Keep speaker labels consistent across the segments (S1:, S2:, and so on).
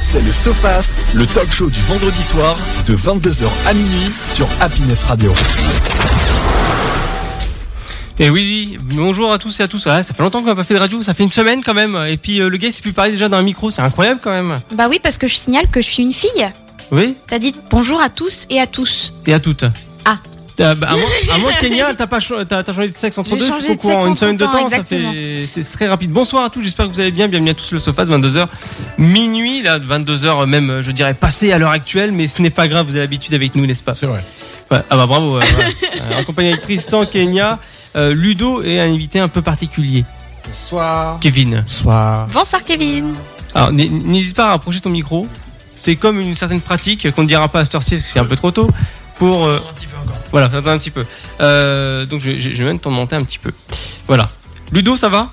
S1: C'est le SoFast, le talk show du vendredi soir de 22h à minuit sur Happiness Radio.
S2: Et Eh oui, oui, bonjour à tous et à tous. Ah, ça fait longtemps qu'on n'a pas fait de radio, ça fait une semaine quand même. Et puis euh, le gars il s'est plus parler déjà dans un micro, c'est incroyable quand même.
S3: Bah oui, parce que je signale que je suis une fille.
S2: Oui,
S3: T'as dit bonjour à tous et à tous.
S2: et à toutes.
S3: Ah.
S2: Euh, bah, à moins, à moins que Kenya, t'as pas cho- t'as- t'as changé de sexe entre
S3: J'ai
S2: deux, je
S3: changé
S2: suis pas au
S3: de
S2: courant.
S3: sexe
S2: une
S3: entre
S2: semaine de
S3: temps,
S2: temps, ça
S3: exactement.
S2: fait, c'est très rapide. Bonsoir à tous, j'espère que vous allez bien. Bienvenue à tous le Sofas, 22h minuit, là, 22h même, euh, je dirais passé à l'heure actuelle, mais ce n'est pas grave, vous avez l'habitude avec nous, n'est-ce pas
S4: C'est vrai.
S2: Ouais, Ah bah bravo, ouais, ouais. Euh, en compagnie avec Tristan, Kenya, euh, Ludo et un invité un peu particulier,
S4: Soir.
S2: Kevin. Ah.
S4: Soir.
S3: Bonsoir Kevin.
S2: Alors n'hé- n'hésite pas à rapprocher ton micro. C'est comme une certaine pratique qu'on ne dira pas à cette heure-ci parce que c'est un peu trop tôt. Pour euh, voilà, ça attend un petit peu. Euh, donc je, vais- je vais même t'en monter un petit peu. Voilà. Ludo, ça va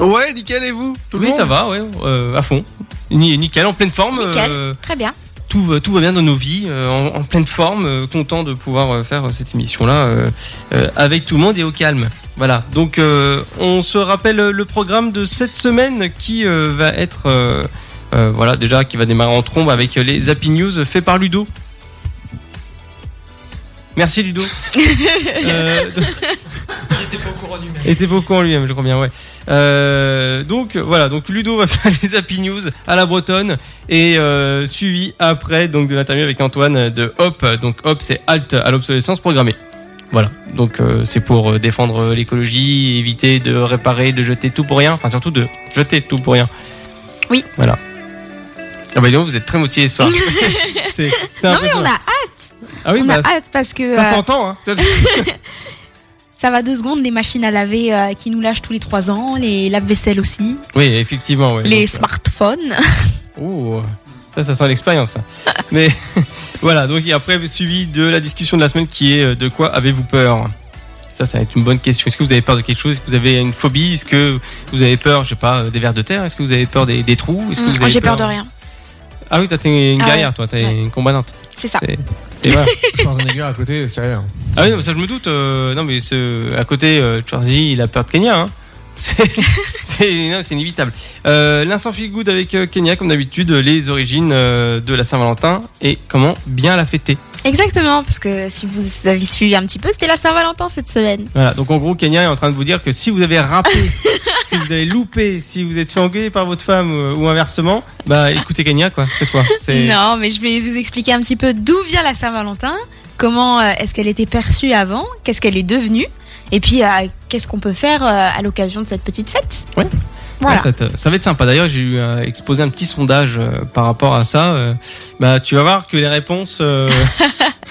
S4: Ouais, nickel et vous Tout
S2: Oui, ça va, ouais, euh, à fond. Ni- Nickel, en pleine forme.
S3: Nickel.
S2: euh,
S3: Très bien.
S2: tout, va- tout va bien dans nos vies, euh, en, en pleine forme, euh, content de pouvoir euh, faire euh, cette émission-là euh, euh, avec tout le monde et au calme. Voilà, donc euh, on se rappelle euh, le programme de cette semaine qui euh, va être, euh, euh, voilà, déjà qui va démarrer en trombe avec euh, les Happy News faits par Ludo. Merci Ludo. Euh,
S5: Il était pas au courant du même.
S2: et t'es pas au courant lui-même, je crois bien, ouais. Euh, donc voilà, donc Ludo va faire les Happy News à la bretonne et euh, suivi après donc de l'interview avec Antoine de Hop. Donc Hop, c'est halte à l'obsolescence programmée. Voilà, donc euh, c'est pour euh, défendre euh, l'écologie, éviter de réparer, de jeter tout pour rien, enfin surtout de jeter tout pour rien.
S3: Oui.
S2: Voilà. Ah bah dis donc, vous êtes très motivés ce soir. c'est, c'est
S3: non mais on a
S2: impressionnant.
S3: hâte,
S2: Ah oui,
S3: on
S2: bah,
S3: a hâte parce que
S2: ça
S3: euh,
S2: s'entend, hein.
S3: ça va deux secondes les machines à laver euh, qui nous lâchent tous les trois ans, les lave-vaisselle aussi,
S2: oui, effectivement. ouais.
S3: les
S2: Donc, euh,
S3: smartphones.
S2: Oh, ça, ça sent l'expérience. ça. Mais voilà, donc et après, suivi de la discussion de la semaine qui est euh, de quoi avez-vous peur ça, ça va être une bonne question. Est-ce que vous avez peur de quelque chose Est-ce que vous avez une phobie Est-ce que vous avez peur, je sais pas, euh, des vers de terre Est-ce que vous avez peur des, des trous Est-ce que
S3: Hum,
S2: vous avez
S3: J'ai peur de rien.
S2: Ah oui, toi, t'es une
S3: Ah ouais.
S2: guerrière, toi, t'es
S3: Ouais.
S2: une combattante.
S3: C'est ça.
S2: C'est vrai.
S4: Schwarzenegger à côté, c'est rien.
S2: ah oui, non, mais ça, je me doute. euh, non, mais ce- à côté, euh, Schwarzy, il a peur de Kenya. hein. C'est c'est- non, c'est inévitable. Euh, L'instant feel good avec euh, Kenya, comme d'habitude, les origines euh, de la Saint-Valentin et comment bien la fêter.
S3: Exactement, parce que si vous avez suivi un petit peu, c'était la Saint-Valentin cette semaine.
S2: Voilà, donc en gros, Kenya est en train de vous dire que si vous avez râpé, si vous avez loupé, si vous êtes fait engueuler par votre femme euh, ou inversement, bah écoutez Kenya, quoi, cette fois. C'est-
S3: Non, mais je vais vous expliquer un petit peu d'où vient la Saint-Valentin, comment euh, est-ce qu'elle était perçue avant, qu'est-ce qu'elle est devenue, et puis euh, qu'est-ce qu'on peut faire euh, à l'occasion de cette petite fête.
S2: Ouais.
S3: Voilà.
S2: Ouais, ça, te- ça va être sympa. D'ailleurs, j'ai eu euh, exposé un petit sondage euh, par rapport à ça. euh, bah, tu vas voir que les réponses. euh,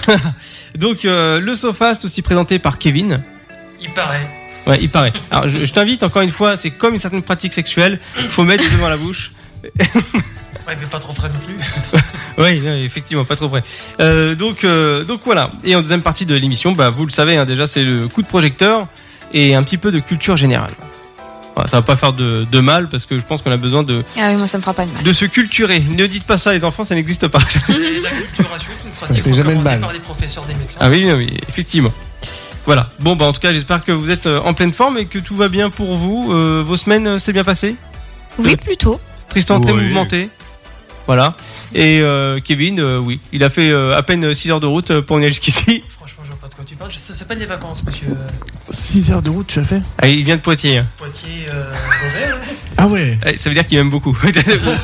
S2: donc, euh, le Sofast aussi présenté par Kevin.
S5: Il paraît.
S2: Ouais, il paraît. Alors, je, je t'invite encore une fois. C'est comme une certaine pratique sexuelle. Faut mettre devant la bouche.
S5: Ouais, mais pas trop près non plus.
S2: Oui, non, effectivement, pas trop près. Euh, donc, euh, donc voilà. Et en deuxième partie de l'émission, bah, vous le savez, hein, déjà, c'est le coup de projecteur et un petit peu de culture générale. Voilà, ça va pas faire de, de mal parce que je pense qu'on a besoin de,
S3: Ah oui, moi ça me fera pas de mal.
S2: de se culturer. Ne dites pas ça, les enfants, ça n'existe pas.
S5: Et la culturation, c'est une pratique
S4: fait jamais de
S5: recommandée
S4: mal.
S5: par les professeurs des médecins.
S2: ah oui, oui, oui, effectivement. Voilà. Bon, bah, en tout cas, j'espère que vous êtes euh, en pleine forme et que tout va bien pour vous. Euh, vos semaines euh, s'est bien passées
S3: Oui, plutôt.
S2: Tristan, très
S4: Oui.
S2: mouvementé. Voilà. Et euh, Kevin, euh, oui, il a fait euh, à peine 6 heures de route euh, pour en aller jusqu'ici.
S5: Franchement, je vois pas de quoi tu parles. Je- Ça s'appelle les vacances, monsieur. euh,
S4: 6 heures de route, tu as fait
S2: Ah, il vient de Poitiers. hein.
S5: Poitiers, euh, Beauvais. ouais.
S4: Ah ouais
S2: Eh, Ça veut dire qu'il m'aime beaucoup.
S5: Alors,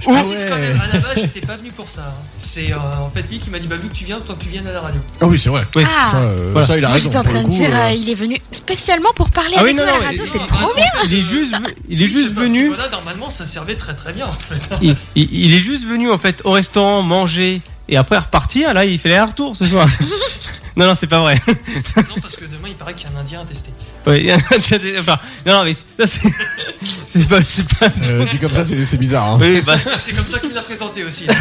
S5: je
S4: Ah
S5: précise quand
S4: ouais.
S5: même, à la base, j'étais pas venu pour ça. hein. C'est euh, en fait lui qui m'a dit Bah, vu que tu viens, tant que tu viennes à la radio.
S4: Ah oui, c'est vrai.
S2: Oui,
S4: Ça,
S3: Ah,
S4: euh,
S2: Voilà.
S4: ça, il a
S3: moi,
S4: raison.
S3: j'étais en
S4: pour le
S3: train de
S4: coup,
S3: dire,
S4: euh,
S3: euh, il est venu spécialement pour parler
S2: Ah oui,
S3: avec
S2: non,
S3: nous à
S2: non,
S3: la radio,
S2: il-
S3: c'est
S5: Non,
S3: trop
S5: vraiment,
S3: bien.
S5: en fait,
S2: il est
S5: euh,
S2: juste, il est
S5: je sais
S2: juste
S5: pas, à ce
S2: venu.
S5: niveau-là, normalement, ça servait très très bien. en fait.
S2: Il, il- il est juste venu en fait au restaurant manger et après repartir. Là, il fait les retours ce soir. non, non, c'est pas vrai.
S5: non, parce que demain, il paraît qu'il y a un Indien à tester.
S2: Ouais, enfin, non, non, mais ça c'est, c'est pas, c'est pas-
S4: euh, dit comme ça, c'est c'est bizarre. hein.
S2: Oui, bah,
S5: C'est comme ça qu'il me l'a présenté aussi. hein.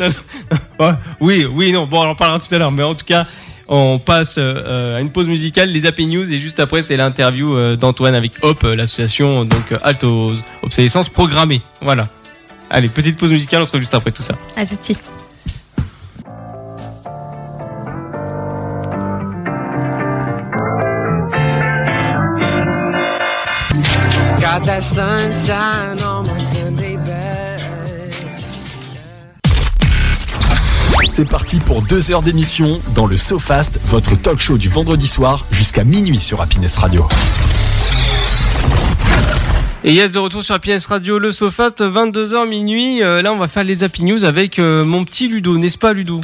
S2: ouais, bah, oui, oui, non. Bon, on en parlera tout à l'heure, mais en tout cas. On passe euh, à une pause musicale, les Happy News, et juste après, c'est l'interview euh, d'Antoine avec Hop, euh, l'association donc euh, Halte aux obsolescences programmées. Voilà. Allez, petite pause musicale, on se retrouve juste après tout ça.
S3: À tout de suite.
S6: Got that sunshine on my Sunday best.
S1: C'est parti pour deux heures d'émission dans le SoFast, votre talk show du vendredi soir jusqu'à minuit sur Happiness Radio.
S2: Et yes, de retour sur Happiness Radio, le Sofast, 22h minuit. Euh, là, on va faire les Happy News avec euh, mon petit Ludo, n'est-ce pas, Ludo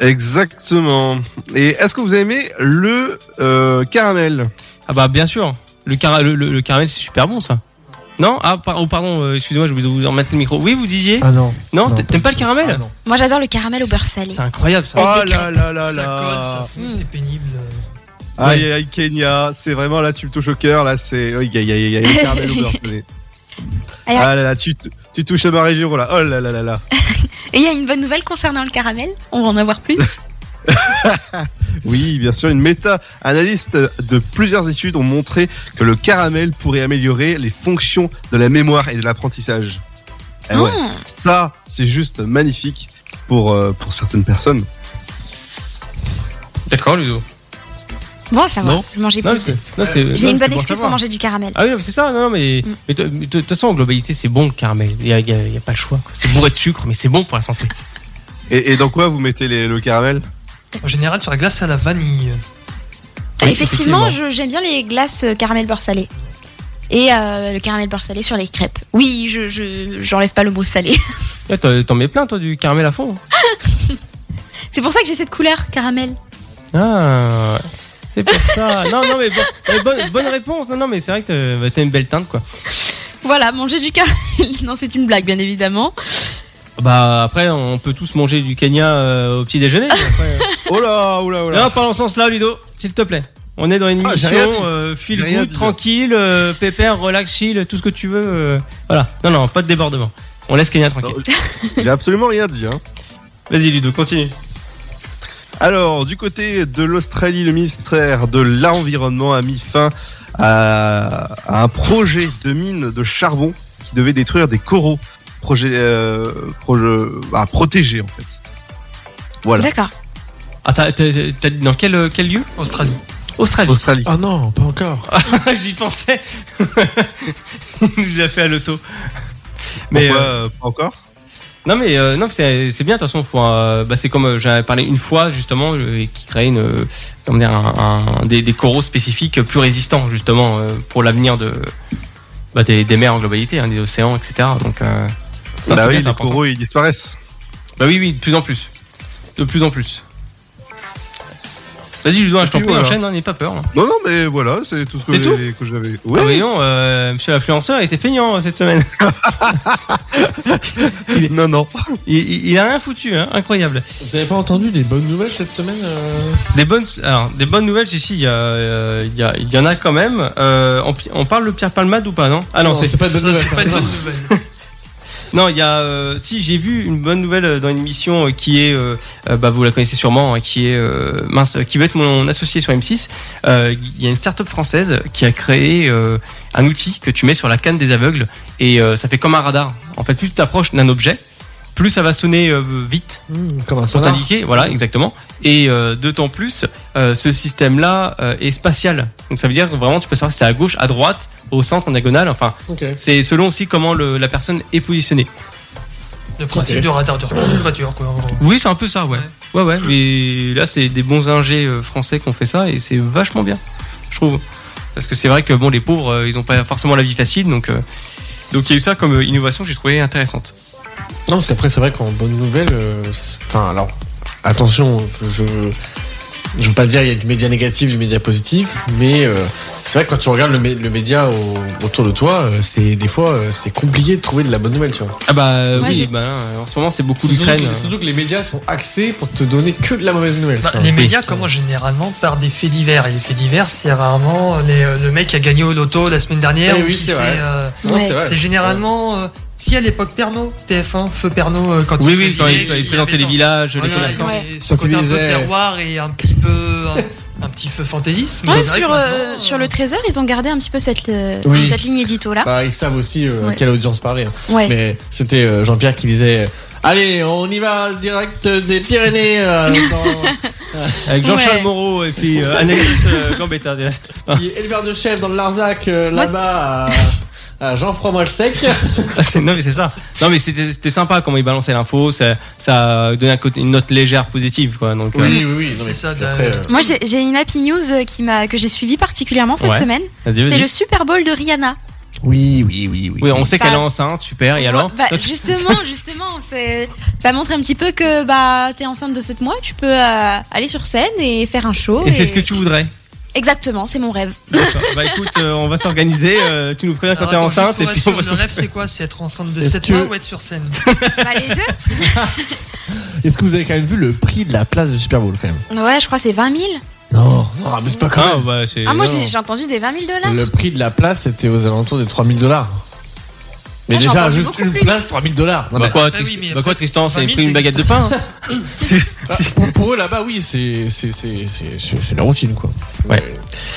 S6: Exactement. Et est-ce que vous aimez le euh, caramel
S2: Ah, bah, bien sûr. Le, cara- le, le- le caramel, c'est super bon, ça. Non Ah, par- oh, pardon, euh, excusez-moi, je voulais vous en mettre le micro. Oui, vous disiez
S4: Ah non.
S2: Non,
S4: non,
S2: t'a- t'aimes pas le caramel
S4: Ah non.
S3: Moi, j'adore le caramel au beurre salé.
S2: C'est incroyable, ça.
S6: Oh là là là Ah,
S5: ça colle, ça
S6: là
S5: fout, c'est pénible.
S6: Aïe aïe Kenya, c'est vraiment là tu me touches au cœur, là c'est... oh, Aïe aïe aïe aïe, aïe, caramel au beurre salé.
S3: Aïe, aïe.
S6: Ah là là, tu, tu touches à Marie Giraud là, oh là là là là.
S3: Et il y a une bonne nouvelle concernant le caramel. On va en avoir plus.
S6: Oui, bien sûr, une méta-analyste de plusieurs études ont montré que le caramel pourrait améliorer les fonctions de la mémoire et de l'apprentissage. Eh ouais.
S3: Ah.
S6: Ça, c'est juste magnifique pour, euh, pour certaines personnes.
S2: D'accord, Ludo.
S3: Bon, ça va.
S6: Non.
S3: Je mangeais
S2: Non,
S3: plus.
S2: c'est- non, c'est- non,
S3: J'ai une
S2: c'est
S3: bonne excuse pour
S2: savoir.
S3: manger du caramel.
S2: Ah oui, non, mais c'est ça, non, non, mais
S3: Mm.
S2: mais de mais de- de toute façon, en globalité, c'est bon le caramel. Il n'y a, il y a- il y a pas le choix. quoi. C'est bourré de sucre, mais c'est bon pour la santé.
S6: Et, et dans quoi vous mettez les- le caramel
S5: En général, sur la glace à la vanille. euh,
S2: Oui,
S3: effectivement,
S2: effectivement.
S3: je- j'aime bien les glaces euh, caramel beurre salé. Et euh, le caramel beurre salé sur les crêpes. Oui, je je- j'enlève pas le mot salé.
S2: Là, t'en t'en mets plein, toi, du caramel à fond.
S3: C'est pour ça que j'ai cette couleur caramel.
S2: Ah, ouais. c'est pour ça. non, non, mais, bon- mais bonne, bonne réponse. Non, non, mais c'est vrai que t'as- bah, t'as une belle teinte, quoi.
S3: Voilà, manger du caramel. non, c'est une blague, bien évidemment.
S2: Bah, après, on peut tous manger du Kenya euh, au petit déjeuner. mais après, euh.
S6: Oh là, oh là, oh là
S2: Non, pas dans ce sens-là, Ludo, s'il te plaît. On est dans une
S6: Ah,
S2: mission
S6: j'ai rien dit.
S2: euh, feel
S6: J'ai rien
S2: good,
S6: dit.
S2: tranquille, euh, pépère, relax, chill, tout ce que tu veux. euh, voilà. Non, non, pas de débordement. On laisse Kenya tranquille.
S6: Non, J'ai absolument rien dit. Hein.
S2: Vas-y, Ludo, continue.
S6: Alors, du côté de l'Australie, le ministère de l'Environnement a mis fin à, à un projet de mine de charbon qui devait détruire des coraux. Projet euh, proje- à protéger en fait. Voilà.
S3: D'accord.
S2: Ah, t'as, t'as- t'as dit dans quel, euh, quel lieu
S5: Australie.
S2: Australie.
S6: Australie.
S4: Ah non, pas encore.
S2: J'y pensais. Je l'ai fait à l'auto. Mais
S6: Pourquoi,
S2: euh,
S6: euh, pas encore
S2: non, mais euh, non, c'est, c'est bien. De toute façon, faut, euh, bah, c'est comme euh, j'avais parlé une fois justement, euh, qui crée une, euh, comment dire, un- un- des, des coraux spécifiques plus résistants justement euh, pour l'avenir de bah, des, des mers en globalité, hein, des océans, etc. Donc, euh, non, c'est
S6: Bah
S2: bien,
S6: oui,
S2: c'est
S6: les
S2: important.
S6: coraux ils disparaissent.
S2: Bah oui, oui, de plus en plus, de plus en plus. Vas-y, Ludo, je t'en
S6: puis,
S2: prie,
S6: voilà.
S2: enchaîne, hein, n'aie pas peur. hein.
S6: Non, non, mais voilà, c'est tout ce que
S2: C'est tout
S6: j'ai- que j'avais.
S2: Ah,
S6: Ouais.
S2: voyons, euh, monsieur l'influenceur a été feignant euh, cette semaine.
S6: non, non.
S2: Il, il- il a rien foutu, hein, incroyable.
S4: Vous avez pas entendu des bonnes nouvelles cette semaine euh
S2: Des bonnes, alors, des bonnes nouvelles, si, si, il y, a, euh, il y a- il y en a quand même. Euh, on, pi- on parle de Pierre Palmade ou pas, non Ah non, c'est.
S4: pas de
S5: Ça,
S4: bonnes nouvelles.
S5: c'est pas une
S4: ça.
S5: bonne nouvelle.
S2: Non, il y a. euh, si, j'ai vu une bonne nouvelle euh, dans une émission euh, qui est. euh, euh, bah, vous la connaissez sûrement, hein, qui est. euh, mince, euh, qui veut être mon associé sur M6. Euh, Il y a une start-up française qui a créé euh, un outil que tu mets sur la canne des aveugles et euh, ça fait comme un radar. En fait, plus tu t'approches d'un objet, plus ça va sonner euh, vite.
S4: Mmh, comme un
S2: sont
S4: sonar.
S2: indiqués, voilà, exactement. Et euh, d'autant plus, euh, ce système-là euh, est spatial. Donc ça veut dire que vraiment, tu peux savoir si c'est à gauche, à droite, au centre, en diagonale. Enfin,
S4: Ok.
S2: c'est selon aussi comment le- la personne est positionnée.
S5: Le principe
S4: Ok.
S5: du radar de recul d'une voiture, quoi. en gros.
S2: Oui, c'est un peu ça, ouais. Ouais, ouais. Mais là, c'est des bons ingés euh, français qui ont fait ça et c'est vachement bien, je trouve. Parce que c'est vrai que bon, les pauvres, euh, ils n'ont pas forcément la vie facile. Donc, euh, donc il y a eu ça comme euh, innovation que j'ai trouvé intéressante.
S4: Non, parce qu'après, c'est vrai qu'en bonne nouvelle, euh, c'est- enfin, alors, attention, je. Je veux pas dire il y a du média négatif, du média positif, mais euh, c'est vrai que quand tu regardes le, mé- le média au- autour de toi, euh, c'est des fois euh, c'est compliqué de trouver de la bonne nouvelle, tu vois.
S2: Ah bah
S3: Ouais,
S2: oui,
S3: j'ai-
S2: bah, en ce moment, c'est beaucoup
S4: Surtout
S2: l'Ukraine.
S4: que- Surtout que les médias sont axés pour te donner que de la mauvaise nouvelle.
S5: hein. Bah,
S4: tu vois.
S5: les médias commencent généralement par des faits divers. Et les faits divers, c'est rarement euh, les- le mec qui a gagné au loto la semaine dernière.
S4: Eh
S5: ou
S4: oui,
S5: qui
S4: c'est
S5: s'est,
S4: vrai.
S5: euh,
S4: Non,
S3: Ouais.
S4: vrai,
S5: c'est généralement. euh, si à l'époque Pernod, TF1, feu Pernod, euh, quand
S2: Oui,
S5: il
S2: oui, quand
S5: présidait,
S2: ils il
S5: qui
S2: présentaient
S5: avait
S2: les
S5: dans-
S2: villages, les
S5: Voilà,
S2: commerçants.
S5: et-
S3: Ouais.
S5: et ce
S4: Quand il
S5: côté un peu
S4: disait-
S5: terroir et un petit peu. Un, un petit peu fantaisiste. mais
S3: Ouais,
S5: c'est vrai
S3: sur,
S5: que
S3: euh,
S5: maintenant,
S3: sur le trésor, ils ont gardé un petit peu cette, euh,
S4: Oui.
S3: cette ligne édito là.
S4: Bah, ils savent aussi euh,
S3: Ouais.
S4: à quelle audience parler. hein.
S3: Ouais.
S4: Mais c'était euh, Jean-Pierre qui disait euh, Allez, on y va direct des Pyrénées. euh, dans-
S2: Avec Jean-Charles
S3: Ouais.
S2: Moreau et puis euh, Annelies euh, Gambetta. déjà.
S4: Puis éleveur de chef dans le Larzac, euh,
S3: Moi,
S4: là-bas, à, à Jean Fromal sec.
S2: Ah, c'est- non mais c'est ça. Non mais c'était c'était sympa comment il balançait l'info, ça, ça donnait un côté- une note légère positive quoi. Donc euh,
S4: oui, oui. non,
S5: C'est
S4: mais
S5: ça,
S4: après,
S5: de-
S4: euh,
S3: Moi, j'ai j'ai une happy news euh, qui m'a que j'ai suivie particulièrement cette
S2: Ouais.
S3: semaine.
S2: euh, vas-y,
S3: C'était
S2: vas-y.
S3: le Super Bowl de Rihanna.
S4: Oui, oui, oui, oui.
S2: Oui, on sait
S3: Ça-
S2: qu'elle est enceinte, super. Ah, Et alors
S3: Bah, Justement, justement, c'est- ça montre un petit peu que bah t'es enceinte de 7 mois, tu peux euh, aller sur scène et faire un show.
S2: Et c'est ce que tu voudrais.
S3: Exactement, c'est mon rêve.
S2: D'accord. bah écoute, euh, on va s'organiser. euh, tu nous préviens quand
S5: Alors,
S2: t'es
S5: attends,
S2: enceinte
S5: juste
S2: et
S5: pour
S2: puis
S5: être
S2: on
S5: sûr,
S2: va. se-
S5: Le rêve, c'est quoi C'est être enceinte de
S4: Est-ce
S5: 7
S4: que-
S5: mois ou être sur scène
S3: Bah, les deux.
S4: Est-ce que vous avez quand même vu le prix de la place du Super Bowl quand même
S3: Ouais, je crois que c'est 20 000.
S4: Non, non, mais c'est pas
S2: Ah, bah, c'est
S3: Ah moi
S2: énorme.
S3: j'ai j'ai entendu des 20 000 dollars.
S4: Le prix de la place était aux alentours des 3000 dollars. Mais
S3: Ah, j'ai
S4: déjà,
S3: entendu
S4: juste
S3: beaucoup
S4: une
S3: plus.
S4: place, 3000 dollars.
S2: Bah quoi,
S5: Bah oui,
S2: Trist- bah
S5: mais après,
S2: quoi, Tristan, c'est
S5: 20 000,
S2: pris une
S5: c'est
S2: baguette de pain. hein. C'est-
S4: Bah, pour, pour eux là-bas, oui, c'est c'est- c'est- c'est- c'est- c'est la routine quoi.
S2: Ouais.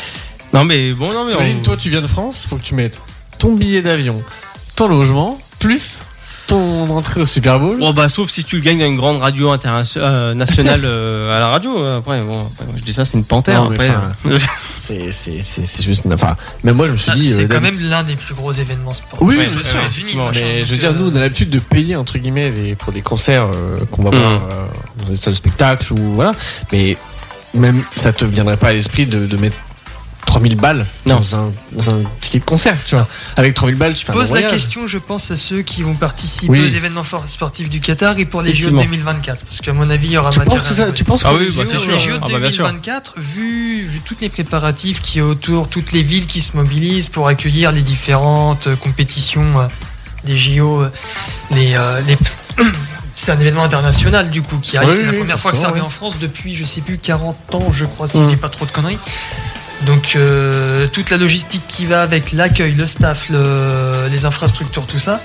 S2: non mais bon, non mais.
S4: T'imagines,
S2: on-
S4: toi, tu viens de France, faut que tu mettes ton billet d'avion, ton logement, plus ton entrée au Super Bowl.
S2: Bon bah sauf si tu gagnes dans une grande radio internationale euh, à la radio. Après bon, après, moi, je dis ça c'est une panthère.
S4: Non, mais
S2: après,
S4: enfin,
S2: euh,
S4: C'est c'est- c'est- c'est juste. Enfin, même moi, je me suis
S5: Ah,
S4: dit. euh,
S5: C'est quand
S4: d'habitude-
S5: même l'un des plus gros événements sportifs
S4: Oui,
S5: aux
S4: bien sûr,
S5: États-Unis.
S2: effectivement,
S5: machin,
S4: Mais je veux
S5: donc,
S4: dire,
S5: euh,
S4: nous, on a l'habitude de payer entre guillemets les- pour des concerts euh, qu'on va
S2: Mm.
S4: voir euh, dans des salles de spectacle ou voilà. Mais même ça te viendrait pas à l'esprit de, de mettre 3000 balles
S2: Non.
S4: dans, un, dans un ticket de concert, tu vois. Avec 3000 balles, tu fais un
S5: pose la
S4: voyage.
S5: question, je pense, à ceux qui vont participer
S4: Oui.
S5: aux événements for- sportifs du Qatar et pour les JO
S2: Effectivement.
S5: 2024. Parce qu'à mon avis, il y aura
S4: Tu penses
S5: matière.
S4: que
S5: à
S4: ça,
S5: rigoler.
S4: tu penses que
S2: Ah oui,
S4: les
S2: bah, c'est
S4: JO,
S5: Sur
S2: sûr.
S5: les JO
S2: Ah bah, bien sûr.
S5: 2024, vu, vu toutes les préparatifs qui y a autour, toutes les villes qui se mobilisent pour accueillir les différentes euh, compétitions euh, des JO, euh, les, euh, les- c'est un événement international du coup qui arrive.
S4: Oui,
S5: c'est la
S4: oui,
S5: première fois que ça
S4: forcément,
S5: arrive
S4: oui.
S5: en France depuis, je sais plus, 40 ans, je crois, si
S4: Mm.
S5: je dis pas trop de conneries. Donc euh, toute la logistique qui va avec l'accueil, le staff, le- les infrastructures, tout ça,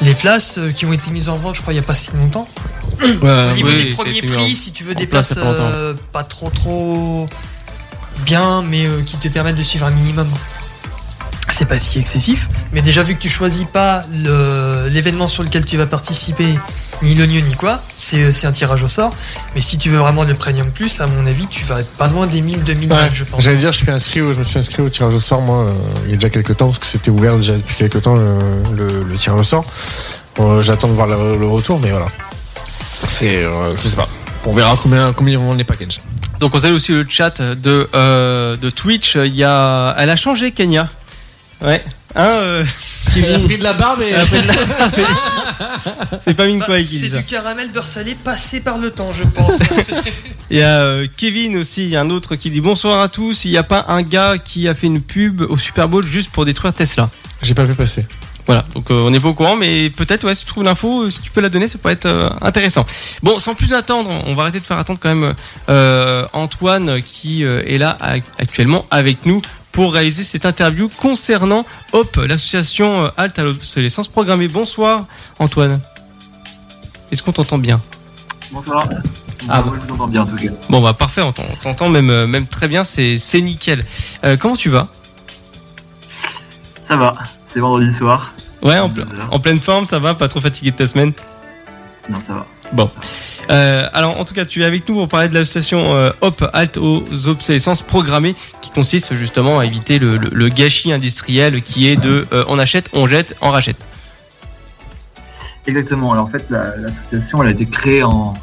S5: les places euh, qui ont été mises en vente, je crois, il n'y a pas si longtemps.
S4: Ouais,
S5: Au niveau
S2: oui,
S5: des premiers
S2: c'était mis en-
S5: prix, si tu veux des
S2: place,
S5: places
S2: c'est pas longtemps.
S5: euh, pas trop trop bien, mais euh, qui te permettent de suivre un minimum, c'est pas si excessif. Mais déjà, vu que tu choisis pas le- l'événement sur lequel tu vas participer, ni le lieu ni quoi, c'est c'est un tirage au sort. Mais si tu veux vraiment le premium plus, à mon avis, tu vas être pas loin des 1000, 2000 balles, je pense.
S4: J'allais dire, je suis inscrit, au- je me suis inscrit au tirage au sort, moi, euh, il y a déjà quelques temps, parce que c'était ouvert déjà depuis quelques temps le, le- le tirage au sort. Euh, J'attends de voir le, le retour, mais voilà. C'est, euh, je sais pas. On verra combien, combien ils vendent les packages.
S2: Donc on salue aussi le chat de, euh, de Twitch. Il y a... Elle a changé Kenya. Ouais. Hein, euh, Kevin
S4: de la barbe et
S2: Elle a pris de la- C'est pas Ming
S5: Bah,
S2: Kuai qui euh, dit
S5: Euh, c'est
S2: ça.
S5: du caramel beurre salé passé par le temps, je pense.
S2: Il y a euh, Kevin aussi, il y a un autre qui dit bonsoir à tous. Il n'y a pas un gars qui a fait une pub au Super Bowl juste pour détruire Tesla.
S4: J'ai pas vu passer.
S2: Voilà, donc euh, on n'est pas au courant, mais peut-être, ouais, si tu trouves l'info, euh, si tu peux la donner, ça pourrait être euh, intéressant. Bon, sans plus attendre, on va arrêter de faire attendre quand même euh, Antoine qui euh, est là ac- actuellement avec nous pour réaliser cette interview concernant HOP, l'association euh, Halte à l'obsolescence programmée. Bonsoir Antoine. Est-ce qu'on t'entend bien
S7: Bonsoir.
S2: Ah
S7: Ah,
S2: bon.
S7: je vous entends bien en tout cas.
S2: Bon bah parfait, on t'en- on t'entend même, euh, même très bien, c'est c'est nickel. Euh, comment tu vas
S7: Ça va, c'est vendredi soir.
S2: Ouais, en, ple-
S7: Ça va.
S2: en pleine forme, ça va, pas trop fatigué de ta semaine
S7: Non, ça va.
S2: Euh, alors, en tout cas, tu es avec nous pour parler de l'association euh, HOP, Halte aux obsolescences programmées, qui consiste justement à éviter le, le- le gâchis industriel qui est de euh, on achète, on jette, on rachète.
S7: Exactement. Alors en fait, la- l'association, elle a été créée en,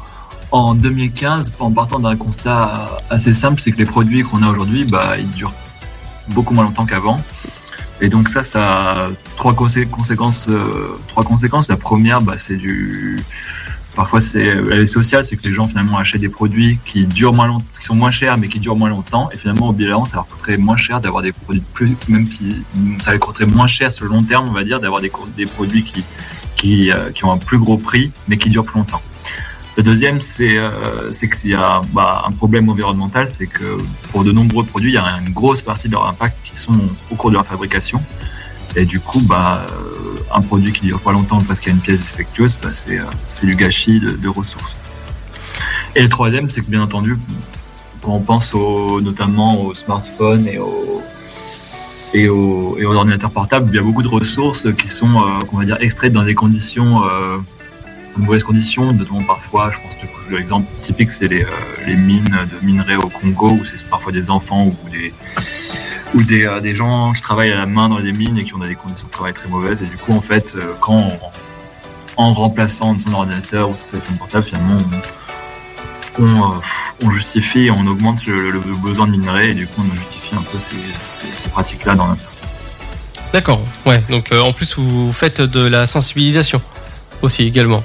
S7: en 2015 en partant d'un constat assez simple, c'est que les produits qu'on a aujourd'hui, bah, ils durent beaucoup moins longtemps qu'avant. Et donc ça, ça a trois consé- conséquences. euh, trois conséquences. La première, bah, c'est du Parfois, c'est elle est sociale, c'est que les gens finalement achètent des produits qui durent moins longtemps, qui sont moins chers, mais qui durent moins longtemps. Et finalement, au bilan, ça leur coûterait moins cher d'avoir des produits plus, même si ça leur coûterait moins cher sur le long terme, on va dire, d'avoir des, co- des produits qui qui, euh, qui ont un plus gros prix, mais qui durent plus longtemps. Le deuxième, c'est euh, c'est que s'il y a bah, un problème environnemental, c'est que pour de nombreux produits, il y a une grosse partie de leur impact qui sont au cours de leur fabrication. Et du coup, bah, euh, un produit qui dure pas longtemps parce qu'il y a une pièce défectueuse, bah, c'est euh, c'est du gâchis de, de ressources. Et le troisième, c'est que bien entendu, quand on pense au, notamment aux smartphones et aux, et aux, et aux ordinateurs portables, il y a beaucoup de ressources qui sont, euh, qu'on va dire, extraites dans des conditions, euh, de mauvaises conditions, notamment parfois, je pense que l'exemple typique, c'est les, euh, les mines de minerais au Congo, où c'est parfois des enfants ou des, ou des, euh, des gens qui travaillent à la main dans les mines et qui ont des conditions de travail très mauvaises. Et du coup, en fait, euh, quand on- en remplaçant son ordinateur ou son téléphone portable, finalement, on, on, euh, pff, on justifie, on augmente le, le- le besoin de minerais et du coup, on justifie un peu ces, ces- ces pratiques-là dans notre
S2: D'accord. Ouais. Donc euh, en plus vous faites de la sensibilisation aussi également.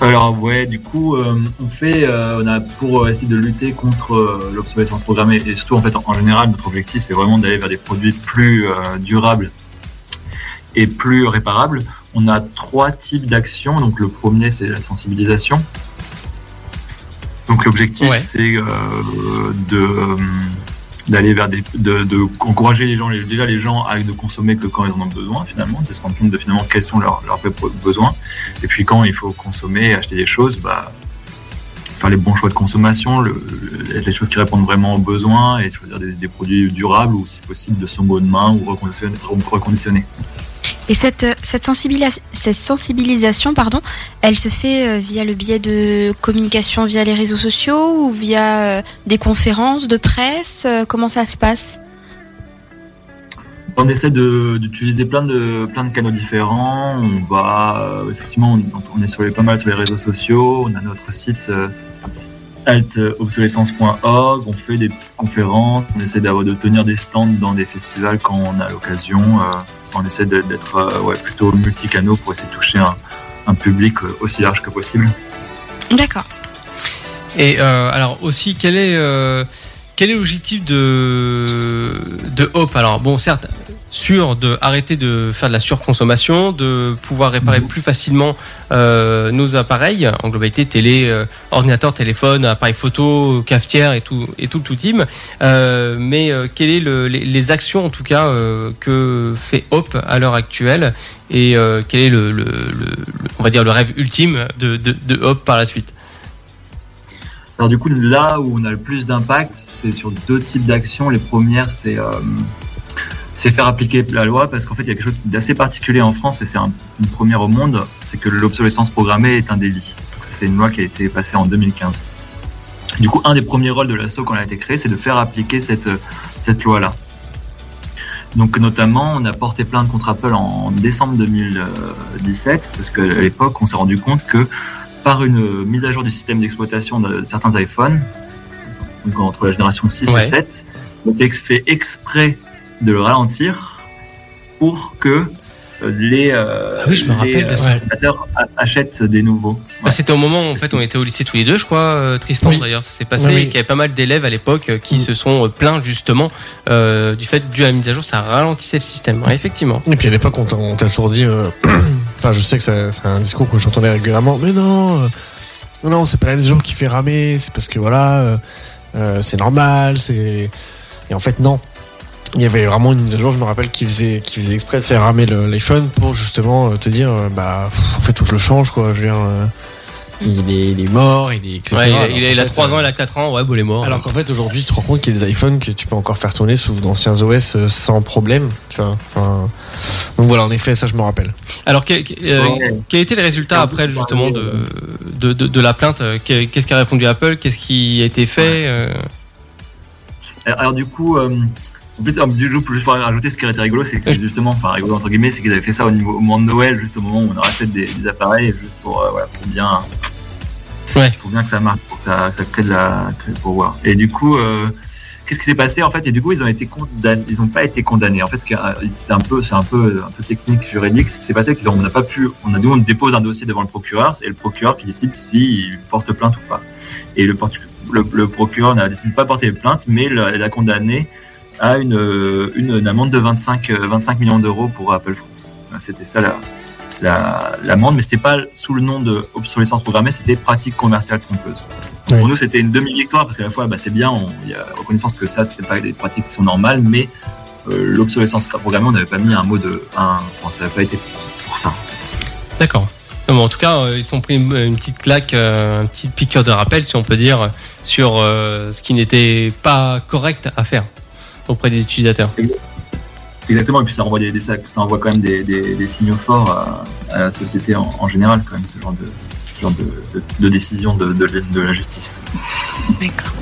S7: Alors ouais, du coup, euh, on fait, euh, on a pour euh, essayer de lutter contre euh, l'obsolescence programmée et surtout en fait en, en général, notre objectif c'est vraiment d'aller vers des produits plus euh, durables et plus réparables. On a trois types d'actions. Donc le premier c'est la sensibilisation. Donc l'objectif
S2: Ouais.
S7: c'est euh, de euh, d'aller vers des de, de encourager les gens les- déjà les gens à ne consommer que quand ils en ont besoin finalement de se rendre compte de finalement quels sont leurs leurs vrais besoins et puis quand il faut consommer et acheter des choses, bah, faire les bons choix de consommation, le- le- les choses qui répondent vraiment aux besoins et choisir des, des produits durables ou si possible de seconde main ou reconditionnés. reconditionnés.
S3: Et cette, euh, cette, sensibilis- cette sensibilisation, pardon, elle se fait euh, via le biais de communication via les réseaux sociaux ou via euh, des conférences de presse euh, Comment ça se passe
S7: On essaie de- d'utiliser plein de, plein de canaux différents. On va, euh, effectivement, on, on est sur les, pas mal sur les réseaux sociaux. On a notre site euh, altobsolescence.org. On fait des petites conférences. On essaie d'avoir, de tenir des stands dans des festivals quand on a l'occasion. Euh, on essaie de- d'être euh, ouais, plutôt multicanaux pour essayer de toucher un, un public euh, aussi large que possible.
S3: D'accord.
S2: Et euh, alors aussi, quel est, euh, quel est l'objectif de, de Hope Alors bon, certes, sûr de arrêter de faire de la surconsommation, de pouvoir
S5: Mhm.
S2: réparer plus facilement euh, nos appareils, en globalité télé, euh, ordinateur, téléphone, appareil photo, cafetière et tout et tout le tout team. Euh, mais euh, quelles sont les, les actions en tout cas euh, que fait Hope à l'heure actuelle et euh, quel est le, le- le- le- on va dire le rêve ultime de, de, de Hope par la suite
S7: Alors du coup, là où on a le plus d'impact, c'est sur deux types d'actions. Les premières, c'est euh, c'est faire appliquer la loi, parce qu'en fait, il y a quelque chose d'assez particulier en France, et c'est un- une première au monde, c'est que l'obsolescence programmée est un délit. Donc, ça, C'est une loi qui a été passée en 2015. Du coup, un des premiers rôles de l'ASSO quand elle a été créée, c'est de faire appliquer cette, cette loi-là. Donc notamment, on a porté plainte contre Apple en décembre 2017, parce qu'à l'époque, on s'est rendu compte que par une euh, mise à jour du système d'exploitation de certains iPhones, donc entre la génération 6
S2: Ouais.
S7: et 7, on a fait exprès de le ralentir pour que euh, les, euh,
S5: Ah oui, je me
S7: les,
S5: rappelle de
S7: euh,
S5: ça.
S7: utilisateurs a- achètent des nouveaux.
S2: Bah, C'était au moment où en fait on était au lycée tous les deux, je crois, euh, Tristan
S5: Oui.
S2: d'ailleurs, ça s'est passé,
S5: Oui, oui.
S2: et qu'il y avait pas mal d'élèves à l'époque euh, qui
S5: Mm.
S2: se sont euh, plaints justement euh, du fait dû à la mise à jour, ça ralentissait le système, Ouais, effectivement.
S4: Et puis à l'époque, on t'a- on t'a toujours dit. euh, Enfin, je sais que ça- c'est un discours que j'entendais régulièrement. Mais non, euh, non, non, c'est pas la mise à jour qui fait ramer. C'est parce que voilà, euh, euh, c'est normal. C'est et en fait non. Il y avait vraiment une mise à jour, je me rappelle, qui faisait, qui faisait exprès de faire ramer le- l'iPhone pour justement euh, te dire, euh, bah, pff, en fait, faut que je le change, quoi. Je veux dire, euh, il, est, il est mort, il est. etc.
S2: Ouais, il, a-
S4: Alors
S2: il a-
S4: qu'en
S2: il a
S4: fait,
S2: 3
S4: euh,
S2: ans, il a 4 ans, ouais, bon, il est mort.
S4: alors qu'en fait, aujourd'hui, tu te rends compte qu'il y a des iPhones que tu peux encore faire tourner sous d'anciens OS euh, sans problème. Tu vois. Enfin, donc voilà, en effet, ça, je me rappelle.
S2: Alors, quel, quel- euh,
S7: Ouais.
S2: quel était le résultat
S7: C'est un
S2: après
S7: peu
S2: justement de,
S7: pareil,
S2: de, de- de la plainte euh, Qu'est- Qu'est-ce qu'a répondu Apple Qu'est-ce qui a été fait euh,
S7: Alors, alors, du coup, euh, en plus, en- du coup, juste pour rajouter ce qui était rigolo, c'est que c'est justement, enfin rigolo entre guillemets, c'est qu'ils avaient fait ça au, niveau, au moment de Noël, juste au moment où on rachète des, des appareils, juste pour, euh, voilà, pour bien,
S2: Ouais.
S7: pour bien que ça marche, pour que ça, que ça crée de la, que- pour voir. Et du coup, euh, qu'est-ce qui s'est passé en fait Et du coup, ils ont été condamnés, ils n'ont pas été condamnés. En fait, ce qui est- c'est un peu, c'est un peu, un peu technique juridique. Ce qui s'est passé, c'est qu'on n'a pas pu, on a nous on dépose un dossier devant le procureur, et le procureur qui décide s'il porte plainte ou pas. Et le, portu- le, le procureur n'a décidé de pas porter plainte, mais l'a l'a condamné à une, euh, une, une amende de 25, euh, 25 millions d'euros pour Apple France. Voilà, C'était ça la la- l'amende, mais c'était pas sous le nom de obsolescence programmée, c'était pratique commerciale trompeuse. Donc, Pour nous, c'était une demi-victoire parce qu'à la fois, bah, c'est bien, on- il y a reconnaissance que ça, c'est pas des pratiques qui sont normales, mais euh, l'obsolescence programmée, on n'avait pas mis un mot de, un, enfin, ça n'avait pas été pour ça.
S2: D'accord. Non, mais en tout cas, euh, ils sont pris une, une petite claque, euh, une petite piqûre de rappel, si on peut dire, sur euh, ce qui n'était pas correct à faire auprès des utilisateurs.
S7: Exactement, et puis ça envoie, des, des- ça, ça envoie quand même des, des- des signaux forts à, à la société en, en général, quand même, ce genre de, ce genre de, de- de décision de, de- de la justice.
S3: D'accord.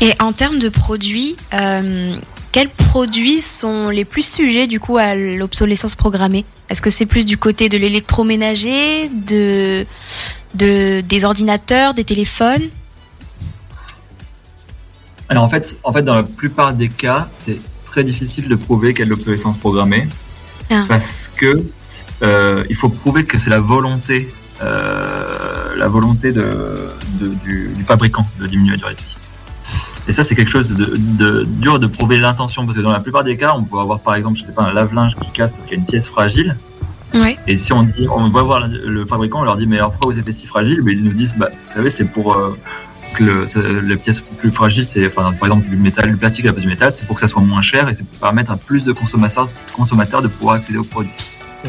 S3: Et en termes de produits, euh, qu'est-ce quels produits sont les plus sujets du coup à l'obsolescence programmée Est-ce que c'est plus du côté de l'électroménager, de, de, des ordinateurs, des téléphones
S7: Alors en fait, en fait, dans la plupart des cas, c'est très difficile de prouver qu'il y a de l'obsolescence programmée
S3: Ah.
S7: parce que euh, il faut prouver que c'est la volonté, euh, la volonté de, de- du, du fabricant de diminuer la durée de vie. Et ça, c'est quelque chose de, de- dur de prouver l'intention parce que dans la plupart des cas, on peut avoir par exemple, je sais pas, un lave-linge qui casse parce qu'il y a une pièce fragile.
S3: Ouais.
S7: Et si on dit, on va voir le fabricant, on leur dit, mais alors pourquoi vous êtes si fragile Mais ils nous disent, bah, vous savez, c'est pour euh, que le, ça- les pièces plus fragiles, c'est, enfin, par exemple, du métal, du plastique à la place du métal, c'est pour que ça soit moins cher et c'est pour permettre à plus de consommateurs, consommateurs de pouvoir accéder aux produits.
S4: Mmh.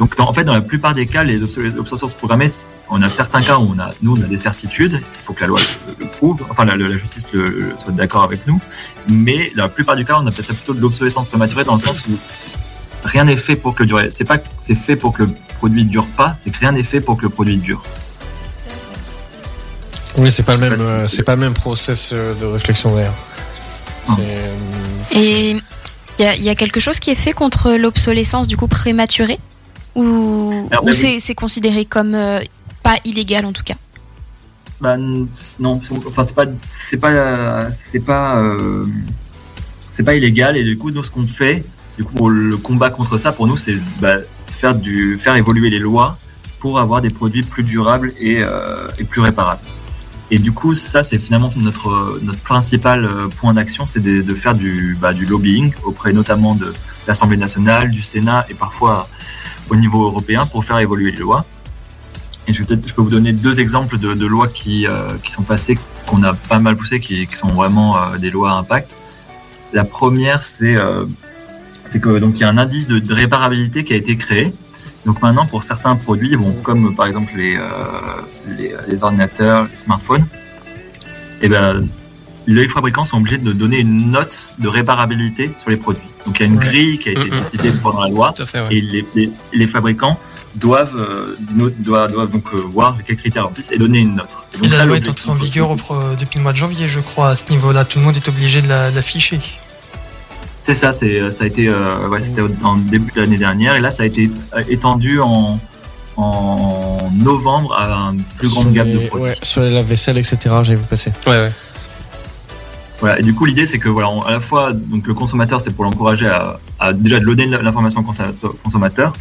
S7: Donc, dans- en fait, dans la plupart des cas, les obsolé- obsolescences programmées, on a certains cas où on a, nous, on a des certitudes, il faut que la loi le, le prouve, enfin, la, la justice le- le- soit d'accord avec nous, mais dans la plupart du cas, on appelle ça plutôt de l'obsolescence prématurée dans le sens où rien n'est fait pour que le durée. C'est pas que c'est fait pour que le produit dure pas, c'est que rien n'est fait pour que le produit dure.
S4: Oui, c'est pas le même,
S7: Facile.
S4: euh, c'est pas le même process euh, de réflexion d'ailleurs.
S7: Non.
S4: C'est, euh,
S3: Et il y a, y a quelque chose qui est fait contre l'obsolescence du coup prématurée Ou,
S7: Alors,
S3: ou
S7: bah oui.
S3: c'est c'est considéré comme euh, pas illégal en tout cas
S7: Bah, n- non, enfin c'est pas c'est pas euh, c'est pas euh, c'est pas illégal et du coup nous ce qu'on fait, du coup pour le combat contre ça pour nous c'est bah, faire du faire évoluer les lois pour avoir des produits plus durables et, euh, et plus réparables. Et du coup ça c'est finalement notre notre principal euh, point d'action c'est de, de faire du bah, du lobbying auprès notamment de l'Assemblée nationale, du Sénat et parfois au niveau européen pour faire évoluer les lois. Et je, vais peut-être- je peux vous donner deux exemples de, de lois qui, euh, qui sont passées, qu'on a pas mal poussées, qui, qui sont vraiment euh, des lois à impact. La première, c'est euh, c'est que donc il y a un indice de, de réparabilité qui a été créé. Donc maintenant, pour certains produits, bon, comme euh, par exemple les, euh, les, les ordinateurs, les smartphones, eh ben, les fabricants sont obligés de donner une note de réparabilité sur les produits. Donc il y a une
S4: Ouais.
S7: grille qui a été
S2: Mm, mm.
S7: décidée pendant la loi
S2: Tout à fait, ouais.
S7: et les, les- les fabricants doivent, euh, no- doivent, doivent donc euh, voir quels critères remplissent et donner une note. donc
S5: Et la
S7: ça,
S5: loi est
S7: l'objectif-
S5: entrée en vigueur au pro- depuis le mois de janvier, je crois, à ce niveau-là. Tout le monde est obligé de la- de l'afficher.
S7: C'est ça, c'est ça a été euh, ouais, c'était au- en début de l'année dernière et là ça a été euh, étendu en, en novembre à une
S5: Ah,
S7: plus
S4: sur
S7: grande gamme de
S4: les-
S7: produits.
S4: ouais, sur les lave-vaisselle, etc. J'allais vous passer.
S2: Ouais, ouais.
S7: Voilà, et du coup, l'idée, c'est que voilà, on- à la fois, donc le consommateur, c'est pour l'encourager à, à déjà de donner l'information au consa- au consommateur.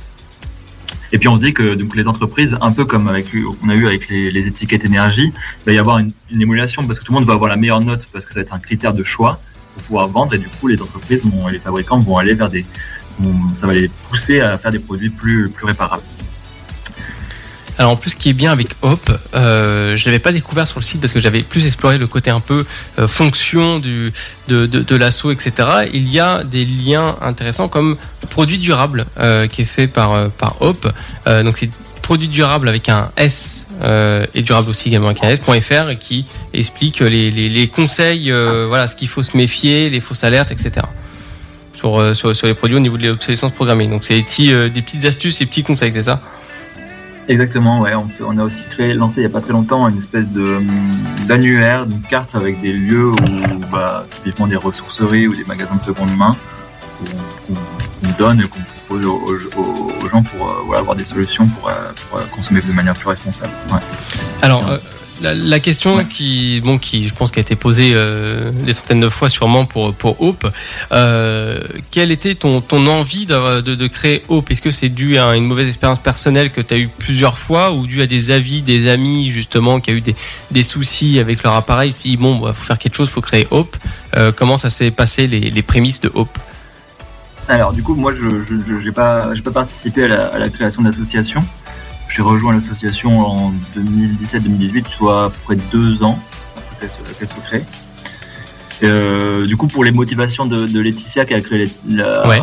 S7: Et puis on se dit que donc les entreprises, un peu comme avec on a eu avec les, les étiquettes énergie, il va y avoir une, une émulation parce que tout le monde va avoir la meilleure note parce que ça va être un critère de choix pour pouvoir vendre et du coup les entreprises vont, et les fabricants vont aller vers des vont- ça va les pousser à faire des produits plus plus réparables.
S2: Alors en plus, ce qui est bien avec Hop, euh, je l'avais pas découvert sur le site parce que j'avais plus exploré le côté un peu euh, fonction du, de, de, de l'assaut, etc. Il y a des liens intéressants comme produit durable euh, qui est fait par, euh, par Hop. Euh, donc c'est produit durable avec un S euh, et durable aussi également avec un S.fr qui explique les, les, les conseils, euh, voilà, ce qu'il faut se méfier, les fausses alertes, etc. Sur, euh, sur, sur les produits au niveau de l'obsolescence programmée. Donc c'est des, petits, euh, des petites astuces et petits conseils, c'est ça
S7: Exactement, ouais. On, fait- on a aussi créé, lancé il n'y a pas très longtemps une espèce de hum, d'annuaire, d'une carte avec des lieux où, bah, typiquement des ressourceries ou des magasins de seconde main, où on, qu'on- qu'on donne et qu'on propose aux, aux- aux gens pour euh, voilà, avoir des solutions pour, euh, pour, euh, consommer de manière plus responsable. Ouais.
S2: Alors, euh, la, la question
S7: Ouais.
S2: qui, bon, qui, je pense, qui a été posée euh, des centaines de fois sûrement pour, pour Hope, euh, quelle était ton, ton envie de, de, de créer Hope Est-ce que c'est dû à une mauvaise expérience personnelle que tu as eue plusieurs fois ou dû à des avis des amis, justement, qui a eu des, des soucis avec leur appareil Tu dis, bon, il faut faire quelque chose, faut créer Hope. Euh, comment ça s'est passé, les, les prémices de Hope
S7: Alors du coup, moi, je n'ai je, j'ai pas, j'ai pas participé à la, à la création de l'association. J'ai rejoint l'association en 2017-2018, soit à peu près deux ans après qu'elle se- qu'elle se crée. Euh, du coup, pour les motivations de, de Laetitia qui a créé la,
S2: Ouais.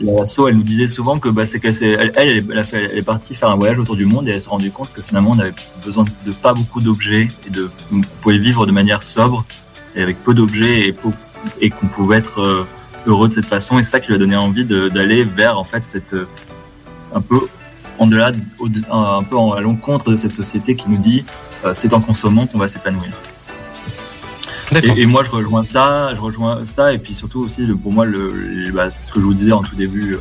S7: l'asso, elle nous disait souvent que bah, c'est qu'elle s'est- elle, elle, elle a fait- elle est partie faire un voyage autour du monde et elle s'est rendue compte que finalement on avait besoin de pas beaucoup d'objets et de on pouvait vivre de manière sobre et avec peu d'objets et, peu- et qu'on pouvait être euh, heureux de cette façon et c'est ça qui lui a donné envie de- d'aller vers en fait cette euh, un peu en delà au- un peu en- à l'encontre de cette société qui nous dit euh, c'est en consommant qu'on va s'épanouir.
S2: D'accord.
S7: Et, et moi, je rejoins ça, je rejoins ça, et puis surtout aussi, le- pour moi, le, le- bah, c'est ce que je vous disais en tout début euh,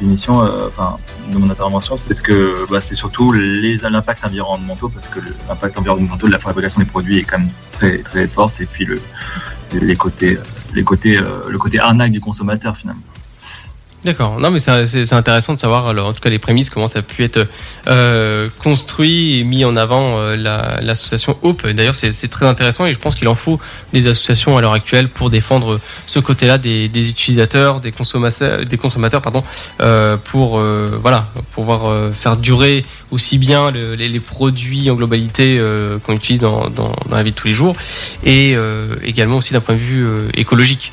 S7: de l'émission, euh, enfin, de mon intervention, c'est ce que, bah, c'est surtout les l'impact environnemental, parce que le- l'impact environnemental de la fabrication des produits est quand même très très forte, et puis le les côtés, les côtés, euh, le côté arnaque du consommateur finalement.
S2: D'accord. Non, mais c'est c'est- c'est intéressant de savoir, alors, en tout cas, les prémices, comment ça a pu être euh, construit et mis en avant euh, la- l'association Hope. D'ailleurs, c'est c'est très intéressant et je pense qu'il en faut des associations à l'heure actuelle pour défendre ce côté-là des, des utilisateurs, des consommateurs, des consommateurs pardon, euh, pour euh, voilà, pouvoir euh, faire durer aussi bien le- les, les produits en globalité euh, qu'on utilise dans, dans- dans la vie de tous les jours et euh, également aussi d'un point de vue euh, écologique.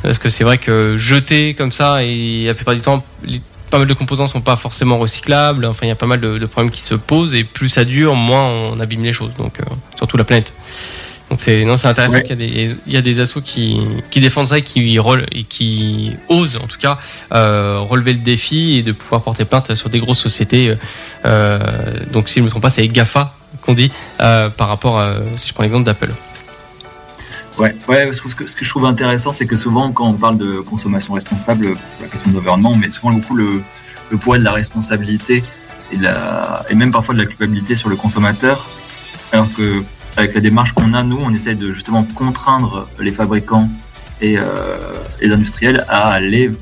S2: Parce que c'est vrai que jeter comme ça, et la plupart du temps, les- pas mal de composants sont pas forcément recyclables. Enfin, il y a pas mal de, de problèmes qui se posent, et plus ça dure, moins on abîme les choses, donc euh, surtout la planète. Donc c'est non, c'est intéressant
S7: Ouais.
S2: qu'il y a des il y a des assos qui, qui défendent ça et qui rel- et qui osent en tout cas euh, relever le défi et de pouvoir porter plainte sur des grosses sociétés. euh, donc si je ne me trompe pas, c'est Gafa qu'on dit euh, par rapport à, si je prends l'exemple d'Apple.
S7: Ouais, ouais parce que ce que, ce que je trouve intéressant, c'est que souvent, quand on parle de consommation responsable, la question de l'environnement, on met souvent beaucoup le, le poids de la responsabilité et, de la, et même parfois de la culpabilité sur le consommateur. Alors que, avec la démarche qu'on a, nous, on essaie de justement contraindre les fabricants et, euh, et les industriels à aller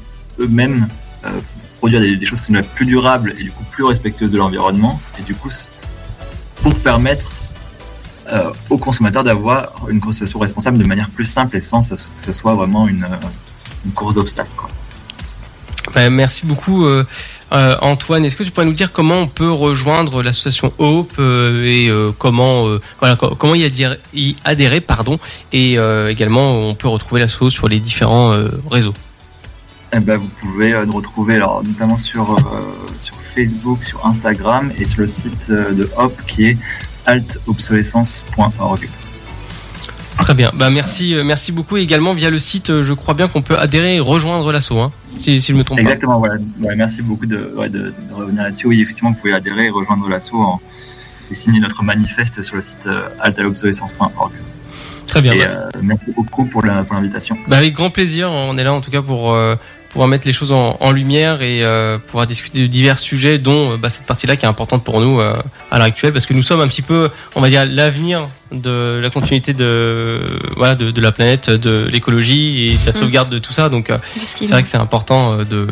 S7: eux-mêmes euh, produire des, des choses qui sont plus durables et du coup plus respectueuses de l'environnement. Et du coup, c- pour permettre euh, aux consommateurs d'avoir une consommation responsable de manière plus simple et sans que ça- que ça soit vraiment une, euh, une course d'obstacles. quoi.
S2: Bah, merci beaucoup euh, euh, Antoine. Est-ce que tu pourrais nous dire comment on peut rejoindre l'association Hope euh, et euh, comment euh, voilà co- comment y adhérer, y adhérer, pardon et euh, également on peut retrouver l'asso sur les différents euh, réseaux.
S7: Eh ben, vous pouvez euh, nous retrouver alors, notamment sur, euh, sur Facebook, sur Instagram et sur le site euh, de Hop qui est altobsolescence.org.
S2: Très bien. Bah merci euh, merci beaucoup Et également via le site. euh, je crois bien qu'on peut adhérer et rejoindre l'asso. Hein, si, si je me trompe pas.
S7: Exactement, voilà. Ouais, merci beaucoup de, ouais, de- de revenir là-dessus. Oui, effectivement, vous pouvez adhérer et rejoindre l'assaut en- et signer notre manifeste sur le site euh, altobsolescence.org.
S2: Très bien.
S7: Et
S2: Bah,
S7: euh, merci beaucoup pour la- pour l'invitation.
S2: Bah, avec grand plaisir, on est là en tout cas pour euh, pouvoir mettre les choses en, en lumière et euh, pouvoir discuter de divers sujets, dont euh, bah, cette partie-là qui est importante pour nous euh, à l'heure actuelle, parce que nous sommes un petit peu, on va dire, l'avenir de la continuité de, voilà, de, de la planète, de l'écologie et de la
S3: Mhm.
S2: sauvegarde de tout ça. Donc, euh, c'est
S3: effectivement.
S2: vrai que c'est important euh, de,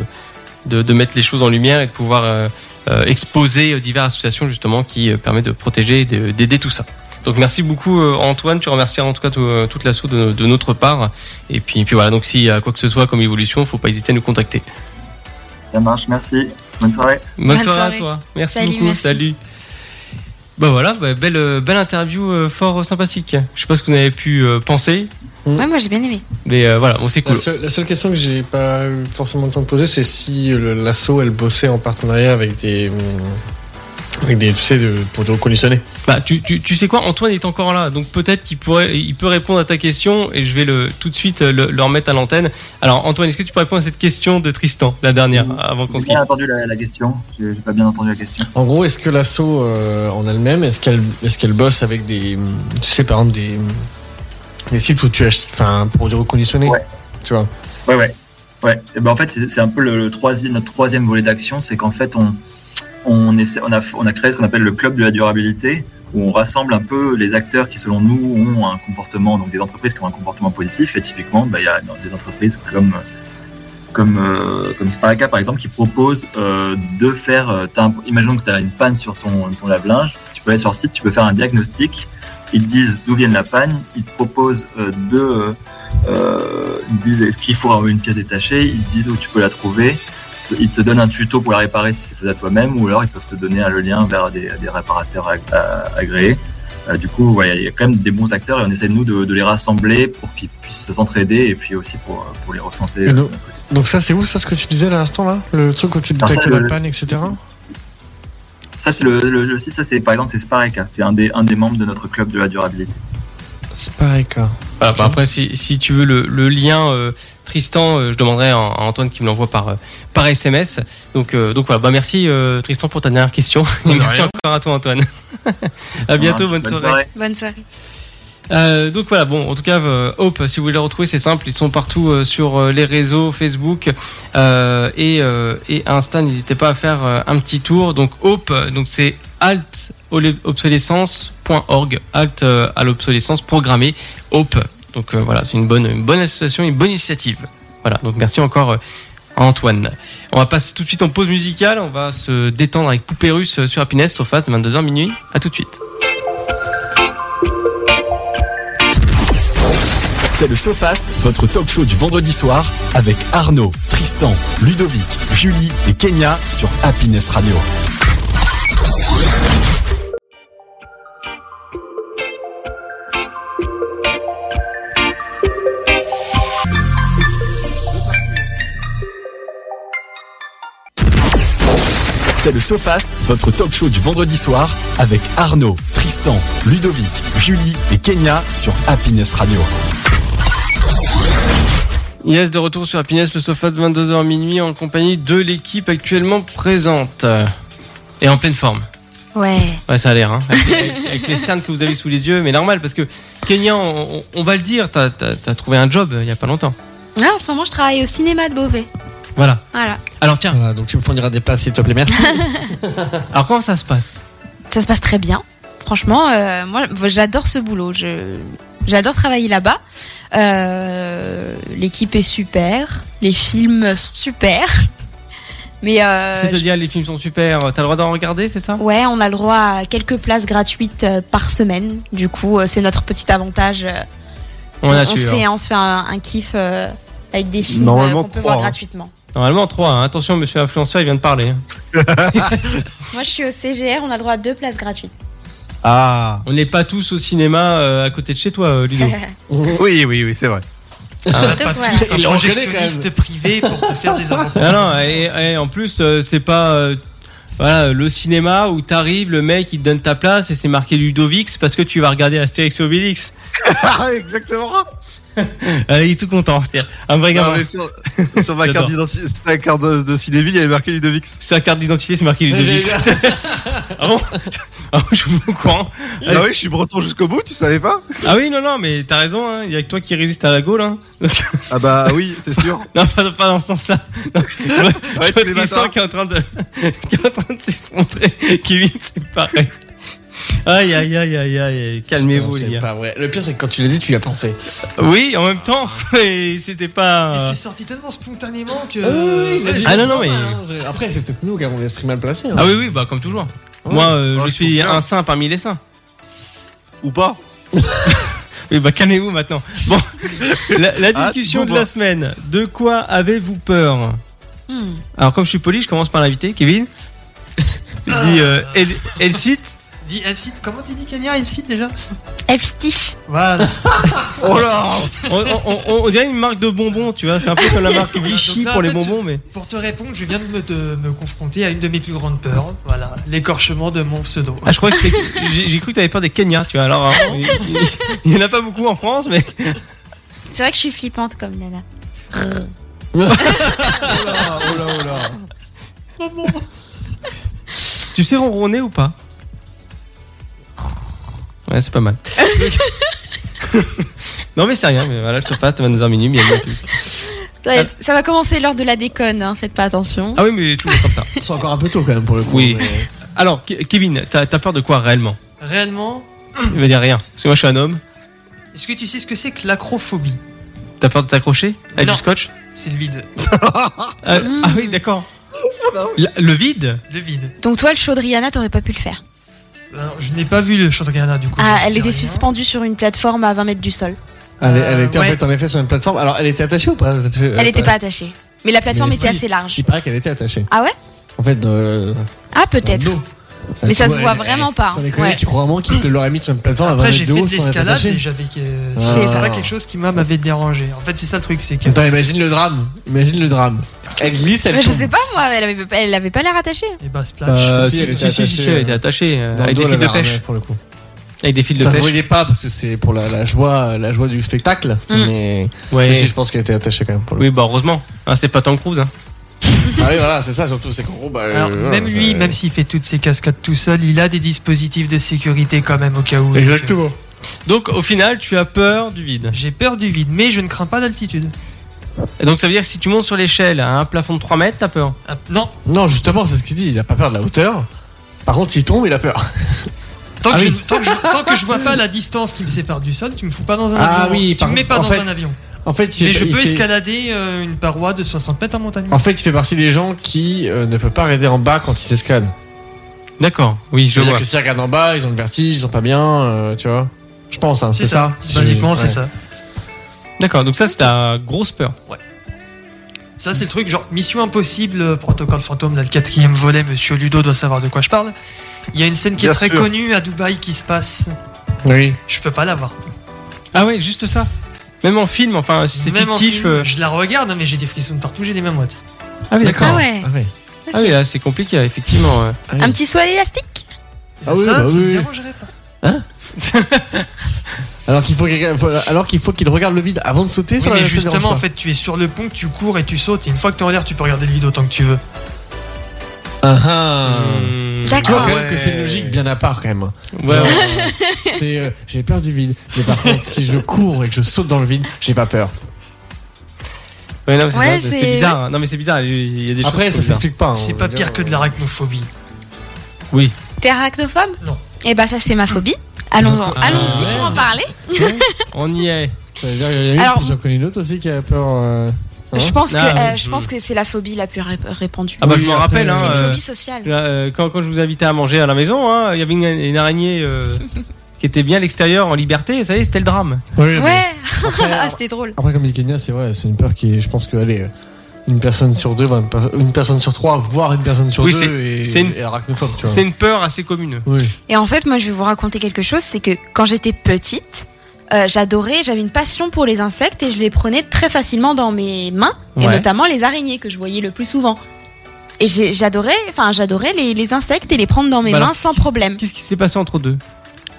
S2: de, de mettre les choses en lumière et de pouvoir euh, euh, exposer diverses associations justement qui euh, permettent de protéger et de- d'aider tout ça. Donc merci beaucoup euh, Antoine, tu remercies en tout cas tout- euh, toute l'assaut de, de notre part. Et puis, et puis voilà, donc s'il y a quoi que ce soit comme évolution, faut pas hésiter à nous contacter.
S7: Ça marche, merci. Bonne soirée.
S2: Bonne,
S3: Bonne
S2: soirée, à
S3: soirée.
S2: toi, merci
S3: Salut,
S2: beaucoup,
S3: merci.
S2: salut. Bah voilà, bah, belle, euh, belle interview euh, fort euh, sympathique. Je sais pas ce que vous en avez pu euh, penser,
S3: Ouais, moi j'ai bien aimé.
S2: mais euh, voilà, on s'est
S4: La
S2: cool.
S4: seule, la seule question que j'ai pas eu forcément le temps de poser, c'est si euh, le- l'asso elle bossait en partenariat avec des. mm, Avec des, tu sais, de- pour te reconditionner.
S2: Bah, tu, tu, tu sais quoi, Antoine est encore là, donc peut-être qu'il pourrait, il peut répondre à ta question et je vais le tout de suite euh, le, le remettre à l'antenne. Alors Antoine, est-ce que tu peux répondre à cette question de Tristan, la dernière, avant qu'on se quitte
S7: J'ai bien entendu la, la question. J'ai j'ai pas bien entendu la question.
S4: En gros, est-ce que l'asso euh, en elle-même, est-ce qu'elle est qu'elle bosse avec des. mm, Tu sais, par exemple, des. mm, Des sites où tu achètes. Enfin, pour du reconditionné
S7: Ouais.
S4: Tu vois
S7: Ouais, ouais. ouais. Et ben, en fait, c'est c'est un peu le, le troisième, notre troisième volet d'action. C'est qu'en fait, on, on, essaie, on, a, on a créé ce qu'on appelle le club de la durabilité, où on rassemble un peu les acteurs qui, selon nous, ont un comportement, donc des entreprises qui ont un comportement positif. Et typiquement, ben, il y a des entreprises comme, comme, euh, comme Sparaca, par exemple, qui proposent euh, de faire. euh, t'as un- imaginons que tu as une panne sur ton, ton lave-linge, tu peux aller sur le site, tu peux faire un diagnostic. Ils te disent d'où vient la panne, ils te proposent euh, de. euh, euh, ils te disent est-ce qu'il faut avoir une pièce détachée, ils te disent où tu peux la trouver, ils te donnent un tuto pour la réparer si c'est fait à toi-même, ou alors ils peuvent te donner euh, le lien vers des, des réparateurs ag- à- agréés. Euh, du coup, ouais, il y a quand même des bons acteurs et on essaie nous de, de les rassembler pour qu'ils puissent s'entraider et puis aussi pour, euh, pour les recenser.
S4: Et donc- Donc, ça, c'est où, ça, ce que tu disais là, à l'instant, là Le truc où tu
S7: Alors, ça,
S4: détectes la
S7: le-
S4: panne, etc.
S7: Ça c'est le, le, le site, ça c'est par exemple c'est Spareka, c'est un des un des membres de notre club de la durabilité.
S4: C'est pareil, quoi.
S2: Voilà, bah, après, si, si tu veux le, le lien, euh, Tristan, euh, je demanderai à, à Antoine qui me l'envoie par, euh, par SMS. Donc, euh, donc voilà, bah, merci euh, Tristan pour ta dernière question. Et merci encore à toi Antoine. à bientôt,
S7: Voilà.
S2: bonne soirée.
S3: Bonne soirée.
S2: Euh, donc voilà, bon, en tout cas, euh, Hope, si vous voulez les retrouver, c'est simple, ils sont partout euh, sur euh, les réseaux, Facebook euh, et, euh, et Insta. N'hésitez pas à faire euh, un petit tour. Donc Hope, euh, donc c'est alt obsolescence.org, alt euh, à l'obsolescence programmée, Hope. Donc euh, voilà, c'est une bonne, une bonne association, une bonne initiative. Voilà, donc merci encore euh, à Antoine. On va passer tout de suite en pause musicale, on va se détendre avec Poupée Russe euh, sur Happiness, sur Fast, 22h minuit. À tout de suite.
S1: C'est le SoFast, votre talk show du vendredi soir avec Arnaud, Tristan, Ludovic, Julie et Kenya sur Happiness Radio. C'est le SoFast, votre talk show du vendredi soir avec Arnaud, Tristan, Ludovic, Julie et Kenya sur Happiness Radio.
S2: Yes, de retour sur Happiness, le sofa de 22h minuit en compagnie de l'équipe actuellement présente. Et en pleine forme.
S3: Ouais.
S2: Ouais, ça a l'air, hein. Avec, avec- avec les cernes que vous avez sous les yeux, mais normal, parce que Kenya, on, on- on va le dire, t'as t'as- t'as trouvé un job euh, il y a pas longtemps.
S3: Ouais, en ce moment, je travaille au cinéma de Beauvais.
S2: Voilà.
S3: Voilà.
S2: Alors tiens,
S4: Voilà, donc tu me fourniras des places, s'il te plaît, merci.
S2: alors comment ça se passe
S3: Ça se passe très bien. Franchement, euh, moi, j'adore ce boulot. Je- J'adore travailler là-bas. Euh, L'équipe est super. Les films sont super. Mais euh, je-
S2: C'est-à-dire, les films sont super, euh, t'as le droit d'en regarder, c'est ça
S3: Ouais, on a le droit à quelques places gratuites euh, par semaine. Du coup, euh, c'est notre petit avantage. euh,
S2: On a
S3: se
S2: tué. hein.
S3: fait, on se fait un, un kiff euh, avec des films euh,
S6: Normalement,
S3: qu'on peut
S6: trois,
S3: voir
S6: hein.
S3: gratuitement.
S2: Normalement, 3. Attention, monsieur influenceur, il vient de parler. hein.
S3: Moi, je suis au CGR, on a le droit à deux places gratuites.
S6: Ah,
S2: On n'est pas tous au cinéma euh, à côté de chez toi, euh, Ludo.
S6: oui, oui, oui, c'est vrai.
S5: Pas
S3: Donc, voilà.
S5: tous, t'es un
S4: Il le reconnaît, quand
S5: projectionniste privé pour te faire des inventaires.
S2: Ah non, et, et en plus, euh, c'est pas euh, voilà, le cinéma où t'arrives, le mec il te donne ta place et c'est marqué Ludovix parce que tu vas regarder Astérix et Obélix.
S6: Ah, exactement.
S2: Allez, il est tout content. tiens. Un vrai
S6: Non,
S2: gamin.
S6: mais sur, sur ma
S2: J'adore.
S6: carte d'identité, sur la carte de, de Cinéville, il y avait marqué Ludovix.
S2: Sa carte d'identité c'est marqué Ludovix. ah bon Ah bon, je suis au courant.
S6: Ah oui, je suis breton jusqu'au bout, tu savais pas
S2: Ah oui, non, non, mais t'as raison, hein, il y a que toi qui résiste à la Gaule. Hein. Donc,
S6: Ah bah oui, c'est sûr.
S2: non, pas, pas dans ce sens-là. Non, Je vois- je
S6: Ouais,
S2: vois
S6: tous les
S2: Tristan
S6: matins.
S2: qui est en train de, qui est en train de s'effondrer. Kevin, c'est pareil. Aïe, aïe, aïe, aïe, aïe, calmez-vous,
S4: Putain,
S2: les
S4: c'est
S2: gars.
S4: pas vrai. Le pire, c'est que quand tu l'as dit, tu y as pensé.
S2: Oui, en même temps, mais c'était
S5: Et
S4: euh,
S2: pas.
S5: c'est sorti tellement spontanément que.
S2: Ah non, non, mais-
S4: mais. Après, c'est peut-être nous qui avons l'esprit mal placé. hein.
S2: Ah oui, oui, bah comme toujours. Moi, euh,
S6: Ouais,
S2: je
S6: je
S2: suis
S6: trouve bien.
S2: un saint parmi les saints.
S6: Ou pas
S2: Oui, bah calmez-vous maintenant. Bon, la, la
S6: Ah,
S2: discussion
S6: bon,
S2: de la
S6: bah.
S2: semaine. De quoi avez-vous peur
S3: Hmm.
S2: Alors, comme je suis poli, je commence par l'invité, Kevin. Je dis euh, El- Elsite.
S5: Dis F-Site, comment tu dis Kenya F-Site déjà
S3: Elfstich.
S5: Voilà.
S2: Oh là on, on- on- on dirait une marque de bonbons, tu vois. C'est un peu comme la marque Vichy
S5: Donc là,
S2: pour
S5: en
S2: les
S5: fait,
S2: bonbons, mais.
S5: Pour te répondre, je viens de me, de me confronter à une de mes plus grandes peurs. Voilà. L'écorchement de mon pseudo.
S2: Ah, je crois que c'est- j'ai j'ai cru que t'avais peur des Kenyas, tu vois. Alors, euh, il- il il y en a pas beaucoup en France, mais.
S3: C'est vrai que je suis flippante comme Nana.
S2: Oh là, oh là, oh là. Tu sais ronronner ou pas Ouais, c'est pas mal. non, mais c'est rien. Mais voilà, le surface, t'as 22h minuit, bienvenue à tous. Euh.
S3: Ouais, Ça va commencer l'heure de la déconne, hein, faites pas attention.
S2: Ah oui, mais toujours comme ça.
S4: C'est encore un peu tôt, quand même, pour le coup.
S2: Oui.
S4: mais-
S2: Alors, Ke- Kevin, t'as t'as peur de quoi réellement
S5: Réellement,
S2: Il va dire rien. Parce que moi, je suis un homme.
S5: est-ce que tu sais ce que c'est que l'acrophobie
S2: T'as peur de t'accrocher avec
S5: Non.
S2: du scotch
S5: C'est le vide.
S2: Euh,
S3: Mm.
S2: Ah oui, d'accord. La- Le vide
S5: Le vide.
S3: Donc toi, le show de Rihanna, t'aurais pas pu le faire.
S5: Alors, je n'ai pas vu le Chandriana du coup.
S3: Ah,
S5: je
S3: elle
S5: sais
S3: était
S5: rien.
S3: suspendue sur une plateforme à 20 mètres du sol.
S4: Elle,
S5: Euh,
S4: elle était
S5: ouais.
S4: en fait en effet sur une plateforme. Alors, elle était attachée ou pas Euh, Elle était-
S3: Elle était pas attachée. Mais la plateforme
S4: Mais
S3: était
S4: si.
S3: assez large.
S4: Il paraît qu'elle était attachée.
S3: Ah ouais
S4: En fait, euh,
S3: Ah, peut-être.
S4: dans le dos.
S3: Mais
S4: Euh,
S3: ça
S4: tu
S3: se
S4: vois,
S3: voit
S4: elle-
S3: vraiment pas. hein.
S4: sans déconner,
S3: Ouais.
S4: Tu crois vraiment qu'il te l'aurait mis sur une plateforme à
S5: Après,
S4: 20
S5: j'ai
S4: mètres de
S5: fait
S4: haut
S5: de
S4: sans être
S5: l'escalade
S4: attaché
S5: et j'avais. euh,
S4: Ah.
S5: C'est pas quelque chose qui m'a m'avait dérangé. En fait, c'est ça le truc, c'est que.
S4: Attends, imagine le drame. Imagine le drame. Elle glisse, elle
S3: Je
S4: tombe.
S3: sais pas, moi, elle avait, pas- elle avait pas l'air attachée. hein.
S5: Et bah, Splash.
S4: Euh, si,
S2: si,
S4: elle était
S2: si, si, si,
S4: attachée,
S2: elle était attachée. euh,
S4: Dans le
S2: avec
S4: dos,
S2: des
S4: elle
S2: fils de
S4: avait un
S2: pêche.
S4: arnais, pour le coup.
S2: Avec des fils de
S4: Ça se
S2: pêche.
S4: voyait pas parce que c'est pour la, la joie, la joie du spectacle.
S3: Mm.
S4: Mais
S2: Ouais.
S4: si, si, je pense qu'elle était attachée quand même. Pour le
S2: Oui, bah heureusement. Hein, c'est pas Tom Cruise. Hein.
S4: coup. Ah oui, voilà, c'est ça surtout, c'est qu'en gros, bah,
S5: Alors,
S4: euh,
S5: même
S4: voilà,
S5: lui,
S4: ça-
S5: même s'il fait toutes ses cascades tout seul, il a des dispositifs de sécurité quand même au cas où. Euh,
S4: Exactement.
S2: Donc au final, tu as peur du vide.
S5: J'ai peur du vide, mais je ne crains pas d'altitude.
S2: Et donc ça veut dire que si tu montes sur l'échelle à un plafond de 3 mètres, t'as peur.
S5: Ah, non,
S4: Non, justement, c'est ce qu'il dit. Il a pas peur de la hauteur. Par contre, s'il tombe, il a peur.
S5: tant que,
S2: Ah
S5: je,
S2: oui.
S5: tant, que je, tant que je vois pas la distance qui me sépare du sol, tu me fous pas dans un
S4: Ah
S5: avion.
S4: oui,
S5: tu
S4: par-
S5: me mets pas
S4: en
S5: dans
S4: fait,
S5: un avion.
S4: En fait, il
S5: Mais
S4: fait-
S5: je
S4: il
S5: peux
S4: fait-
S5: escalader euh, une paroi de 60 mètres en montagne.
S4: En fait, il fait partie des gens qui euh, ne peuvent pas regarder en bas quand ils s'escaladent.
S2: D'accord, oui, je
S4: C'est-à-dire
S2: vois.
S4: que s'ils regardent en bas, ils ont le vertige, ils sont pas bien, euh, tu vois. Je pense, hein, c'est ça. Si-
S5: Basiquement, c'est
S4: ouais.
S5: ça.
S2: D'accord, donc ça c'est ta grosse peur.
S5: Ça, c'est le truc, genre Mission Impossible, euh, Protocole Fantôme, là, le quatrième volet, Monsieur Ludo doit savoir de quoi je parle. Il y a une scène qui
S6: Bien
S5: est très
S6: sûr.
S5: connue à Dubaï qui se passe.
S4: Oui.
S5: Je peux pas la voir.
S2: Ah ouais, juste ça. Même en film, enfin, si c'est
S5: Même en
S2: fictif.
S5: film,
S2: euh,
S5: je la regarde, hein, mais j'ai des frissons de partout, j'ai des mamoites.
S2: Ah oui, d'accord.
S3: Ah ouais.
S4: Ah oui.
S2: Ah oui, là c'est compliqué, effectivement. euh.
S3: Un petit saut à l'élastique
S5: Et
S4: Ah oui,
S5: ça,
S4: bah
S5: ça me
S4: oui.
S5: dérangerait pas.
S4: Alors qu'il faut qu'il faut- alors qu'il faut qu'il regarde le vide avant de sauter,
S5: Oui,
S4: ça
S5: mais
S4: ça dérange
S5: justement,
S4: pas.
S5: en fait, tu es sur le pont, tu cours et tu sautes. Et une fois que t'es en l'air, tu peux regarder le vide autant que tu veux.
S4: Ah, ah.
S2: Mmh.
S4: Tu vois
S3: D'accord.
S4: quand même que c'est une logique bien à part quand même.
S2: Ouais, ouais.
S4: Genre, euh, c'est, euh, j'ai peur du vide. Mais par contre, si je cours et que je saute dans le vide, j'ai pas peur.
S2: Ouais, non, mais c'est
S3: Ouais,
S2: ça,
S3: c'est-
S2: c'est bizarre. hein. Non, mais c'est bizarre. Il y a des choses qui
S4: Après, ça
S2: sont bizarres.
S4: s'explique pas. hein,
S5: c'est
S4: on
S5: pas
S4: va
S5: pire
S4: dire,
S5: que de l'arachnophobie.
S3: T'es arachnophobe
S5: Non.
S3: Eh ben ça c'est ma phobie. Allons,
S2: Ah,
S3: allons-y
S2: ouais. Ah
S3: pour en parler.
S2: On y est.
S4: Ça veut dire qu'il y a eu
S3: Alors-
S4: plusieurs connus d'autres aussi qui a peur. euh, hein.
S3: Je pense que
S2: Ah,
S3: euh,
S2: oui.
S3: je pense que c'est la phobie la plus ré- répandue.
S2: Ah bah
S4: Oui,
S2: je m'en
S4: après,
S2: rappelle.
S4: euh,
S2: Hein,
S3: c'est une
S2: euh,
S3: phobie sociale.
S2: là, euh, quand, quand je vous invitais à manger à la maison, hein, il y avait une, une araignée euh, qui était bien à l'extérieur en liberté. Et ça y est, c'était le drame.
S4: Oui, mais
S3: Ouais. ah c'était drôle.
S4: Après, comme dit Kenya, c'est vrai, c'est une peur qui est, je pense que, allez, euh, une personne sur deux, voire une, per- une personne sur trois, voire une personne sur
S2: Oui, c'est-
S4: deux est,
S2: c'est une-
S4: est arachnophobe, tu vois.
S2: C'est une peur assez commune.
S4: Oui.
S3: Et en fait moi je vais vous raconter quelque chose, c'est que quand j'étais petite, euh, j'adorais, j'avais une passion pour les insectes et je les prenais très facilement dans mes mains et
S2: Ouais.
S3: notamment les araignées que je voyais le plus souvent. Et j'ai- j'adorais, enfin j'adorais les, les insectes et les prendre dans mes
S2: Bah alors,
S3: mains sans problème.
S2: Qu'est-ce qui s'est passé entre deux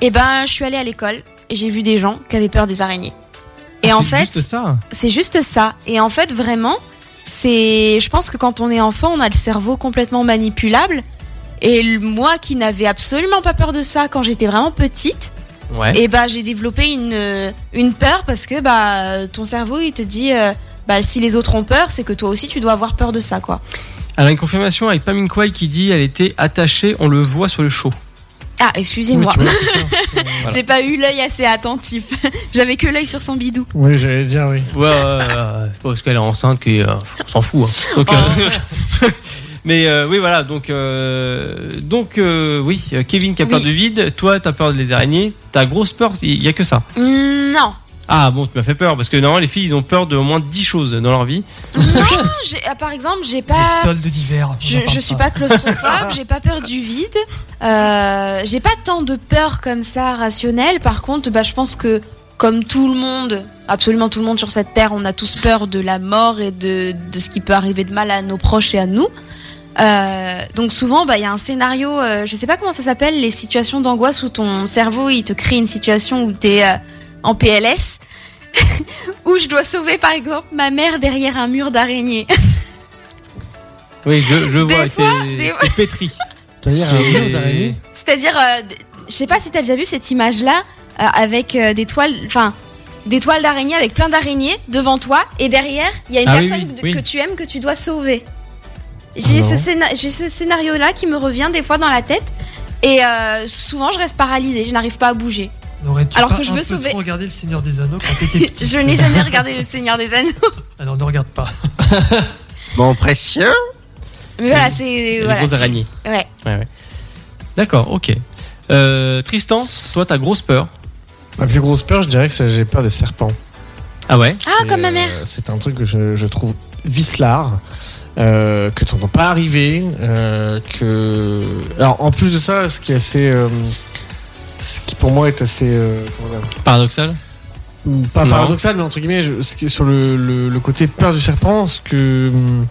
S3: Et ben je suis allée à l'école et j'ai vu des gens qui avaient peur des araignées. Et
S2: Ah,
S3: en
S2: c'est
S3: fait,
S2: juste ça.
S3: C'est juste ça. Et en fait, vraiment, c'est. Je pense que quand on est enfant, on a le cerveau complètement manipulable. Et le- moi qui n'avais absolument pas peur de ça quand j'étais vraiment petite,
S2: Ouais.
S3: et bah j'ai développé une, euh, une peur parce que bah ton cerveau il te dit euh, bah si les autres ont peur, c'est que toi aussi tu dois avoir peur de ça quoi.
S2: Alors une confirmation avec Pamine Kwai qui dit elle était attachée. On le voit sur le show.
S3: Ah, excusez-moi,
S4: Oui, tu vois, c'est ça.
S3: j'ai pas eu l'œil assez attentif. J'avais que l'œil sur son bidou.
S4: Oui, j'allais dire, oui.
S2: Ouais, ouais, ouais, ouais. parce qu'elle est enceinte, qui, euh, on s'en fout. hein. Donc, euh, mais euh, oui, voilà, donc, euh, donc euh, oui, euh, Kevin qui a peur
S3: Oui.
S2: du vide, toi, t'as peur des araignées, t'as grosse peur, il n'y a que ça.
S3: Mm, Non,
S2: Ah bon, tu m'as fait peur, parce que normalement, les filles, ils ont peur de au moins 10 choses dans leur vie.
S3: j'ai- ah, par exemple, j'ai
S5: Les
S3: pas.
S5: soldes d'hiver. on
S3: Je,
S5: en parle
S3: je suis pas claustrophobe, j'ai pas peur du vide, euh, j'ai pas tant de peur comme ça rationnelle. Par contre, bah, je pense que comme tout le monde, absolument tout le monde sur cette terre, on a tous peur de la mort et de, de ce qui peut arriver de mal à nos proches et à nous. Euh, donc souvent, bah, il y a un scénario, euh, je sais pas comment ça s'appelle, les situations d'angoisse où ton cerveau il te crée une situation où t'es euh, en PLS, où je dois sauver par exemple ma mère derrière un mur d'araignée.
S2: Oui, je, je vois,
S3: Des
S2: elle
S3: fois,
S2: fait-
S3: des-
S2: elle pétrit.
S4: C'est-à-dire, un
S2: Et-
S4: mur d'araignée
S3: C'est-à-dire, euh, d- je sais pas si t'as déjà vu cette image-là euh, avec euh, des toiles, enfin des toiles d'araignée avec plein d'araignées devant toi et derrière il y a une
S2: Ah oui,
S3: personne
S2: oui,
S3: de-
S2: oui.
S3: que tu aimes que tu dois sauver. J'ai ce,
S4: Non.
S3: scéna- j'ai ce scénario-là qui me revient des fois dans la tête et euh, souvent je reste paralysée, je n'arrive pas à bouger.
S5: N'aurais-tu
S3: Alors
S5: pas
S3: que je
S5: un
S3: veux
S5: peu
S3: sauver-
S5: trop regardé le Seigneur des Anneaux quand t'étais petit
S3: Je n'ai jamais regardé Le Seigneur des Anneaux.
S5: Alors ne regarde pas.
S6: Mon précieux.
S3: Mais voilà, c'est
S2: les
S3: voilà,
S2: grosses
S3: c'est-
S2: araignées.
S3: Ouais.
S2: Ouais, ouais. D'accord, ok. Euh, Tristan, toi, t'as grosse peur.
S4: Ma plus grosse peur, je dirais que c'est- j'ai peur des serpents.
S2: Ah ouais
S3: Ah
S4: Et,
S3: comme ma
S4: euh,
S3: mère.
S4: C'est un truc que je, je trouve vicelard, euh, que t'entends pas arriver, euh, que. Alors en plus de ça, ce qui est assez. euh, ce qui pour moi est assez. euh, comment dire,
S2: Paradoxal
S4: ou pas
S2: Non.
S4: paradoxal, mais entre guillemets, je- ce qui est sur le, le- le côté peur du serpent, ce que. hum,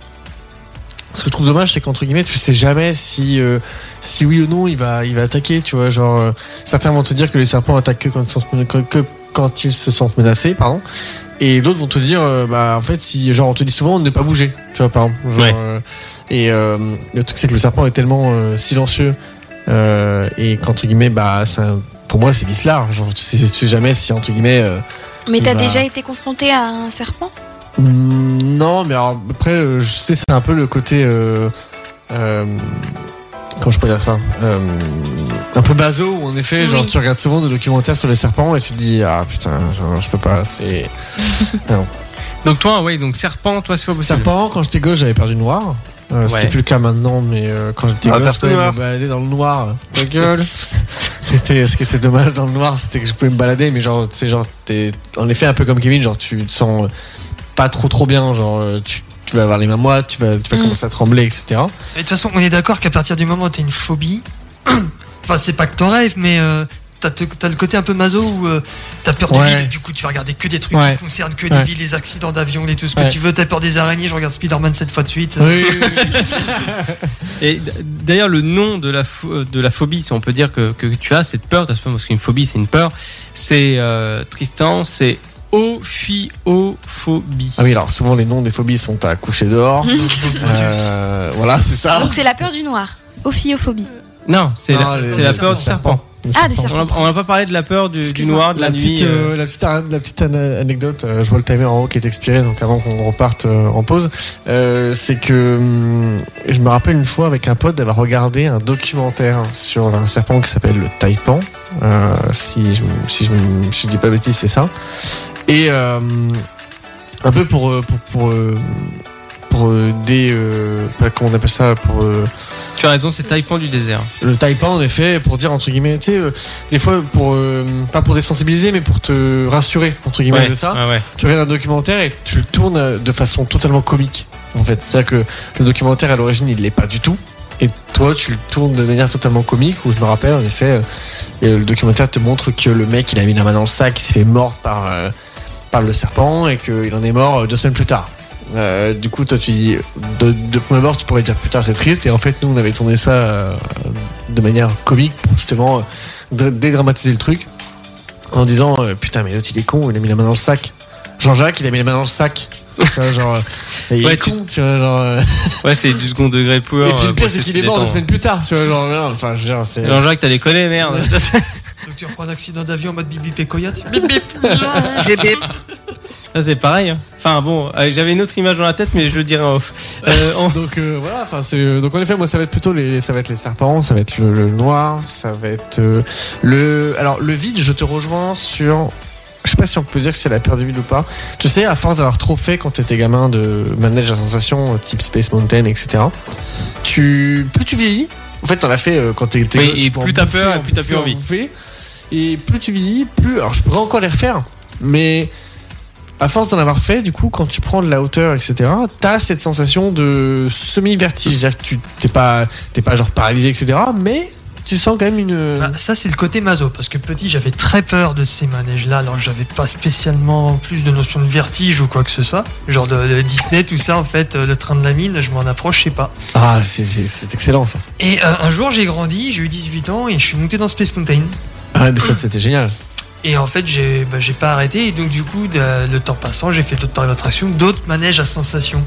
S4: Ce que je trouve dommage, c'est qu'entre guillemets, tu sais jamais si, euh, si oui ou non il va, il va attaquer, tu vois. Genre, euh, certains vont te dire que les serpents attaquent que quand ils, sont- que- que quand ils se sentent menacés, pardon. Et d'autres vont te dire, euh, bah, en fait, si, genre, on te dit souvent ne pas bouger, tu vois, par exemple. Genre,
S2: Ouais.
S4: euh, et euh, le truc, c'est que le serpent est tellement euh, silencieux, euh, et qu'entre guillemets, bah, c'est un pour moi, c'est Bislar. Genre, tu sais, tu sais jamais si, entre guillemets. euh,
S3: Mais t'as
S4: Bah.
S3: déjà été confronté à un serpent
S4: Mm, Non, mais alors, après, euh, je sais, c'est un peu le côté. Euh, euh, comment je peux dire ça Euh, Un peu baso, où en effet,
S3: Oui.
S4: genre, tu regardes souvent des documentaires sur les serpents et tu te dis, ah putain, genre, je peux pas, c'est.
S2: Donc toi, oui, donc serpent, toi c'est pas possible.
S4: Serpent, quand j'étais gauche, j'avais perdu noir. Euh, Ce qui
S2: Ouais.
S4: n'est plus le cas maintenant, mais euh, quand j'étais
S6: Ah,
S4: gosse,
S6: t'as
S4: quand
S6: reconnu,
S4: je me
S6: hein
S4: baladais dans le noir. Ta gueule C'était ce qui était dommage dans le noir, c'était que je pouvais me balader, mais genre, tu sais, genre, t'es en effet un peu comme Kevin, genre, tu te sens euh, pas trop trop bien, genre, euh, tu, tu vas avoir les mains moites, tu vas, tu vas
S3: Mm.
S4: commencer à trembler, etc.
S5: Mais De toute façon, on est d'accord qu'à partir du moment où t'as une phobie, enfin, c'est pas que t'en rêves, mais euh, t'as te- t'as le côté un peu maso où euh, t'as peur des
S4: Ouais.
S5: villes, du coup, tu vas regarder que des trucs
S4: Ouais.
S5: qui concernent que
S4: Ouais.
S5: des villes, les accidents d'avion, les tout ce que
S4: Ouais.
S5: tu veux, t'as peur des araignées, je regarde Spider-Man cette fois de suite.
S4: Oui,
S2: Et d- d'ailleurs, le nom de la, pho- euh, de la phobie, si on peut dire que, que tu as cette peur, parce que- parce qu'une phobie, c'est une peur, c'est euh, Tristan, c'est ophiophobie.
S4: Ah oui, alors souvent les noms des phobies sont à coucher
S3: Mm.
S4: dehors. Euh, voilà, c'est ça.
S3: Donc c'est la peur du noir, ophiophobie.
S2: Non, c'est
S4: Non,
S2: la,
S4: Ah, les-
S2: c'est la
S4: les
S2: peur du
S4: serpents.
S2: serpent.
S3: Ah, des
S2: On
S3: serpents.
S2: n'a on n'a pas parlé de la peur du, du
S3: Excuse-moi,
S2: noir, de la,
S4: la
S2: nuit.
S4: petite,
S2: euh,
S4: euh, la petite, an- la petite an- anecdote, euh, je vois le timer en haut qui est expiré, donc avant qu'on reparte euh, en pause, euh, c'est que hum, je me rappelle une fois avec un pote d'avoir regardé un documentaire sur un serpent qui s'appelle le taipan, euh, si je me- si je me- si je dis pas bêtise, c'est ça. Et euh, un peu pour euh, pour pour, euh, pour, euh, des euh, pas- comment on appelle ça pour euh,
S2: Tu as raison, c'est Taïpan du désert.
S4: le taipan en effet pour dire entre guillemets tu sais euh, des fois pour euh, pas pour désensibiliser mais pour te rassurer entre guillemets
S2: Ouais,
S4: de ça
S2: ouais, ouais.
S4: tu regardes un documentaire et tu le tournes euh, de façon totalement comique en fait c'est à dire que le documentaire à l'origine il l'est pas du tout et toi tu le tournes de manière totalement comique où je me rappelle en effet euh, et le documentaire te montre que le mec il a mis la main dans le sac il s'est fait mordre par euh, par le serpent et qu'il en est mort euh, deux semaines plus tard Euh, du coup toi tu dis de, de prime abord, tu pourrais dire putain c'est triste et en fait nous on avait tourné ça euh, de manière comique pour justement euh, dé- dédramatiser le truc en disant euh, putain mais l'autre il est con il a mis la main dans le sac Jean-Jacques il a mis la main dans le sac Tu vois, genre euh, il
S2: Ouais,
S4: est
S2: tu-
S4: con tu vois, genre, euh,
S2: Ouais, c'est du second degré pur.
S4: et puis
S2: euh, pour
S4: le pire c'est
S2: essayer
S4: qu'il
S2: de se
S4: est mort deux
S2: détendre.
S4: semaines plus tard tu vois genre merde, enfin genre c'est
S2: Jean-Jacques, t'as les collés, merde.
S5: Donc tu reprends un accident d'avion en mode bip bip et coyote. Bip bip
S2: Ça, c'est pareil. hein. Enfin, bon, euh, j'avais une autre image dans la tête, mais je le dirai en off. Euh, on-
S4: donc euh, voilà enfin c'est donc en effet moi ça va être plutôt les ça va être les serpents ça va être le, le noir ça va être euh, le alors le vide je te rejoins sur je sais pas si on peut dire que c'est la peur du vide ou pas tu sais à force d'avoir trop fait quand t'étais gamin de manège à sensation euh, type Space Mountain etc tu plus tu vieillis en fait t'en as fait euh, quand t'étais
S2: Oui,
S4: gosse,
S2: et
S4: tu peux en
S2: plus t'as
S4: bouffer,
S2: peur, et
S4: en
S2: plus t'as
S4: bouffer,
S2: plus
S4: en
S2: envie.
S4: bouffer. et plus tu vieillis plus alors je pourrais encore les refaire mais à force d'en avoir fait, du coup, quand tu prends de la hauteur, etc., t'as cette sensation de semi-vertige. C'est-à-dire que tu t'es pas, t'es pas genre paralysé, etc., mais tu sens quand même une.
S5: Bah, ça c'est le côté maso parce que petit j'avais très peur de ces manèges là alors j'avais pas spécialement plus de notion de vertige ou quoi que ce soit genre de, de Disney tout ça en fait euh, le train de la mine je m'en approchais pas
S4: Ah, c'est- c'est c'est excellent ça.
S5: et euh, un jour j'ai grandi j'ai eu 18 ans et je suis monté dans Space Mountain
S4: Ah, mais ça, c'était génial.
S5: et en fait j'ai bah, j'ai pas arrêté et donc du coup de- le temps passant j'ai fait d'autres parcs d'attraction d'autres manèges à sensation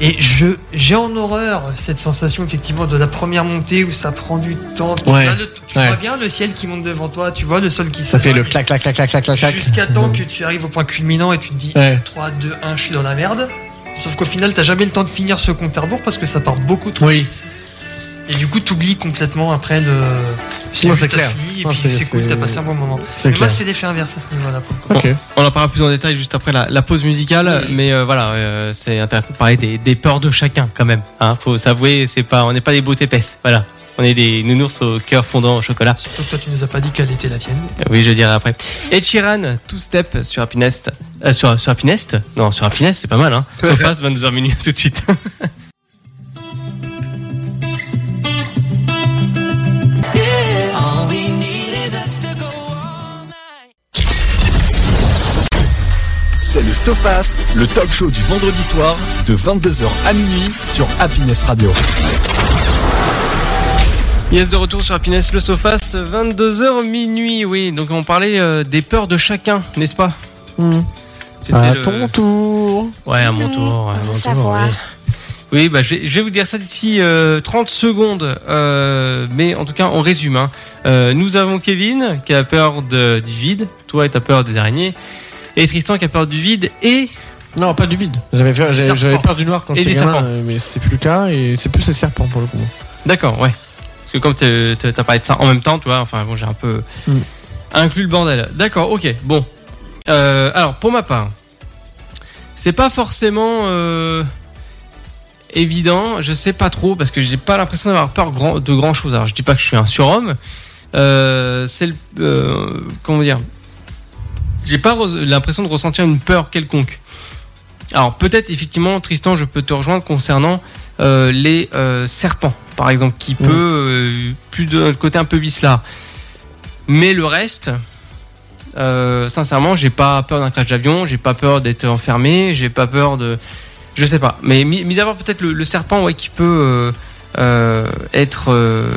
S5: et je j'ai en horreur cette sensation effectivement de la première montée où ça prend du temps tu,
S4: Ouais.
S5: vois, le- tu
S4: Ouais.
S5: vois bien le ciel qui monte devant toi tu vois le sol qui
S4: Ça fait le
S5: s'éloigne.
S4: clac, clac, clac, clac, clac, clac, clac.
S5: Jusqu'à temps que tu arrives au point culminant et tu te dis
S4: Ouais.
S5: 3, 2, 1, je suis dans la merde. Sauf qu'au final, t'as jamais le temps de finir ce compte à rebours parce que ça part beaucoup trop
S4: Oui.
S5: vite. Et du coup, t'oublies complètement après le.
S4: Non,
S5: vu,
S4: c'est
S5: t'as
S4: clair.
S5: fini, et
S4: Non,
S5: puis
S4: c'est-
S5: c'est cool,
S4: c'est-
S5: t'as passé un bon moment.
S4: C'est
S5: Mais moi,
S4: clair.
S5: c'est l'effet inverse à ce niveau-là. pour le coup.
S4: Ok.
S2: On en parlera plus en détail juste après la, la pause musicale, mais euh, voilà, euh, c'est intéressant de parler des, des peurs de chacun quand même. Hein, faut s'avouer, c'est pas, on n'est pas des beautés épaisses, voilà. On est des nounours au cœur fondant au chocolat.
S5: Surtout que toi, tu nous as pas dit quelle était la tienne.
S2: Euh, Oui, je dirai après. Et Chiran, Two Step sur Happiness. Euh, sur, sur Happiness Non, sur Happiness, c'est pas mal, hein. Sofas, 22h minuit, tout de suite.
S1: C'est le SoFast, le talk show du vendredi soir de 22h à minuit sur Happiness Radio.
S2: Yes, de retour sur Happiness, le Sofast, 22h minuit, oui. Donc on parlait euh, des peurs de chacun, n'est-ce pas
S4: Hmm.
S2: C'était
S4: À
S2: le-
S4: Bah, ton tour.
S2: Ouais, à mon
S3: Dis-nous,
S2: tour.
S3: on
S2: à
S3: veut
S2: mon tour,
S3: savoir.
S2: oui. Oui, bah, je vais- je vais vous dire ça d'ici euh, 30 secondes, euh, mais en tout cas, on résume. hein. Euh, nous avons Kevin qui a peur de- du vide, toi, tu as peur des araignées, et Tristan qui a peur du vide, et
S4: Non, pas du vide. J'avais fait- j'avais-
S5: Serpent.
S4: j'avais peur du noir quand
S2: Et
S4: j'étais
S2: des
S4: gamin,
S2: serpents.
S4: euh, mais c'était plus le cas. Et c'est plus les serpents pour le coup.
S2: D'accord, ouais. Parce que comme t'es- t'es- t'as parlé de ça en même temps, tu vois, enfin bon, j'ai un peu
S4: Mm.
S2: inclus le bordel. D'accord, ok, bon. Euh, alors, pour ma part, c'est pas forcément euh, évident, je sais pas trop, parce que j'ai pas l'impression d'avoir peur grand- de grand chose. Alors, je dis pas que je suis un surhomme, euh, c'est le. euh, comment dire J'ai pas re- l'impression de ressentir une peur quelconque. Alors, peut-être, effectivement, Tristan, je peux te rejoindre concernant euh, les euh, serpents, par exemple, qui peut euh, plus de le côté un peu vicelard. Mais le reste, euh, sincèrement, j'ai pas peur d'un crash d'avion, j'ai pas peur d'être enfermé, j'ai pas peur de, je sais pas. Mais mi- mis à part peut-être le, le serpent, ouais, qui peut euh, euh, être euh,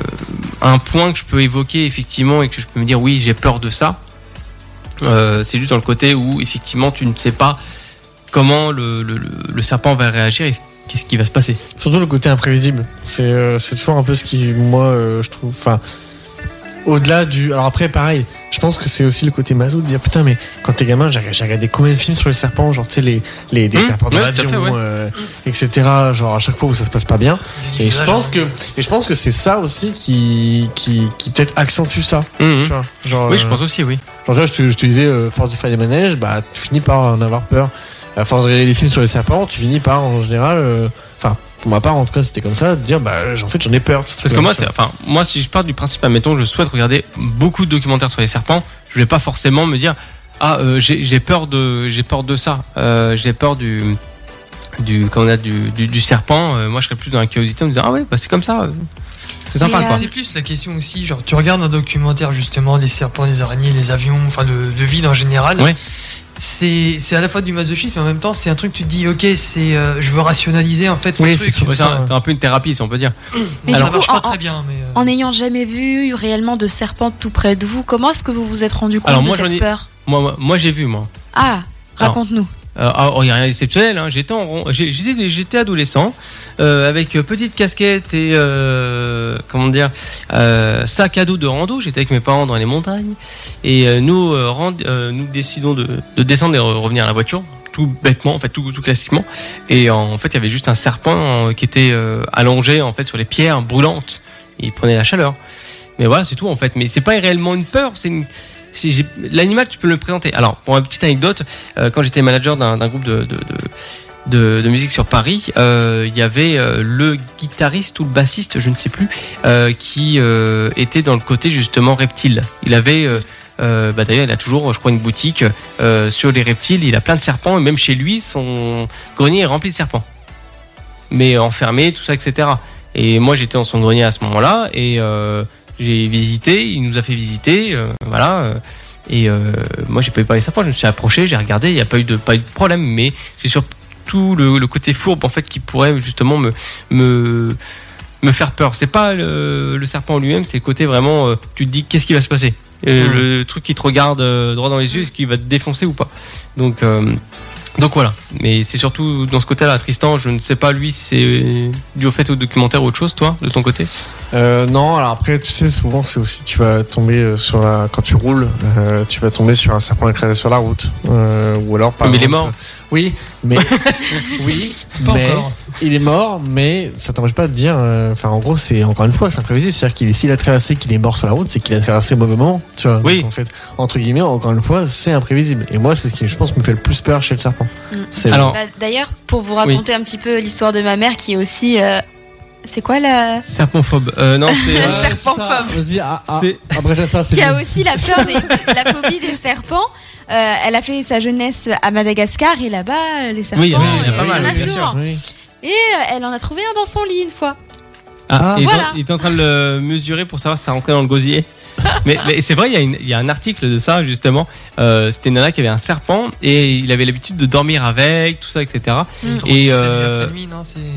S2: un point que je peux évoquer effectivement et que je peux me dire oui, j'ai peur de ça. Euh, c'est juste dans le côté où effectivement tu ne sais pas comment le, le- le- le serpent va réagir et qu'est-ce qui va se passer.
S4: Surtout le côté imprévisible. C'est euh, c'est toujours un peu ce qui, moi, euh, je trouve. Enfin, au-delà du. Alors après, pareil, je pense que c'est aussi le côté maso de dire putain, mais quand t'es gamin, j'ai j'ai regardé combien de films sur les serpents, genre, tu sais, les, les, des
S2: Mmh,
S4: serpents dans
S2: ouais, tout à
S4: l'avion,
S2: fait, ouais.
S4: euh, etc. Genre, à chaque fois où ça se passe pas bien. Et je pense que, et je pense que c'est ça aussi qui, qui, qui peut-être accentue ça.
S2: Mhm.
S4: Tu vois, genre,
S2: Oui, je
S4: euh,
S2: pense aussi, oui.
S4: Genre, tu vois, je te, je te disais, euh, force de faire des manèges, bah, tu finis par en avoir peur. À force de regarder des films sur les serpents, tu finis par, en général, euh, enfin, pour ma part, en tout cas, c'était comme ça, de dire, bah, en fait, j'en ai peur.
S2: Parce que moi, c'est, enfin, moi, si je pars du principe, admettons, que je souhaite regarder beaucoup de documentaires sur les serpents, je vais pas forcément me dire, ah, euh, j'ai, j'ai peur de, j'ai peur de ça, Euh, j'ai peur du, du, comment on a, du, du, du serpent. Euh, moi, je serais plus dans la curiosité en me disant, ah ouais, bah, c'est comme ça, euh, c'est sympa,
S3: Mais,
S2: quoi.
S3: euh,
S5: C'est plus la question aussi, genre tu regardes un documentaire justement des serpents, des araignées, les avions, enfin le, le vide en général.
S2: Ouais.
S5: C'est c'est à la fois du masochisme, mais en même temps c'est un truc tu te dis ok c'est euh, je veux rationaliser en fait.
S4: Oui,
S5: le
S4: c'est
S5: truc.
S4: surtout
S2: Ouais, c'est un,
S4: ça.
S2: c'est un peu une thérapie, si on peut dire.
S3: Mais
S5: ça
S3: du coup,
S5: marche pas
S3: en- en-
S5: très bien, mais euh,
S3: En n'ayant jamais vu réellement de serpent tout près de vous, comment est-ce que vous vous êtes rendu compte
S2: Alors,
S3: de
S2: moi, j'en
S3: cette
S2: ai-
S3: peur
S2: Moi, moi, moi, j'ai vu, moi.
S3: Ah, raconte-nous.
S2: Euh, ah, oh, y a rien d'exceptionnel. hein. J'étais, en rond- j'ai- j'étais, j'étais adolescent euh, avec euh, petite casquette et euh, comment dire euh, sac à dos de rando. J'étais avec mes parents dans les montagnes et euh, nous euh, rend- euh, nous décidons de, de descendre et re- revenir à la voiture tout bêtement en fait tout, tout classiquement et en, fait il y avait juste un serpent euh, qui était euh, allongé en fait sur les pierres brûlantes. Il prenait la chaleur. Mais voilà c'est tout en fait. Mais c'est pas réellement une peur. C'est une c'est- j'ai- L'animal, tu peux le présenter. Alors, pour une petite anecdote, euh, quand j'étais manager d'un d'un groupe de, de, de- de- de musique sur Paris, euh, il y avait euh, le guitariste ou le bassiste, je ne sais plus, euh, qui euh, était dans le côté justement reptile. Il avait, euh, euh, bah, d'ailleurs, il a toujours, je crois, une boutique euh, sur les reptiles. Il a plein de serpents et même chez lui, son grenier est rempli de serpents, mais enfermé, tout ça, etc. Et moi, j'étais dans son grenier à ce moment-là et euh, j'ai visité. Il nous a fait visiter, euh, voilà. euh, et euh, moi, j'ai pas eu peur des serpents. Je me suis approché, j'ai regardé. Il n'y a pas eu de pas eu de problème, mais c'est surtout le, le côté fourbe en fait qui pourrait justement me me me faire peur. C'est pas le, le serpent en lui-même, c'est le côté vraiment. euh, tu te dis qu'est-ce qui va se passer. Euh,
S5: Mm.
S2: Le truc qui te regarde euh, droit dans les yeux, est-ce qu'il va te défoncer ou pas Donc euh, donc voilà. Mais c'est surtout dans ce côté-là, Tristan. Je ne sais pas lui, si c'est dû au fait au documentaire ou autre chose, toi, de ton côté.
S4: Euh, non, alors après, tu sais, souvent, c'est aussi, tu vas tomber euh, sur la. Quand tu roules, euh, tu vas tomber sur un serpent écrasé sur la route. Euh, ou alors, par
S2: Ah, Mais il est
S4: exemple-
S2: mort.
S4: Oui, mais. oui,
S5: pas
S4: mais-
S5: encore.
S4: Il est mort, mais ça t'empêche pas de dire. euh, Enfin, en gros, c'est encore une fois, c'est imprévisible. C'est-à-dire qu'il est- s'il a traversé, qu'il est mort sur la route, c'est qu'il a traversé au mauvais moment. Tu vois.
S2: Oui.
S4: Donc, en fait, entre guillemets, encore une fois, c'est imprévisible. Et moi, c'est ce qui, je pense, me fait le plus peur chez le serpent.
S3: Mm.
S4: C'est
S2: Alors-
S3: Bah, D'ailleurs, pour vous raconter un petit peu l'histoire de ma mère qui est aussi. euh, C'est quoi la.
S2: Serpentphobe. Euh, non, c'est.
S3: Euh, serpentphobe.
S4: ça, Vas-y, ah, ah,
S2: c'est-
S4: après j'ai ça, c'est.
S3: qui a
S4: bon.
S3: aussi la peur des, la phobie des serpents. Euh, elle a fait sa jeunesse à Madagascar et là-bas, les serpents,
S2: Oui, il y en a- il y en a pas
S3: euh,
S2: mal,
S3: en a
S2: bien
S3: souvent.
S4: Oui.
S3: Et euh, elle en a trouvé un dans son lit une fois.
S2: Ah,
S4: Ah.
S2: il est en-
S3: Voilà.
S2: il est en train de le mesurer pour savoir si ça rentrait dans le gosier. mais mais c'est vrai, il y, a une- il y a un article de ça, justement. Euh, C'était une nana qui avait un serpent et il avait l'habitude de dormir avec, tout ça, etc.
S5: Et
S2: euh,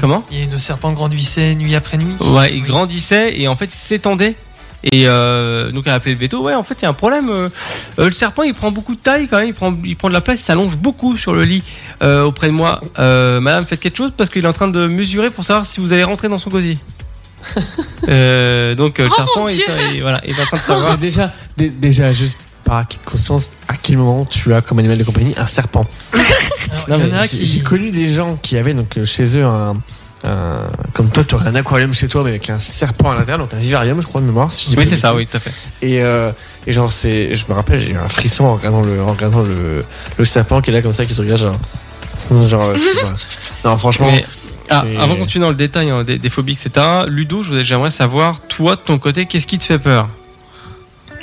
S2: comment
S5: Il y a le serpent grande nuit après nuit.
S2: Ouais, il
S5: Oui.
S2: grandissait et en fait, il s'étendait Et euh, donc elle a appelé le veto. Ouais, en fait, il y a un problème. euh, euh, le serpent, il prend beaucoup de taille quand même. Il prend, il prend de la place. Il s'allonge beaucoup sur le lit euh, auprès de moi. Euh, Madame, faites quelque chose parce qu'il est en train de mesurer pour savoir si vous allez rentrer dans son gosier. Euh, donc euh, le
S3: Oh
S2: serpent
S3: mon
S2: est,
S3: Dieu
S2: est- voilà, est en train de
S4: Ça
S2: savoir.
S4: déjà, dé- déjà, juste par acquis de conscience, à quel moment tu as comme animal de compagnie un serpent
S5: Alors,
S4: Non,
S5: il y en
S4: mais
S5: a un
S4: j'ai-
S5: qui-
S4: J'ai connu des gens qui avaient donc euh, chez eux un. un- comme toi, tu aurais un aquarium chez toi, mais avec un serpent à l'intérieur, donc un vivarium, je crois, de mémoire. Si je dis pas
S2: Oui,
S4: de
S2: c'est ça,
S4: bêtises.
S2: oui, tout à fait.
S4: Et, euh, et genre, c'est, je me rappelle, j'ai eu un frisson en regardant le, en regardant le, le serpent qui est là comme ça, qui se regarde genre. genre euh, c'est pas- non, franchement.
S2: Mais- ah,
S4: c'est-
S2: avant de continuer dans le détail hein, des, des phobies, etc., Ludo, je voudrais- j'aimerais savoir, toi, de ton côté, qu'est-ce qui te fait peur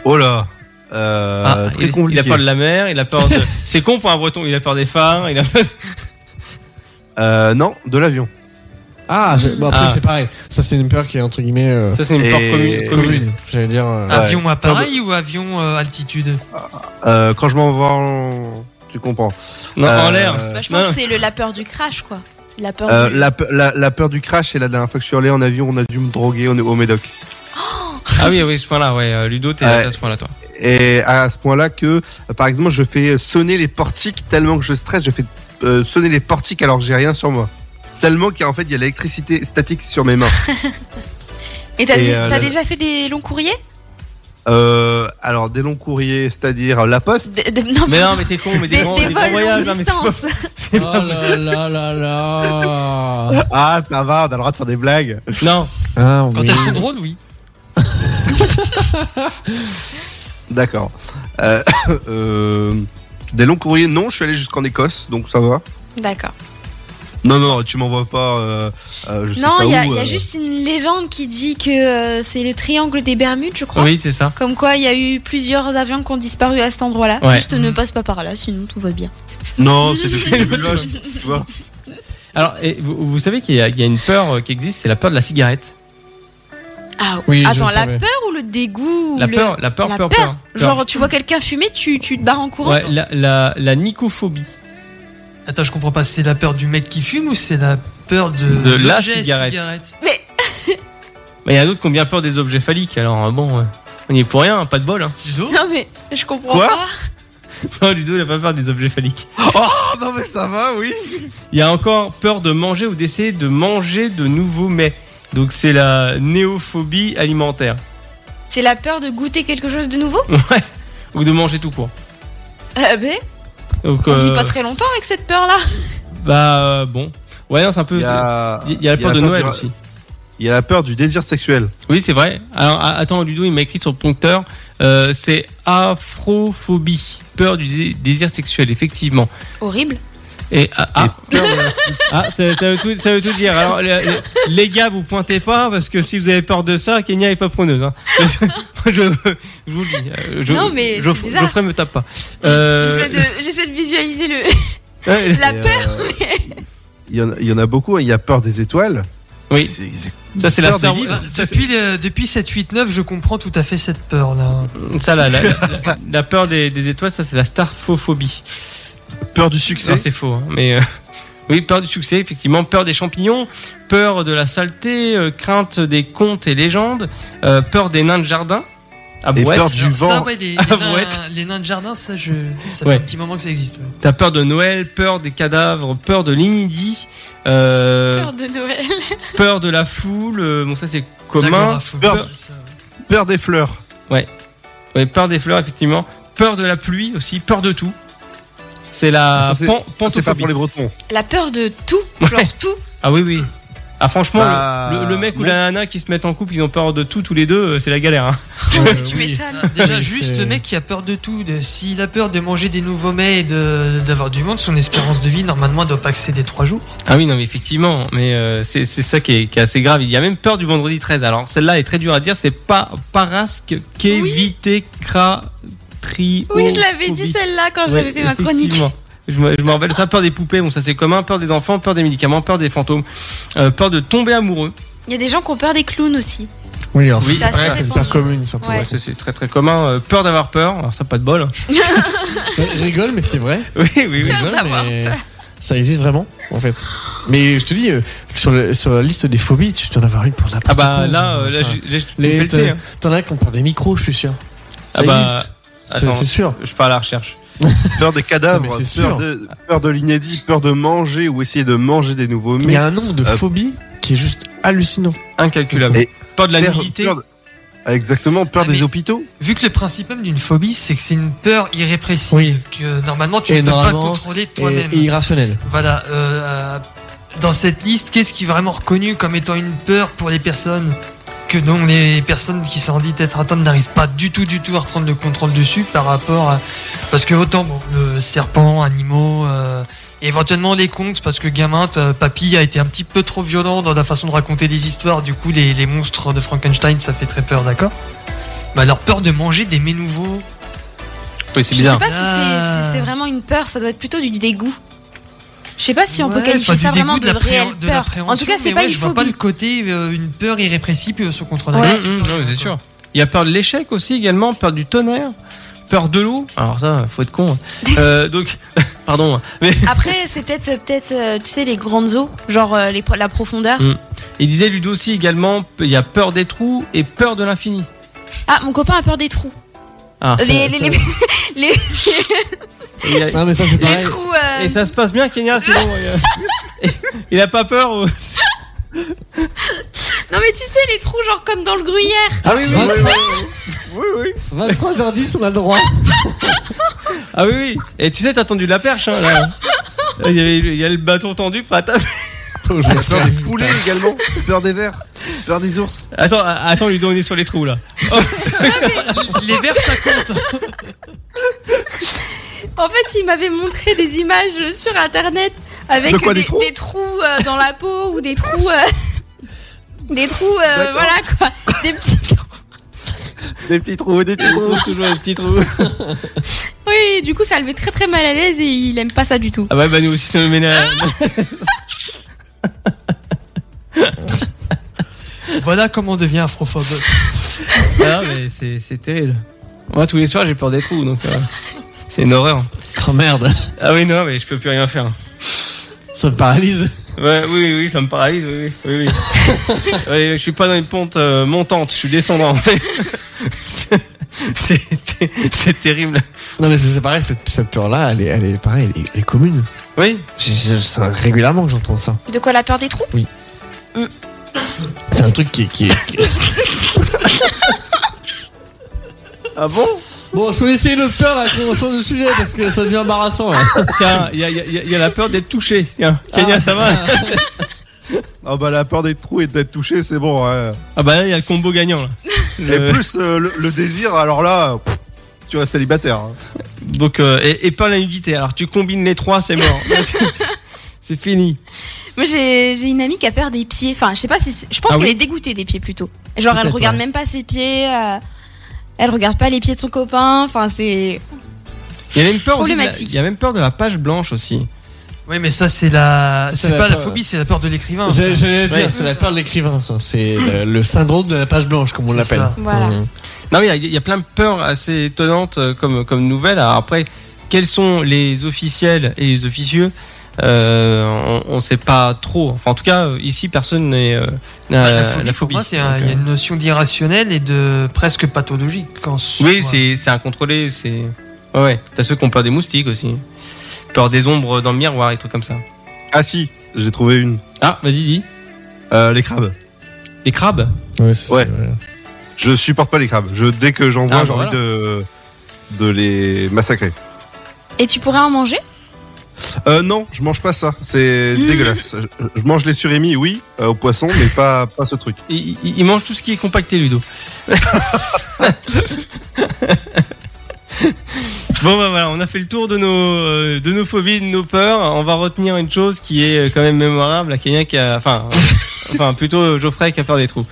S6: Oh là euh,
S2: Ah,
S6: Très
S2: il,
S6: compliqué.
S2: il a peur de la mer, il a peur de. c'est con pour un breton, il a peur des phares, il a peur.
S6: Euh, non, de l'avion.
S4: Ah, je- bon, après,
S2: Ah.
S4: c'est pareil. Ça, c'est une peur qui est entre guillemets. euh,
S2: Ça, c'est une
S6: Et-
S2: peur commune. commune.
S4: commune. J'allais dire. euh,
S6: Ah.
S5: Avion appareil ou avion euh, altitude
S6: Euh, quand je m'en vais, en- tu comprends.
S2: Non, en
S6: Euh,
S2: l'air.
S3: Bah, je
S2: non.
S3: pense que c'est le- la peur du crash, quoi. C'est la
S2: Ah,
S3: peur
S6: Euh,
S3: du...
S6: la, pe- la- la peur du crash, et la dernière fois que je suis allé en avion, on a dû me droguer au, au Médoc.
S2: Ah oui, oui, ce point-là, ouais. euh, Ludo, t'es
S6: Ouais.
S2: t'es à ce point-là, toi.
S6: Et à ce point-là que, euh, par exemple, je fais sonner les portiques tellement que je stresse, je fais euh, sonner les portiques alors que j'ai rien sur moi. Tellement qu'en fait, il y a l'électricité statique sur mes mains.
S3: Et t'as
S6: et, euh,
S3: t'as
S6: la-
S3: déjà fait des longs courriers
S6: Euh, alors, des longs courriers, c'est-à-dire la poste.
S3: Des- des- Non,
S2: Mais non,
S3: pardon.
S2: mais t'es con, mais
S3: des,
S2: des, grands-
S3: des
S2: des grands
S3: vols longue
S2: voyages, non, mais c'est pas-
S3: distance.
S4: Oh là là là là
S6: Ah, ça va, on a le droit de faire des blagues.
S2: Non,
S4: Ah,
S5: Quand
S4: oui.
S5: elles sont drôles, oui.
S6: D'accord. Euh, euh, des longs courriers, non, je suis allé jusqu'en Écosse, donc ça va.
S3: D'accord.
S6: Non, non, tu m'envoies pas. Euh, euh, je sais
S3: Non,
S6: pas
S3: il y, a-
S6: où,
S3: il y a
S6: euh.
S3: juste une légende qui dit que euh, c'est le triangle des Bermudes, je crois.
S2: oui, c'est ça.
S3: Comme quoi, il y a eu plusieurs avions qui ont disparu à cet endroit-là.
S2: Ouais.
S3: Juste ne passe pas par là, sinon tout va bien.
S6: Non, c'est des des loges, tu vois.
S2: Alors, et vous, vous savez qu'il y, a- il y a une peur euh, qui existe, c'est la peur de la cigarette.
S3: Ah,
S4: Oui, je
S3: Attends,
S4: le
S3: la
S4: savais.
S3: peur ou le dégoût ou
S2: La
S3: le-
S2: peur, la peur,
S3: la
S2: peur,
S3: peur.
S2: peur.
S3: Genre, tu vois quelqu'un fumer, tu, tu te barres en courant.
S2: Ouais, la, la, la nicophobie.
S5: Attends, je comprends pas, c'est la peur du mec qui fume ou c'est la peur de,
S2: De la
S5: l'objet
S2: cigarette. Mais il y en a d'autres qui ont bien peur des objets phalliques, alors euh, bon, ouais. on n'y est pour rien, hein, pas de bol. Hein.
S5: Ludo
S3: Non, mais je comprends
S6: Quoi
S3: pas.
S2: Non, Ludo, il a pas peur des objets phalliques.
S6: Ah non, mais ça va, oui.
S2: Il y a encore peur de manger ou d'essayer de manger de nouveaux mets. Donc, c'est la néophobie alimentaire.
S3: C'est la peur de goûter quelque chose de nouveau
S2: Ouais. Ou de manger tout court.
S3: Ah ben,
S2: Donc,
S3: on vit
S2: euh,
S3: pas très longtemps avec cette peur-là.
S2: bah, euh, bon. Ouais, non, c'est un peu.
S6: Il y a,
S2: Il y a la peur de Noël
S6: du-
S2: aussi.
S6: Il y a la peur du désir sexuel.
S2: Oui, c'est vrai. Alors, a- attends, Ludo, il m'a écrit sur le prompteur. euh, c'est afrophobie, peur du dé- désir sexuel, effectivement.
S3: Horrible.
S2: Et ah, ah, ah, ça, ça veut tout, ça veut tout dire. Alors, les, les gars, vous pointez pas parce que si vous avez peur de ça, Kenya est pas preneuse. hein. Je, je vous le dis. euh, Je,
S3: Non, mais
S2: je,
S3: c'est bizarre.
S2: Geoffrey me tape pas. Euh,
S3: J'essaie de- J'essaie de, visualiser le...
S2: ouais,
S3: la
S6: Et,
S3: peur.
S6: euh, Il y, en a- il y en a beaucoup, hein. il y a peur des étoiles.
S2: oui,
S6: C'est- c'est-
S2: ça c'est la
S6: peur des
S2: Star
S6: livres.
S2: Wars. Ça, c'est-
S5: Euh, Depuis, le- depuis 7, 8, 9, je comprends tout à fait cette peur là.
S2: Ça, la, la- la- la peur des, des étoiles, ça c'est la starfophobie.
S6: Peur du succès.
S2: Non, c'est faux, hein, mais euh, oui, peur du succès, effectivement, peur des champignons, peur de la saleté, euh, crainte des contes et légendes, euh, peur des nains de jardin. Ah
S6: Et
S2: ouais,
S6: peur du
S5: Alors, ça,
S6: vent.
S5: ouais, les, les
S2: Ah,
S5: nains,
S2: brouette.
S5: les nains de jardin, ça, je, ça
S2: Ouais.
S5: fait un petit moment que ça existe. ouais.
S2: t'as peur de Noël, peur des cadavres, peur de l'inédit, euh,
S3: Peur de Noël.
S2: peur de la foule. euh, bon, ça c'est commun.
S5: L'agoraphobe,
S6: Peur.
S5: ça, ouais.
S6: Peur des fleurs.
S2: Ouais, peur des fleurs, effectivement. Peur de la pluie aussi, peur de tout. C'est
S6: Ah,
S2: la
S6: ça, c'est-
S2: pan-
S6: Ça, C'est pas
S2: pantophobie.
S6: pour les Bretons.
S3: La peur de tout, genre tout.
S2: Ah oui, oui. Ah franchement,
S6: Bah,
S2: le, le- le mec ou
S6: non.
S2: la nana qui se mettent en couple, ils ont peur de tout tous les deux, euh, c'est la galère. hein.
S3: Oh, mais tu
S5: oui.
S3: m'étonnes.
S5: Ah, Déjà,
S4: Oui,
S5: juste
S4: c'est-
S5: le mec qui a peur de tout, de- s'il a peur de manger des nouveaux mets et de- d'avoir du monde, son espérance de vie, normalement, doit pas excéder 3 jours.
S2: Ah oui, non, mais effectivement, mais euh, c'est c'est ça qui est, qui est assez grave. Il y a même peur du vendredi 13. Alors celle-là est très dure à dire, c'est pas parasque kévitecra tri.
S3: Oui, je l'avais dit celle-là quand j'avais fait ma chronique.
S2: Je me je me rappelle ça, peur des poupées, bon ça c'est commun, peur des enfants, peur des médicaments, peur des fantômes, euh, peur de tomber amoureux.
S3: Il y a des gens qui ont peur des clowns aussi.
S4: Oui, alors,
S2: Oui,
S4: c'est
S3: ça,
S4: pareil,
S3: ça
S4: c'est une
S3: dépend.
S4: peur commune. Ça, pour
S3: Ah, Ouais.
S2: Ouais, ça, c'est très très commun, euh, peur d'avoir peur, alors ça pas de bol.
S4: Ouais, rigole, mais c'est vrai.
S2: Oui, oui, oui.
S4: Rigole,
S3: d'avoir
S4: mais ça existe vraiment, en fait. Mais je te dis, euh, sur, le- sur la liste des phobies, tu dois en avoir une pour n'importe
S2: Ah bah
S4: quoi,
S2: là,
S4: genre,
S2: euh, là,
S4: enfin,
S2: j'ai j'ai tout
S4: les- euh,
S2: pelleté. hein.
S4: T'en as qui ont peur des micros, je suis sûr.
S2: Ah
S4: Ça
S2: bah,
S4: existe. C'est-
S2: attends,
S4: C'est sûr.
S2: je pars à la recherche.
S6: Peur des cadavres,
S4: Non, mais c'est
S6: peur
S4: sûr.
S6: de, peur de l'inédit, peur de manger ou essayer de manger des nouveaux
S4: Il y
S6: mets.
S4: a un nombre de
S6: euh,
S4: phobies qui est juste hallucinant.
S2: Incalculable.
S6: Et-
S2: Peur de la
S6: Peur-
S2: nudité.
S6: peur de- Ah, Exactement, peur
S5: Ah, mais-
S6: des hôpitaux.
S5: Vu que le principe même d'une phobie, c'est que c'est une peur irrépressible
S4: Oui.
S5: que normalement tu ne
S4: Et
S5: peux pas
S4: normalement,
S5: contrôler
S4: Et,
S5: toi-même.
S4: et irrationnel.
S5: Voilà. euh, dans cette liste, qu'est-ce qui est vraiment reconnu comme étant une peur pour les personnes que donc les personnes qui sont dites être atteintes n'arrivent pas du tout, du tout à reprendre le contrôle dessus par rapport à parce que autant bon, le serpent, animaux, euh, et éventuellement les contes parce que gamin, t'as- papy a été un petit peu trop violent dans la façon de raconter des histoires. Du coup, les, les monstres de Frankenstein, ça fait très peur, d'accord Mais alors peur de manger des mets nouveaux.
S2: Oui, c'est
S3: Je sais
S2: bizarre.
S3: pas si c'est-
S5: Ah.
S3: si c'est vraiment une peur, ça doit être plutôt du dégoût. Je sais pas si on peut
S5: Ouais,
S3: qualifier
S5: enfin, du
S3: ça
S5: dégoût,
S3: vraiment de,
S5: l'appré-
S3: réelle
S5: de
S3: peur. En
S5: l'appréhension,
S3: tout cas, c'est
S5: mais
S3: pas
S5: ouais,
S3: une
S5: Je vois pas le
S3: phobie.
S5: côté euh, une peur irrépressible euh, sous contrôle.
S3: Ouais.
S5: agressif.
S2: Hum, hum, non, mais c'est sûr. Il y a peur de l'échec aussi également, peur du tonnerre, peur de l'eau. Alors ça, faut être con. hein. Euh, donc, pardon. hein. Mais
S3: Après, c'est peut-être, peut-être, euh, tu sais, les grandes eaux, genre euh, les, pro- la profondeur.
S2: Mm. il disait Ludo aussi également, il y a peur des trous et peur de l'infini.
S3: Ah, mon copain a peur des trous.
S2: Ah, ça-
S3: Les, les,
S2: ça-
S3: les, les-
S2: et il y a-
S4: Non, mais ça, c'est
S3: les
S4: pareil.
S3: trous. euh,
S2: Et ça se passe bien, Kenya, sinon. il a- Il a pas peur. ou-
S3: Non, mais tu sais, les trous, genre comme dans le gruyère.
S6: Ah oui, oui, oui, oui, oui.
S4: 23h10, on a le droit.
S2: Ah oui, oui. Et tu sais, t'as tendu la perche. Hein, là. Il, y a, il y a le bâton tendu prêt à taper.
S4: Oh,
S6: peur des poulets également, peur des vers, peur des ours.
S2: Attends, a- attends, Ludo, on est sur les trous là. Oh.
S5: Les vers, ça compte.
S3: En fait, il m'avait montré des images sur internet avec
S6: De quoi,
S3: des,
S6: des trous
S3: des trous euh, dans la peau ou des trous. euh, des trous, euh,
S6: D'accord.
S3: voilà quoi. Des petits.
S6: Des petits trous, des petits
S2: On trouve toujours les petits trous.
S3: Oui, du coup, ça le met très très mal à l'aise et il aime pas ça du tout.
S2: Ah ouais, bah nous aussi, ça nous ménage.
S5: voilà comment on devient afrophobe.
S2: Ah, mais c'est c'est terrible. Moi, tous les soirs, j'ai peur des trous, donc euh, c'est une horreur.
S4: Oh merde,
S2: Ah oui, non, mais je peux plus rien faire.
S4: ça me paralyse.
S2: Ouais, oui, oui, ça me paralyse, oui, oui, oui. oui. Oui, je suis pas dans une pente euh, montante, je suis descendant. c'est c'est terrible.
S4: Non, mais c'est c'est pareil, cette, cette peur-là, elle est, elle est pareil, elle est, elle est commune.
S2: Oui,
S4: J'ai- j'ai- c'est régulièrement que j'entends ça.
S3: De quoi la peur des trous
S4: C'est un truc qui est. Qui est- qui est-
S2: ah bon
S4: Bon, je vais laisser le peur là, qu'on change de sujet parce que ça devient embarrassant. là.
S2: Tiens, il y a, il y a- il y a- il y a la peur d'être touché. Tiens, Kenya, ça va
S6: Ah bah la peur des trous et d'être touché, c'est bon. hein. ouais.
S2: Ah bah là, il y a le combo gagnant. Là.
S6: Et
S2: Le-
S6: plus euh, le, le désir, alors là, pff, tu restes célibataire. hein.
S2: Donc, euh, et, et pas la nudité. Alors, tu combines les trois, c'est mort. c'est fini.
S3: Moi, j'ai j'ai une amie qui a peur des pieds. Enfin, je sais pas si. c'est- Je pense
S2: Ah
S3: qu'elle
S2: oui
S3: est dégoûtée des pieds plutôt. Genre, elle
S2: Peut-être,
S3: regarde
S2: ouais.
S3: même pas ses pieds. euh, Elle regarde pas les pieds de son copain. Enfin, c'est.
S2: Il y a même peur aussi de la-
S3: Problématique.
S2: Il y a même peur de la page blanche aussi.
S5: Oui, mais ça, c'est la.
S4: Ça,
S5: C'est
S4: c'est la
S5: pas la
S4: peur.
S5: phobie, c'est la peur de l'écrivain. ça.
S4: J'allais j'allais
S2: Ouais.
S4: dire, c'est la peur de l'écrivain, ça. C'est le, le syndrome de la page blanche, comme on
S5: C'est
S4: l'appelle.
S5: ça.
S3: Voilà.
S4: Mmh.
S2: Non, mais il y a- il y, a plein de peurs assez étonnantes euh, comme, comme nouvelles. Alors après, quels sont les officiels et les officieux Euh, On ne sait pas trop. Enfin, en tout cas, euh, ici, personne n'est. euh, n'a
S5: La phobie, pour moi, c'est un-
S2: Donc,
S5: il y a
S2: euh,
S5: une notion d'irrationnel et de presque pathologique. Quand
S2: euh, Oui, c'est c'est incontrôlé. C'est. Ouais, ouais. T'as ceux qui ont peur des moustiques aussi. Peur des ombres dans le miroir et trucs comme ça.
S6: Ah si, j'ai trouvé une.
S2: Ah, vas-y, dis.
S6: Euh, les crabes.
S2: Les crabes
S4: Ouais, c'est-
S6: Ouais.
S4: c'est vrai.
S6: Je supporte pas les crabes. Je, dès que j'en vois,
S2: Ah,
S6: j'ai
S2: bah
S6: envie de, de les massacrer.
S3: Et tu pourrais en manger
S6: Euh, non, je mange pas ça. C'est
S3: Mmh.
S6: dégueulasse. Je, je mange les surémis, oui, euh, aux poissons, mais pas, pas ce truc.
S2: ils, ils- ils mangent tout ce qui est compacté, Ludo. bon, bah voilà, on a fait le tour de nos, euh, de nos phobies, de nos peurs. On va retenir une chose qui est euh, quand même mémorable. La Kenya qui a. Enfin, euh, enfin plutôt euh, Geoffrey qui a peur des trous.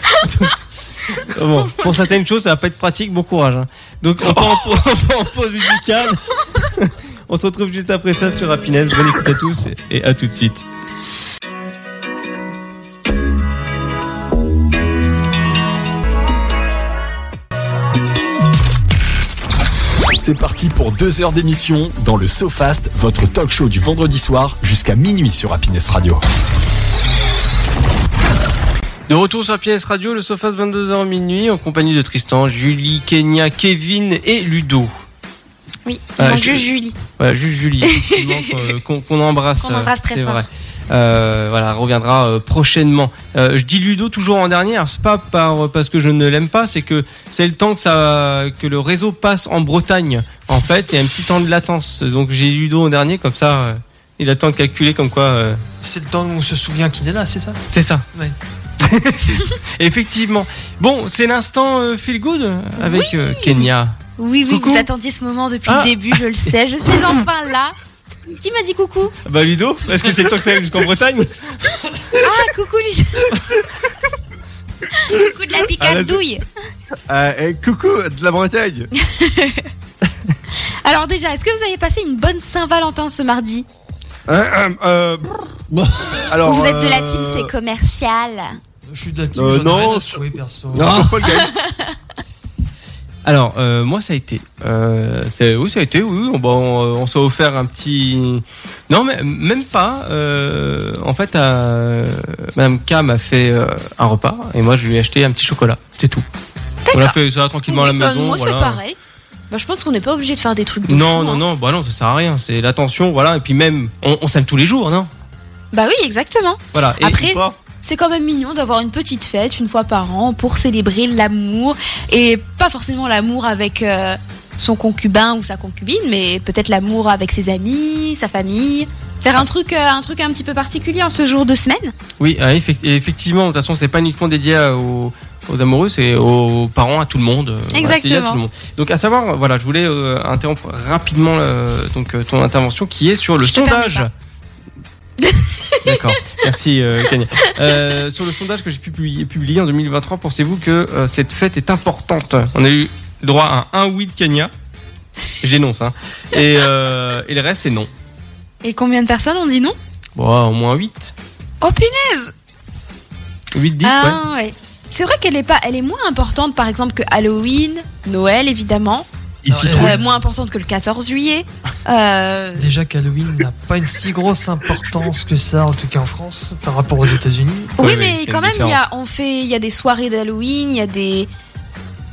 S2: bon, pour certaines choses, ça va pas être pratique. Bon courage. hein. Donc, on part en pau- on part en pause musicale. on se retrouve juste après ça sur Happiness. Bonne écoute à tous et à tout de suite.
S1: C'est parti pour deux heures d'émission dans le SoFast, votre talk show du vendredi soir jusqu'à minuit sur Happiness Radio.
S2: De retour sur PS Radio, le Sofas 22h minuit, en compagnie de Tristan, Julie, Kenya, Kevin et Ludo.
S3: Oui,
S2: Ah,
S3: mon
S2: je-
S3: Dieu, Julie.
S2: Voilà, juste Julie, effectivement, qu'on- qu'on qu'on embrasse.
S3: Qu'on embrasse
S2: euh,
S3: très
S2: c'est
S3: fort.
S2: vrai. Euh, voilà, reviendra euh, prochainement. Euh, je dis Ludo toujours en dernier, alors c'est pas par, parce que je ne l'aime pas, c'est que c'est le temps que, ça, que le réseau passe en Bretagne. En fait, il y a un petit temps de latence. Donc j'ai Ludo en dernier, comme ça, euh, il a le temps de calculer comme quoi. euh,
S5: C'est le temps où on se souvient qu'il est là, c'est ça
S2: c'est ça.
S5: Ouais.
S2: Effectivement. Bon, c'est l'instant euh, feel good avec euh, Kenya.
S3: Oui, oui,
S2: Coucou.
S3: vous attendiez ce moment depuis
S2: Ah.
S3: le début, je le sais. Je suis enfin là. Qui m'a dit coucou
S2: Bah Ludo, est-ce que c'est le temps que ça aille jusqu'en Bretagne
S3: Ah, coucou Ludo Coucou de la picardouille
S6: Euh, eh, coucou de la Bretagne.
S3: Alors déjà, est-ce que vous avez passé une bonne Saint-Valentin ce mardi
S6: Hein, hein, euh,
S3: Ou
S6: alors,
S3: vous êtes de la
S6: euh,
S3: team c'est commercial
S5: Je suis de la team,
S6: Euh,
S5: j'en ai
S6: non,
S5: rien à
S6: sur-
S5: secouer, perso.
S6: sur Paul Gaël.
S2: Alors, euh, moi, ça a été. Euh, c'est- oui, ça a été, oui. On, bah, on, euh, on s'est offert un petit. Non, mais même pas. euh, en fait, euh, Madame K m'a fait euh, un repas et moi, je lui ai acheté un petit chocolat. C'est tout. On a fait ça tranquillement à la
S3: Oui,
S2: maison.
S3: euh, Moi c'est
S2: voilà.
S3: pareil. Bah, je pense qu'on n'est pas obligé de faire des trucs de
S2: Non,
S3: fou,
S2: non,
S3: hein.
S2: non, bah non, ça sert à rien. C'est l'attention, voilà. Et puis même, on, on s'aime tous les jours, non
S3: Bah oui, exactement.
S2: Voilà. Et-
S3: Après-
S2: et-
S3: C'est quand même mignon d'avoir une petite fête une fois par an pour célébrer l'amour et pas forcément l'amour avec euh, son concubin ou sa concubine, mais peut-être l'amour avec ses amis, sa famille. Faire un truc, euh, un truc un petit peu particulier en ce jour de semaine.
S2: Oui, euh, effect- et effectivement, de toute façon, c'est pas uniquement dédié à- aux, aux amoureux, c'est aux parents, à tout le monde. Euh, voilà, c'est dédié à
S3: Exactement.
S2: tout le monde. Donc, à savoir, euh, voilà, je voulais euh, interrompre rapidement euh, donc, euh, ton intervention qui est sur le
S3: Je te
S2: sondage.
S3: permets
S2: D'accord, merci euh, Kanye. Euh, sur le sondage que j'ai pu publier, publié en 2023, pensez-vous que euh, cette fête est importante On a eu droit à un oui de Kenya, j'énonce, hein. et, euh, et le reste c'est non.
S3: Et combien de personnes ont dit non
S2: Bon, au moins 8.
S3: Oh punaise
S2: 8, 10, ouais.
S3: Ah, ouais. C'est vrai qu'elle est pas, elle est moins importante par exemple que Halloween, Noël évidemment,
S5: Ici,
S3: Euh, moins importante que le 14 juillet. Euh,
S5: Déjà qu'Halloween n'a pas une si grosse importance que ça, en tout cas en France, par rapport aux États-Unis.
S3: Oui,
S2: Ouais,
S3: mais
S2: oui,
S3: quand
S2: il y a
S3: même,
S2: une
S3: il y a, on fait, il y a des soirées d'Halloween, il y a des,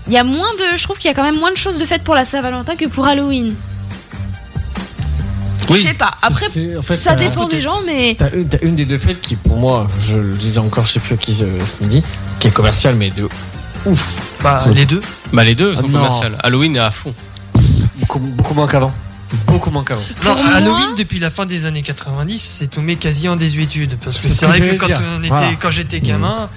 S3: il y a moins de, je trouve qu'il y a quand même moins de choses de faites pour la Saint-Valentin que pour Halloween.
S2: Oui,
S3: je sais pas. Après,
S4: C'est- en fait,
S3: ça
S4: t'as-
S3: dépend des gens, mais
S4: T'as une, t'as une des deux fêtes qui, pour moi, je le disais encore, je sais plus à qui euh, ce midi, qui est commerciale, mais de ouf,
S5: Bah,
S4: Oui.
S5: les deux.
S2: Bah les deux sont
S4: Ah, non.
S2: commerciales. Halloween est à fond.
S4: beaucoup, beaucoup moins qu'avant. Beaucoup moins qu'avant.
S5: Non,
S3: Pour moi-
S5: Halloween, depuis la fin des années 90, c'est tombé quasi en désuétude. Parce que
S4: C'est ce
S5: c'est
S4: que
S5: vrai que
S4: j'allais
S5: quand,
S4: dire.
S5: on était,
S4: Voilà. Mmh.
S5: quand j'étais gamin,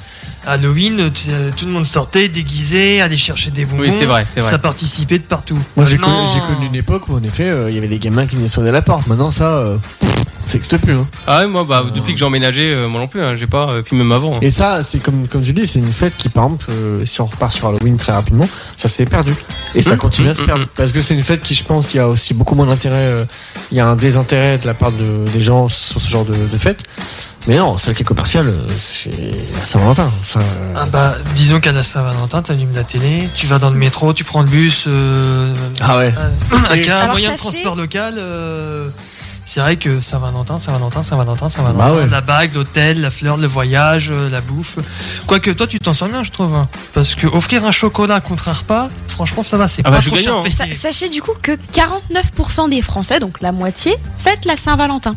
S5: Halloween, tu- euh, tout le monde sortait déguisé, allait chercher des bonbons.
S2: Oui, c'est vrai, c'est vrai.
S5: Ça participait de partout.
S4: Moi, j'ai
S5: Maintenant-
S4: connu, j'ai connu une époque où, en effet, euh, il y avait des gamins qui venaient sonner à la porte. Maintenant, ça, euh, pff, ça n'existe plus. hein.
S2: Ah ouais, moi, bah,
S4: Euh.
S2: depuis que j'ai emménagé, euh, moi non plus, hein, j'ai pas, euh, puis même avant. hein.
S4: Et ça, c'est comme, comme tu dis, c'est une fête qui, par exemple, euh, si on repart sur Halloween très rapidement, ça s'est perdu. Et ça
S2: Mmh,
S4: continue à se
S2: mmh,
S4: perdre.
S2: mmh.
S4: Parce que c'est une fête qui, je pense, il y a aussi beaucoup moins d'intérêt. euh, Il y a un désintérêt de la part de- des gens sur ce genre de, de fête. Mais non, celle qui est commerciale, euh, c'est la Saint-Valentin. Ça, euh,
S5: Ah bah, disons qu'à la Saint-Valentin, t'allumes la télé, tu vas dans le métro, tu prends le bus, euh,
S4: Ah ouais.
S5: un, un car,
S3: Alors,
S5: moyen de
S3: sachez-
S5: transport local. euh, c'est vrai que Saint-Valentin, Saint-Valentin, Saint-Valentin, Saint-Valentin,
S4: Bah ouais.
S5: la bague, l'hôtel, la fleur, le voyage, euh, la bouffe. Quoique toi, tu t'en sors bien, je trouve. hein. Parce que offrir un chocolat contre un repas, franchement, ça va, c'est
S2: Ah
S5: pas
S2: bah, je
S5: trop
S2: suis
S5: cher
S2: gagnant,
S5: payé.
S3: sa- sachez du coup que 49% des Français, donc la moitié, fêtent la Saint-Valentin.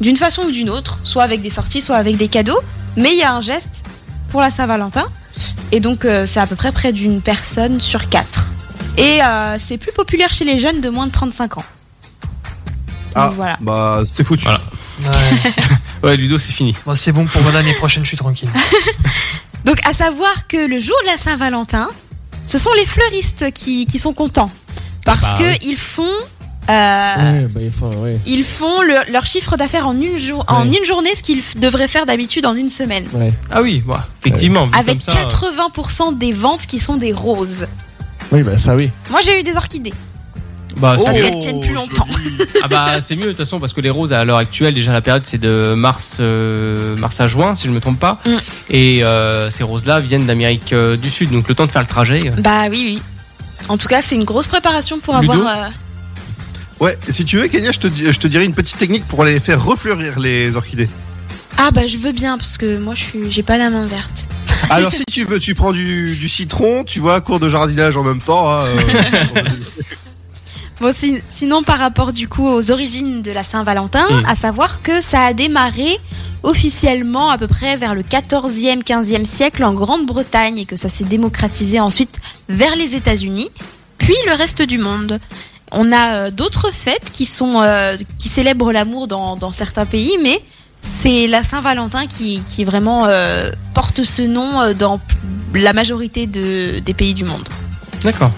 S3: D'une façon ou d'une autre, soit avec des sorties, soit avec des cadeaux, mais il y a un geste pour la Saint-Valentin, et donc euh, c'est à peu près près d'une personne sur quatre. Et euh, c'est plus populaire chez les jeunes de moins de 35 ans.
S6: Ah.
S3: Donc, voilà.
S6: Bah, c'était foutu.
S2: Voilà.
S5: Ouais.
S2: Ouais, Ludo, c'est fini.
S5: Bon, c'est bon pour moi l'année prochaine, je suis tranquille.
S3: Donc, à savoir que le jour de la Saint-Valentin, ce sont les fleuristes qui, qui sont contents. Parce
S2: Bah
S3: que ils font. euh,
S4: Ouais, bah, il faut, ouais.
S3: Ils font le- leur chiffre d'affaires en, une jour- en
S4: Ouais.
S3: une journée, ce qu'ils f- devraient faire d'habitude en une semaine.
S4: ouais.
S2: Ah oui, bah, effectivement. vu
S3: Avec
S2: comme ça,
S3: 80% des ventes qui sont des roses.
S4: Oui, bah ça, oui.
S3: Moi, j'ai eu des orchidées.
S2: euh, bah,
S6: Oh,
S2: c'est
S3: Parce
S2: mieux.
S3: qu'elles tiennent plus longtemps.
S2: Ah bah, c'est mieux de toute façon parce que les roses à l'heure actuelle, déjà la période c'est de mars, euh, mars à juin si je me trompe pas.
S3: Mm.
S2: Et euh, ces roses là viennent d'Amérique euh, du Sud, donc le temps de faire le trajet. euh,
S3: Bah oui, oui. En tout cas, c'est une grosse préparation pour
S6: Ludo
S3: avoir. euh,
S6: Ouais, si tu veux, Kenya, je te, di- je te dirai une petite technique pour aller faire refleurir les orchidées.
S3: Ah bah je veux bien parce que moi je suis, j'ai pas la main verte.
S6: Alors, si tu veux, tu prends du, du citron, tu vois, cours de jardinage en même temps. hein, euh,
S3: Bon, si- sinon, par rapport du coup aux origines de la Saint-Valentin,
S2: Mm.
S3: à savoir que ça a démarré officiellement à peu près vers le 14e, 15e siècle en Grande-Bretagne et que ça s'est démocratisé ensuite vers les États-Unis, puis le reste du monde. On a euh, d'autres fêtes qui, sont, euh, qui célèbrent l'amour dans, dans certains pays, mais c'est la Saint-Valentin qui, qui vraiment euh, porte ce nom euh, dans la majorité de- des pays du monde.
S2: D'accord.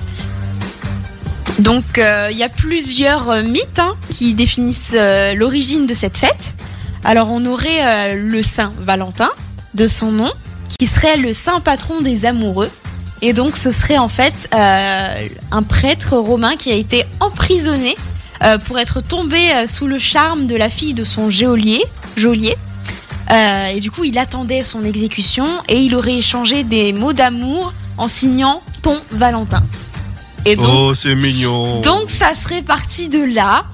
S3: Donc euh, il y a plusieurs euh, mythes hein, qui définissent euh, l'origine de cette fête. Alors on aurait euh, le Saint Valentin, de son nom, qui serait le Saint patron des amoureux. Et donc ce serait en fait euh, un prêtre romain qui a été emprisonné euh, pour être tombé euh, sous le charme de la fille de son geôlier. geôlier. Euh, et du coup il attendait son exécution et il aurait échangé des mots d'amour en signant ton Valentin. Et donc
S6: oh, c'est mignon.
S3: donc ça serait parti de là.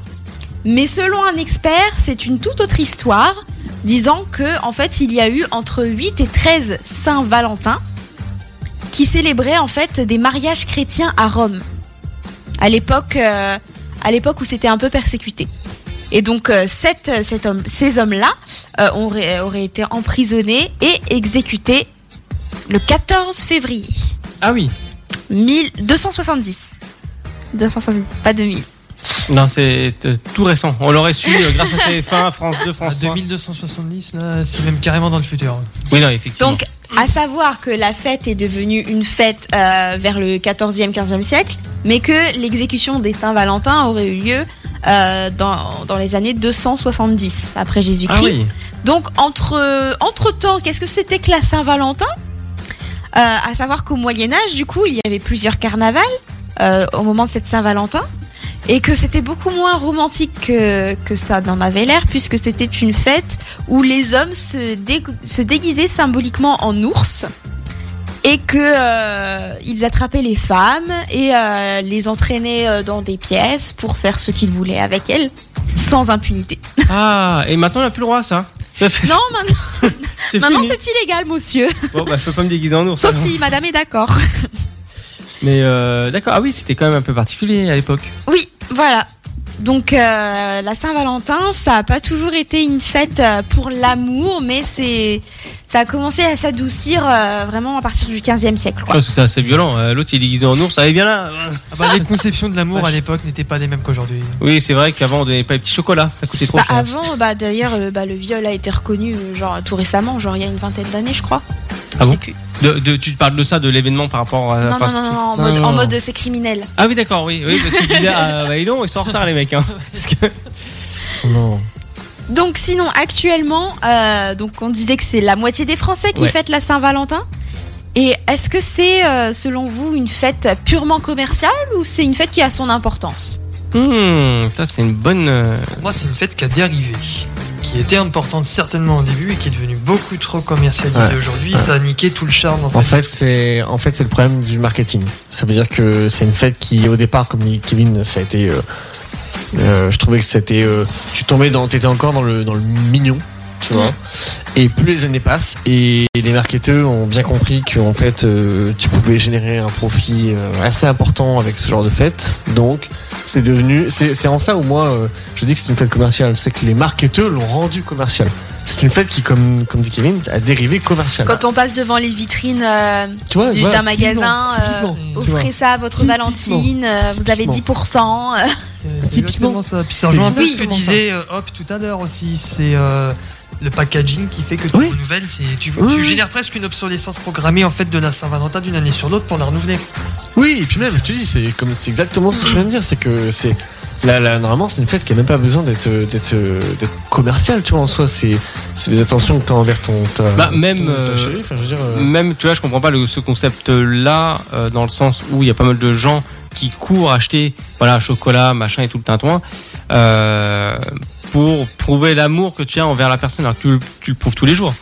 S3: Mais selon un expert, c'est une toute autre histoire, disant que en fait, il y a eu entre 8 et 13 Saint-Valentin qui célébraient en fait des mariages chrétiens à Rome. À l'époque euh, à l'époque où c'était un peu persécuté. Et donc euh, cette- cet homme- ces hommes-là euh, auraient, auraient été emprisonnés et exécutés le 14 février
S2: Ah oui.
S3: 1270. 270, pas 2000.
S2: Non, c'est euh, tout récent. On l'aurait su euh, grâce à TF1, France 2,
S5: À
S2: France 3.
S5: 2270, là, c'est même carrément dans le futur.
S2: Oui, non, effectivement.
S3: Donc, à savoir que la fête est devenue une fête euh, vers le 14e, 15e siècle, mais que l'exécution des Saint-Valentin aurait eu lieu euh, dans, dans les années 270 après Jésus-Christ.
S2: ah oui.
S3: Donc, entre, entre temps, qu'est-ce que c'était que la Saint-Valentin Euh, À savoir qu'au Moyen-Âge, du coup, il y avait plusieurs carnavals euh, au moment de cette Saint-Valentin. Et que c'était beaucoup moins romantique que, que ça n'en avait l'air, puisque c'était une fête où les hommes se, dé- se déguisaient symboliquement en ours et que euh, ils attrapaient les femmes et euh, les entraînaient euh, dans des pièces pour faire ce qu'ils voulaient avec elles, sans impunité.
S2: Ah, et maintenant, on n'a plus le droit à ça.
S3: Non, maintenant,
S2: c'est
S3: maintenant,
S2: fini.
S3: c'est illégal, monsieur.
S2: Bon, bah, je peux pas me déguiser en ours.
S3: Sauf
S2: alors.
S3: si madame est d'accord.
S2: Mais euh, d'accord, ah oui, c'était quand même un peu particulier à l'époque.
S3: Oui, voilà. Donc euh, la Saint-Valentin, ça n'a pas toujours été une fête euh, pour l'amour, mais c'est ça a commencé à s'adoucir euh, vraiment à partir du 15e siècle. quoi.
S2: Parce que c'est assez violent. Euh, L'autre, il est déguisé en ours. Allez, bien là.
S5: Ah bah, les conceptions de l'amour à
S2: Vache.
S5: l'époque n'étaient pas les mêmes qu'aujourd'hui.
S2: Oui, c'est vrai qu'avant, on donnait pas les petits chocolats. Ça coûtait trop
S3: Bah,
S2: cher.
S4: hein.
S3: avant, bah, d'ailleurs, euh, bah, le viol a été reconnu euh, genre, tout récemment, genre il y a une vingtaine d'années, je crois. Je
S2: Ah
S3: sais
S2: bon
S3: plus.
S2: De, de- tu parles de ça, de l'événement par rapport à.
S4: Ah,
S3: Non,
S2: enfin,
S3: non,
S2: ce
S3: non,
S2: qui-
S3: non, en
S5: Non,
S3: mode,
S5: non,
S3: en
S5: non.
S3: mode, c'est criminel.
S2: Ah oui, d'accord, oui, oui, parce que tu disais, ah, bah, ils l'ont, ils sont en retard, les mecs. hein. Parce que-
S4: Non.
S3: Donc sinon, actuellement, euh, donc on disait que c'est la moitié des Français qui
S2: Ouais.
S3: fêtent la Saint-Valentin. Et est-ce que c'est, euh, selon vous, une fête purement commerciale ou c'est une fête qui a son importance
S2: Hmm, ça, c'est une bonne. euh,
S5: Pour moi, c'est une fête qui a dérivé, qui était importante certainement au début et qui est devenue beaucoup trop commercialisée
S4: Ouais.
S5: aujourd'hui. Ça a niqué tout le charme. En
S4: En
S5: fait.
S4: fait, c'est en fait c'est le problème du marketing. Ça veut dire que c'est une fête qui au départ, comme dit Kevin, ça a été. euh, euh, je trouvais que c'était. euh, tu tombais dans, t'étais encore dans le dans le mignon, tu vois. Et plus les années passent et les marketeurs ont bien compris que en fait, euh, tu pouvais générer un profit euh, assez important avec ce genre de fête. Donc c'est devenu, c'est c'est en ça où moi euh, je dis que c'est une fête commerciale, c'est que les marketeurs l'ont rendu commercial. C'est une fête qui, comme, comme dit Kevin, a dérivé commercial.
S3: Quand on passe devant les vitrines euh,
S4: tu vois,
S3: du-
S4: voilà,
S3: d'un magasin, euh,
S4: bah, typiquement, typiquement, tu vois.
S3: offrez ça à votre
S4: Typiquement.
S3: Valentine, euh, vous avez
S4: Typiquement.
S3: 10%. euh.
S5: C'est c'est
S4: Typiquement.
S5: exactement ça. Puis ça rejoint un peu
S3: Oui.
S5: ce que disait euh, Hop tout à l'heure aussi. C'est euh, le packaging qui fait que tu
S4: Oui.
S5: renouvelles. c'est- Tu,
S4: Oui,
S5: tu
S4: oui.
S5: génères presque une obsolescence programmée en fait de la Saint-Valentin d'une année sur l'autre pour la renouveler.
S4: Oui, et puis même, je te dis, c'est comme c'est exactement ce que tu viens de dire, c'est que c'est là, là, normalement, c'est une fête qui a même pas besoin d'être euh, d'être euh, d'être commerciale, tu vois. En soi, c'est c'est les attentions que t'as envers ton ta,
S2: Bah, même,
S4: ton- ta
S2: euh,
S4: chérie, enfin, je veux dire. euh,
S2: Même, tu vois, je comprends pas le- ce concept-là, euh, dans le sens où il y a pas mal de gens qui courent acheter, voilà, chocolat, machin et tout le tintouin,
S5: Mm.
S2: euh, pour prouver l'amour que tu as envers la personne, alors que tu, le- tu le prouves tous les jours.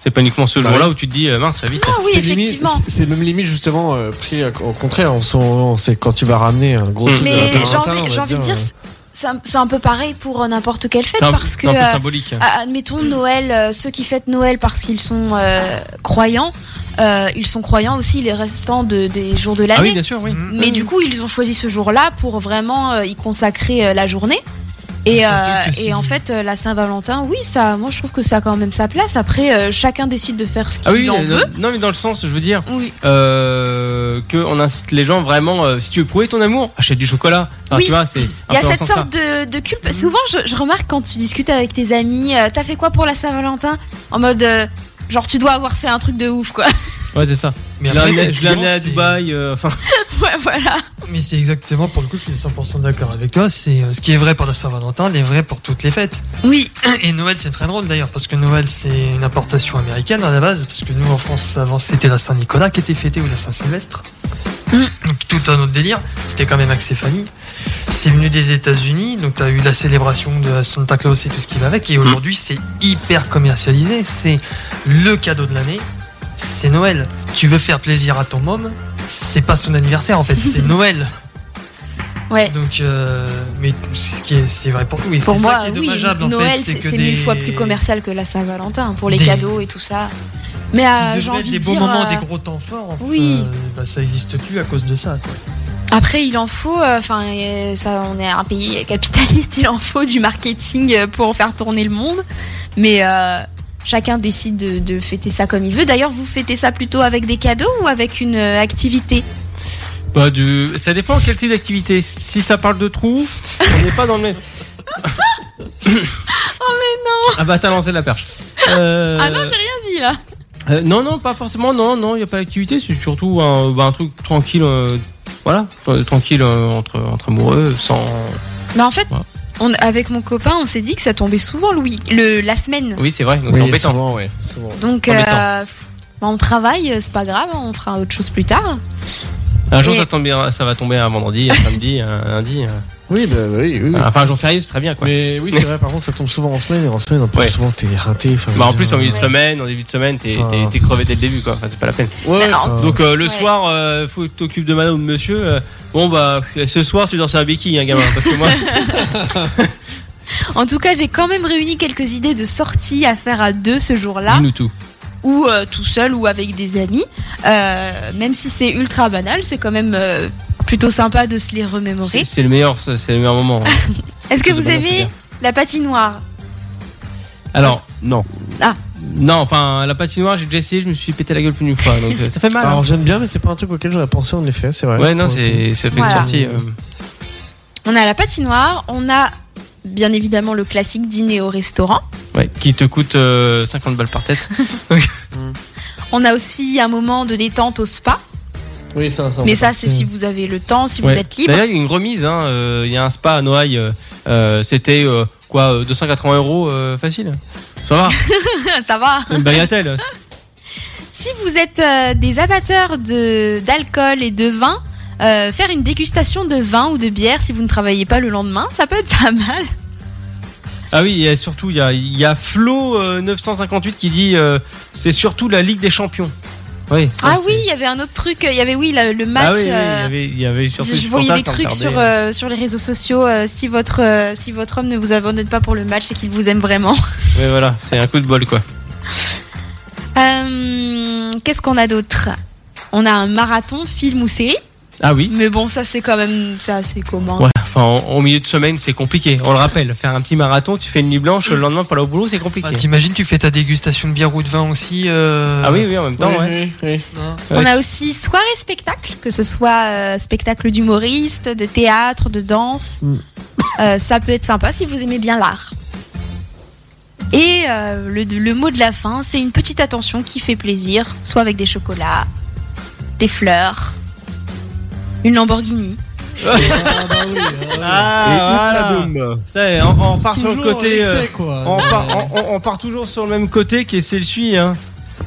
S2: C'est pas uniquement ce
S4: Bah
S2: jour-là
S4: oui.
S2: où tu te dis, euh, mince, vite.
S3: Ah oui,
S4: C'est limite-
S3: effectivement.
S4: c'est- C'est même limite justement euh, pris euh, au contraire. On s'en- on sait quand tu vas ramener un gros.
S2: Mm.
S4: truc de
S3: Mais j'ai
S4: Saint-Valentin, on va
S3: envie, j'ai envie de dire,
S4: euh,
S3: c'est un, c'est un peu pareil pour euh, n'importe quelle fête
S2: C'est un,
S3: parce que.
S2: c'est un peu
S3: euh,
S2: symbolique.
S3: Ah, Admettons Noël, euh, ceux qui fêtent Noël parce qu'ils sont euh, croyants, euh, ils sont croyants aussi les restants de- des jours de
S2: Ah oui,
S3: l'année.
S2: bien sûr, oui.
S5: Mhm.
S4: Mm.
S3: mais du coup, ils ont choisi ce jour-là pour vraiment euh, y consacrer euh, la journée. Et,
S5: Surtout
S3: euh,
S5: que si-
S3: et en fait, euh, la Saint-Valentin, oui, ça, moi je trouve que ça a quand même sa place. Après, euh, chacun décide de faire ce qu'il
S2: Ah oui,
S3: en
S2: euh,
S3: veut.
S2: non, mais dans le sens, je veux dire,
S3: Oui,
S2: euh, que on incite les gens vraiment, euh, si tu veux prouver ton amour, achète du chocolat. Enfin,
S3: Oui.
S2: tu vois, c'est un
S3: il y a
S2: peu dans ce
S3: cette
S2: sens-là.
S3: sorte de, de culpe.
S5: Mhm.
S3: Souvent, je, je remarque quand tu discutes avec tes amis, euh, t'as fait quoi pour la Saint-Valentin En mode, euh, genre, tu dois avoir fait un truc de ouf, quoi.
S2: Ouais, c'est ça.
S5: Mais
S2: Je l'ai
S5: après,
S2: amené- je l'ai amené à
S5: c'est-
S2: Dubaï, euh, enfin,
S3: ouais, voilà.
S5: Mais c'est exactement, pour le coup, je suis 100% d'accord avec toi. C'est euh, ce qui est vrai pour la Saint-Valentin, l'est vrai pour toutes les fêtes.
S3: Oui,
S5: Et Noël, c'est très drôle d'ailleurs, parce que Noël, c'est une importation américaine à la base, parce que nous, en France, avant, c'était la Saint-Nicolas qui était fêtée ou la Saint-Sylvestre. Donc tout un autre délire. C'était quand même axé famille. C'est venu des États-Unis, donc tu as eu la célébration de la Santa Claus et tout ce qui va avec.
S3: Mm.
S5: Et aujourd'hui, c'est hyper commercialisé. C'est le cadeau de l'année. C'est Noël. Tu veux faire plaisir à ton môme, c'est pas son anniversaire en fait, c'est Noël.
S3: Ouais.
S5: Donc, euh, mais ce qui est, c'est vrai pour tout. Et
S3: Pour
S5: c'est
S3: moi,
S5: ça qui est
S3: oui,
S5: dommageable en
S3: Noël,
S5: fait,
S3: c'est
S5: que
S3: c'est mille
S5: des-
S3: fois plus commercial que la Saint-Valentin hein, pour les
S5: des-
S3: cadeaux et tout ça.
S5: ce
S3: Mais
S5: qui
S3: euh,
S5: devait
S3: j'ai
S5: être
S3: envie de
S5: des bons
S3: dire,
S5: moments,
S3: euh,
S5: des gros temps forts. en fait,
S3: oui.
S5: euh, bah, ça existe plus à cause de ça. quoi.
S3: après, il en faut. euh, Enfin, euh, ça, on est un pays capitaliste, il en faut du marketing euh, pour faire tourner le monde. Mais euh, chacun décide de, de fêter ça comme il veut. D'ailleurs, vous fêtez ça plutôt avec des cadeaux ou avec une euh, activité
S2: Bah, du... Ça dépend quel type d'activité. Si ça parle de trous, on n'est pas dans le même. oh mais non Ah bah t'as lancé la perche. Euh,
S3: Ah non, j'ai rien dit là.
S2: euh, non, non, pas forcément, non, non, il n'y a pas d'activité, c'est surtout un, bah, un truc tranquille, euh, voilà, euh, tranquille euh, entre, entre amoureux, sans...
S3: Mais Bah, en fait,
S2: Ouais.
S3: on, avec mon copain, on s'est dit que ça tombait souvent le, week- le la semaine.
S2: Oui, c'est vrai, donc
S4: Oui,
S2: c'est embêtant.
S4: souvent, ouais, souvent.
S3: Donc,
S2: Embêtant.
S3: euh, pff, bah, on travaille, c'est pas grave, on fera autre chose plus tard.
S2: Un jour,
S3: Et-
S2: ça, tombera- ça va tomber un vendredi, un samedi, un lundi, euh,
S4: Oui, bah, oui, oui, oui.
S2: enfin un jour férié, ce serait bien, quoi.
S4: Mais oui, c'est vrai, par contre, ça tombe souvent en semaine, et en semaine, en plus,
S2: Ouais.
S4: souvent, t'es raté. enfin,
S2: Bah, en
S4: je
S2: plus,
S4: veux euh,
S2: en milieu de
S3: Ouais.
S2: semaine, en début de semaine, t'es
S4: Enfin.
S2: t'es- t'es crevé dès le début, quoi, enfin, c'est pas la peine.
S4: dire, ouais,
S3: Mais en-
S4: enfin,
S2: Donc euh, le
S3: Bah, Ouais.
S2: soir, euh, faut que t'occupes de madame ou de monsieur. euh, bon bah ce soir tu dors sur un béquille, hein, gamin, parce que moi.
S3: En tout cas, j'ai quand même réuni quelques idées de sorties à faire à deux ce jour-là,
S2: Dis-nous tout.
S3: ou euh, tout seul ou avec des amis. Euh, même si c'est ultra banal, c'est quand même euh, plutôt sympa de se les remémorer.
S2: C'est c'est le meilleur, ça, c'est le meilleur moment. hein.
S3: Est-ce que
S2: c'est
S3: vous
S2: banal, c'est
S3: aimez
S2: bien.
S3: la patinoire
S2: Alors
S6: Non.
S3: Ah.
S2: Non, enfin la patinoire, j'ai déjà essayé, je me suis pété la gueule plus d'une fois, donc euh, ça fait mal. hein.
S4: Alors, j'aime bien, mais c'est pas un truc auquel j'aurais pensé, en effet, c'est vrai.
S2: Ouais, non,
S4: Pour le coup.
S2: c'est ça fait
S3: Voilà.
S2: une sortie. euh,
S3: On a la patinoire, on a bien évidemment le classique dîner au restaurant.
S2: ouais, qui te coûte euh, 50 balles par tête.
S3: On a aussi un moment de détente au spa,
S4: Oui, ça, ça, on
S3: mais
S4: peut
S3: ça
S4: pas-
S3: c'est si vous avez le temps, si
S2: Ouais.
S3: vous êtes libre.
S2: D'ailleurs, il y a une remise. hein, euh, Il y a un spa à Noailles. euh, euh, C'était euh, quoi, euh, 280 euros euh, facile. Ça va,
S3: Ça va.
S2: c'est une bagatelle.
S3: Si vous êtes euh, des amateurs de- d'alcool et de vin, euh, faire une dégustation de vin ou de bière si vous ne travaillez pas le lendemain, ça peut être pas mal.
S2: Ah oui, et surtout, il y a, il y a Flo euh, 958 qui dit euh, c'est surtout la Ligue des Champions. Oui.
S3: Ah
S2: Ouais,
S3: oui, il y avait un autre truc, il y avait oui la- le
S2: c'est- Ah
S3: match.
S2: oui, oui, il y
S3: euh,
S2: avait- il y avait surtout hein, les
S3: je voyais des
S2: supporters qui
S3: trucs sur,
S2: regardaient.
S3: euh, sur les réseaux sociaux. euh, si, votre, euh, si votre homme ne vous abandonne pas pour le match, c'est qu'il vous aime vraiment.
S2: Mais voilà, c'est un coup de bol quoi.
S3: Euh, Qu'est-ce qu'on a d'autre On a un marathon, film ou série.
S2: Ah oui.
S3: Mais bon, ça c'est quand même ça c'est commun.
S2: Ouais, enfin, en- au milieu de semaine, c'est compliqué. On le rappelle, faire un petit marathon, tu fais une nuit blanche, le lendemain, pas aller au boulot, c'est compliqué.
S5: Ah, T'imagines, tu fais ta dégustation de bière ou de vin aussi. euh,
S2: Ah oui, oui, en même temps,
S4: Oui,
S2: ouais.
S4: oui, oui.
S5: hein.
S3: On a aussi soirée spectacle, que ce soit euh, spectacle d'humoriste, de théâtre, de danse.
S4: Mm.
S3: Euh, ça peut être sympa si vous aimez bien l'art. Et euh, le, le mot de la fin, c'est une petite attention qui fait plaisir, soit avec des chocolats, des fleurs, une Lamborghini.
S4: Ah, bah oui,
S6: Et
S2: Ah, voilà.
S6: ouf, la boum.
S2: Ça, on, on part sur le
S4: Toujours
S2: côté. euh,
S4: l'excès, quoi.
S2: on, part, on- on- on part toujours sur le même côté qui est celui hein.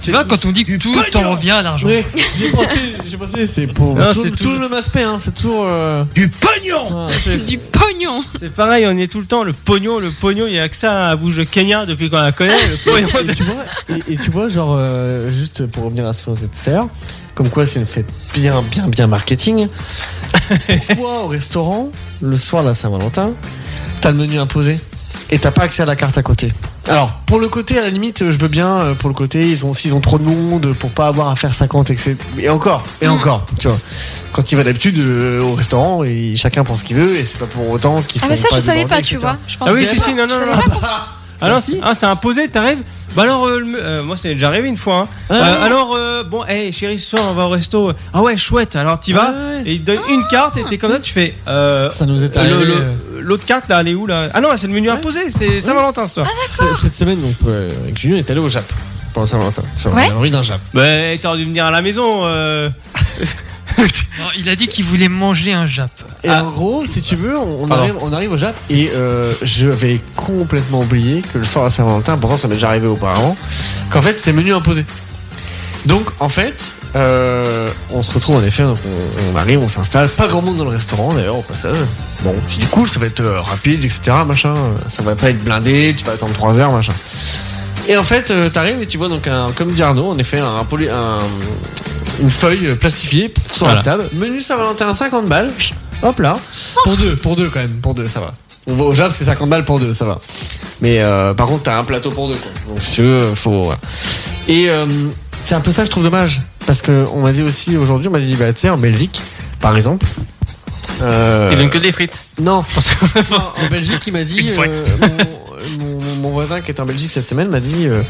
S5: Tu vois, quand on dit que tout en revient à l'argent.
S4: Ouais, j'ai pensé, j'ai pensé, c'est pour
S2: Non,
S4: tout,
S2: c'est
S4: tout
S2: toujours-
S4: le même aspect, hein, c'est toujours. euh,
S8: Du pognon
S4: ah,
S3: Du pognon
S2: C'est pareil, on est tout le temps le pognon, le pognon, il y a que ça à la bouche de Kenya depuis qu'on la connaît, le pognon
S4: et,
S2: de-
S4: tu vois, et, et tu vois, genre, euh, juste pour revenir à ce qu'on faisait de faire, comme quoi c'est une fête bien, bien, bien marketing. Pourquoi au restaurant, le soir de la Saint-Valentin, t'as le menu imposé et t'as pas accès à la carte à côté alors, pour le côté, à la limite, je veux bien, euh, pour le côté, ils ont, s'ils ont trop de monde, pour pas avoir à faire 50, etc. Et encore,
S5: Mm.
S4: et encore, tu vois. Quand il va d'habitude euh, au restaurant, et chacun prend ce qu'il veut, et c'est pas pour autant qu'ils
S3: Ah, mais
S4: sont
S3: ça, je savais pas,
S4: débordés,
S3: tu
S4: etc.
S3: vois. Je pense
S2: Ah oui,
S3: que
S2: si, si, non,
S3: je
S2: non,
S3: savais
S2: non.
S3: pas
S2: Alors,
S4: Merci.
S2: ah, c'est imposé, t'arrives Bah alors, euh, le me- euh, moi, c'est déjà arrivé une fois. hein. Euh, alors, euh, bon, hé, chérie, ce soir, on va au resto. Ah ouais, chouette, alors t'y vas.
S4: Ouais, ouais.
S2: Et il te donne une carte, et t'es comme ça, tu fais. euh,
S4: Ça nous est
S2: le-
S4: arrivé.
S2: le-
S4: euh,
S2: L'autre carte, là, elle est où, là Ah non, là, c'est le menu imposé, c'est Saint-Valentin, ce soir.
S4: C- Cette semaine, donc, euh, avec Julien, on est allé au Jap pour la Saint-Valentin. Sur
S3: Ouais.
S4: la rue d'un Jap.
S2: Bah, t'aurais dû venir à la maison. euh.
S5: Non, il a dit qu'il voulait manger un Jap.
S4: Et
S2: Ah.
S4: en gros, si tu veux, on, on
S2: Pardon.
S4: arrive, on arrive au Jap et euh, je vais complètement oublier que le soir à Saint-Valentin, pourtant ça m'est déjà arrivé auparavant, qu'en fait c'est menu imposé. Donc en fait, euh, on se retrouve en effet, donc on, on arrive, on s'installe, pas grand monde dans le restaurant d'ailleurs au passage. Bon, je dis cool, ça va être euh, rapide, etc. Machin, ça va pas être blindé, tu vas attendre 3 heures, machin. Et en fait, euh, t'arrives et tu vois donc un, comme dit Arnaud, en effet, un, poly- un- une feuille plastifiée sur la
S2: Voilà.
S4: table. Menu Saint-Valentin, 50 balles. Hop là. Pour deux, pour deux quand même, pour deux, ça va. On va au Jap, c'est 50 balles pour deux, ça va. Mais euh, par contre, t'as un plateau pour deux, quoi. Donc, si tu veux, faut. voilà. Et euh, c'est un peu ça que je trouve dommage. Parce qu'on m'a dit aussi aujourd'hui, on m'a dit, bah, tu sais, en Belgique, par exemple. euh,
S2: Ils donnent que des frites.
S4: non, Non, en Belgique, il m'a dit. euh, mon, mon- mon voisin qui est en Belgique cette semaine m'a dit. euh,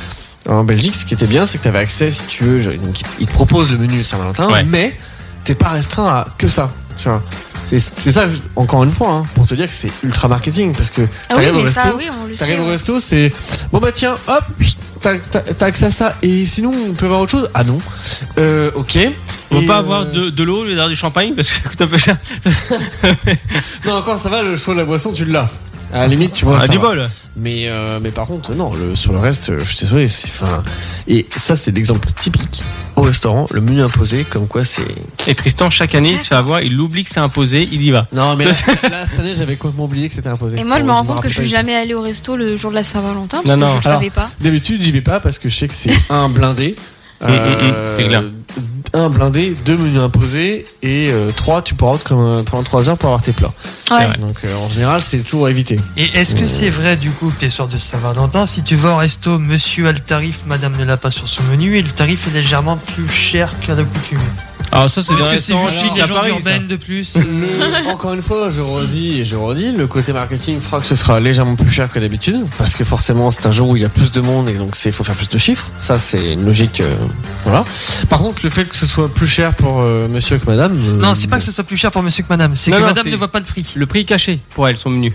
S4: en Belgique, ce qui était bien, c'est que tu avais accès, si tu veux. je- donc, il te propose le menu Saint-Valentin,
S2: Ouais.
S4: mais t'es pas restreint à que ça. Tu vois. C'est c'est ça, encore une fois, hein, pour te dire que c'est ultra marketing. Parce que
S3: Ah oui,
S4: t'arrives au
S3: mais
S4: resto,
S3: ça, oui, on le sait.
S4: T'arrives au
S3: ouais.
S4: resto, c'est bon bah tiens, hop, t'as t'as- t'as accès à ça. Et sinon, on peut avoir autre chose Ah non. Euh, ok.
S2: On
S4: Et,
S2: peut pas
S4: euh,
S2: avoir de, de l'eau au lieu d'avoir du champagne parce que ça coûte un peu cher.
S4: Non, encore ça va, le choix de la boisson, tu l'as. À la limite, tu vois.
S2: Ah,
S4: ça
S2: du
S4: va.
S2: bol.
S4: Mais, euh, mais par contre, non, le, sur le reste, euh, je suis désolé. c'est- enfin, Et ça, c'est l'exemple typique au restaurant, le menu imposé, comme quoi c'est.
S2: Et Tristan, chaque année, il se fait avoir, il oublie que c'est imposé, il y va.
S4: Non, mais là, là, cette année, j'avais complètement oublié que c'était imposé.
S3: Et moi, je me rends compte que
S4: Oh, rappelle
S3: je suis
S4: pas du
S3: jamais allée au resto le jour de la Saint-Valentin
S2: Non,
S3: parce que
S2: non.
S3: je le
S4: Alors,
S3: savais pas.
S4: tout. D'habitude, j'y vais pas parce que je sais que c'est un blindé. Euh,
S2: Hum, hum, hum, c'est clair.
S4: un blindé, deux menus imposés et euh, trois, tu peux rentrer comme, euh, pendant trois heures pour avoir tes plats.
S3: Ouais.
S4: Donc euh, en général, c'est toujours évité.
S5: Et est-ce que c'est vrai du coup que t'es sorti de Saint-Valentin Si tu vas au resto, monsieur a le tarif, madame ne l'a pas sur son menu et le tarif est légèrement plus cher qu'à la coutume.
S2: Alors, Ah, ça, c'est
S5: Parce
S2: des
S5: que c'est
S2: restaurants
S5: juste
S2: chics
S5: les
S2: à
S5: gens
S2: Paris,
S5: urbaines de plus.
S4: Le- encore une fois, je redis et je redis, le côté marketing fera que ce sera légèrement plus cher que d'habitude, parce que forcément c'est un jour où il y a plus de monde et donc il faut faire plus de chiffres. Ça c'est une logique, euh, voilà. Par contre, le fait que ce soit plus cher pour euh, Monsieur que Madame. euh,
S5: Non, c'est pas que ce soit plus cher pour monsieur que madame, c'est que
S2: Non, non,
S5: madame
S2: c'est-
S5: ne voit pas le prix.
S2: ça. Le prix est caché pour elle, son menu.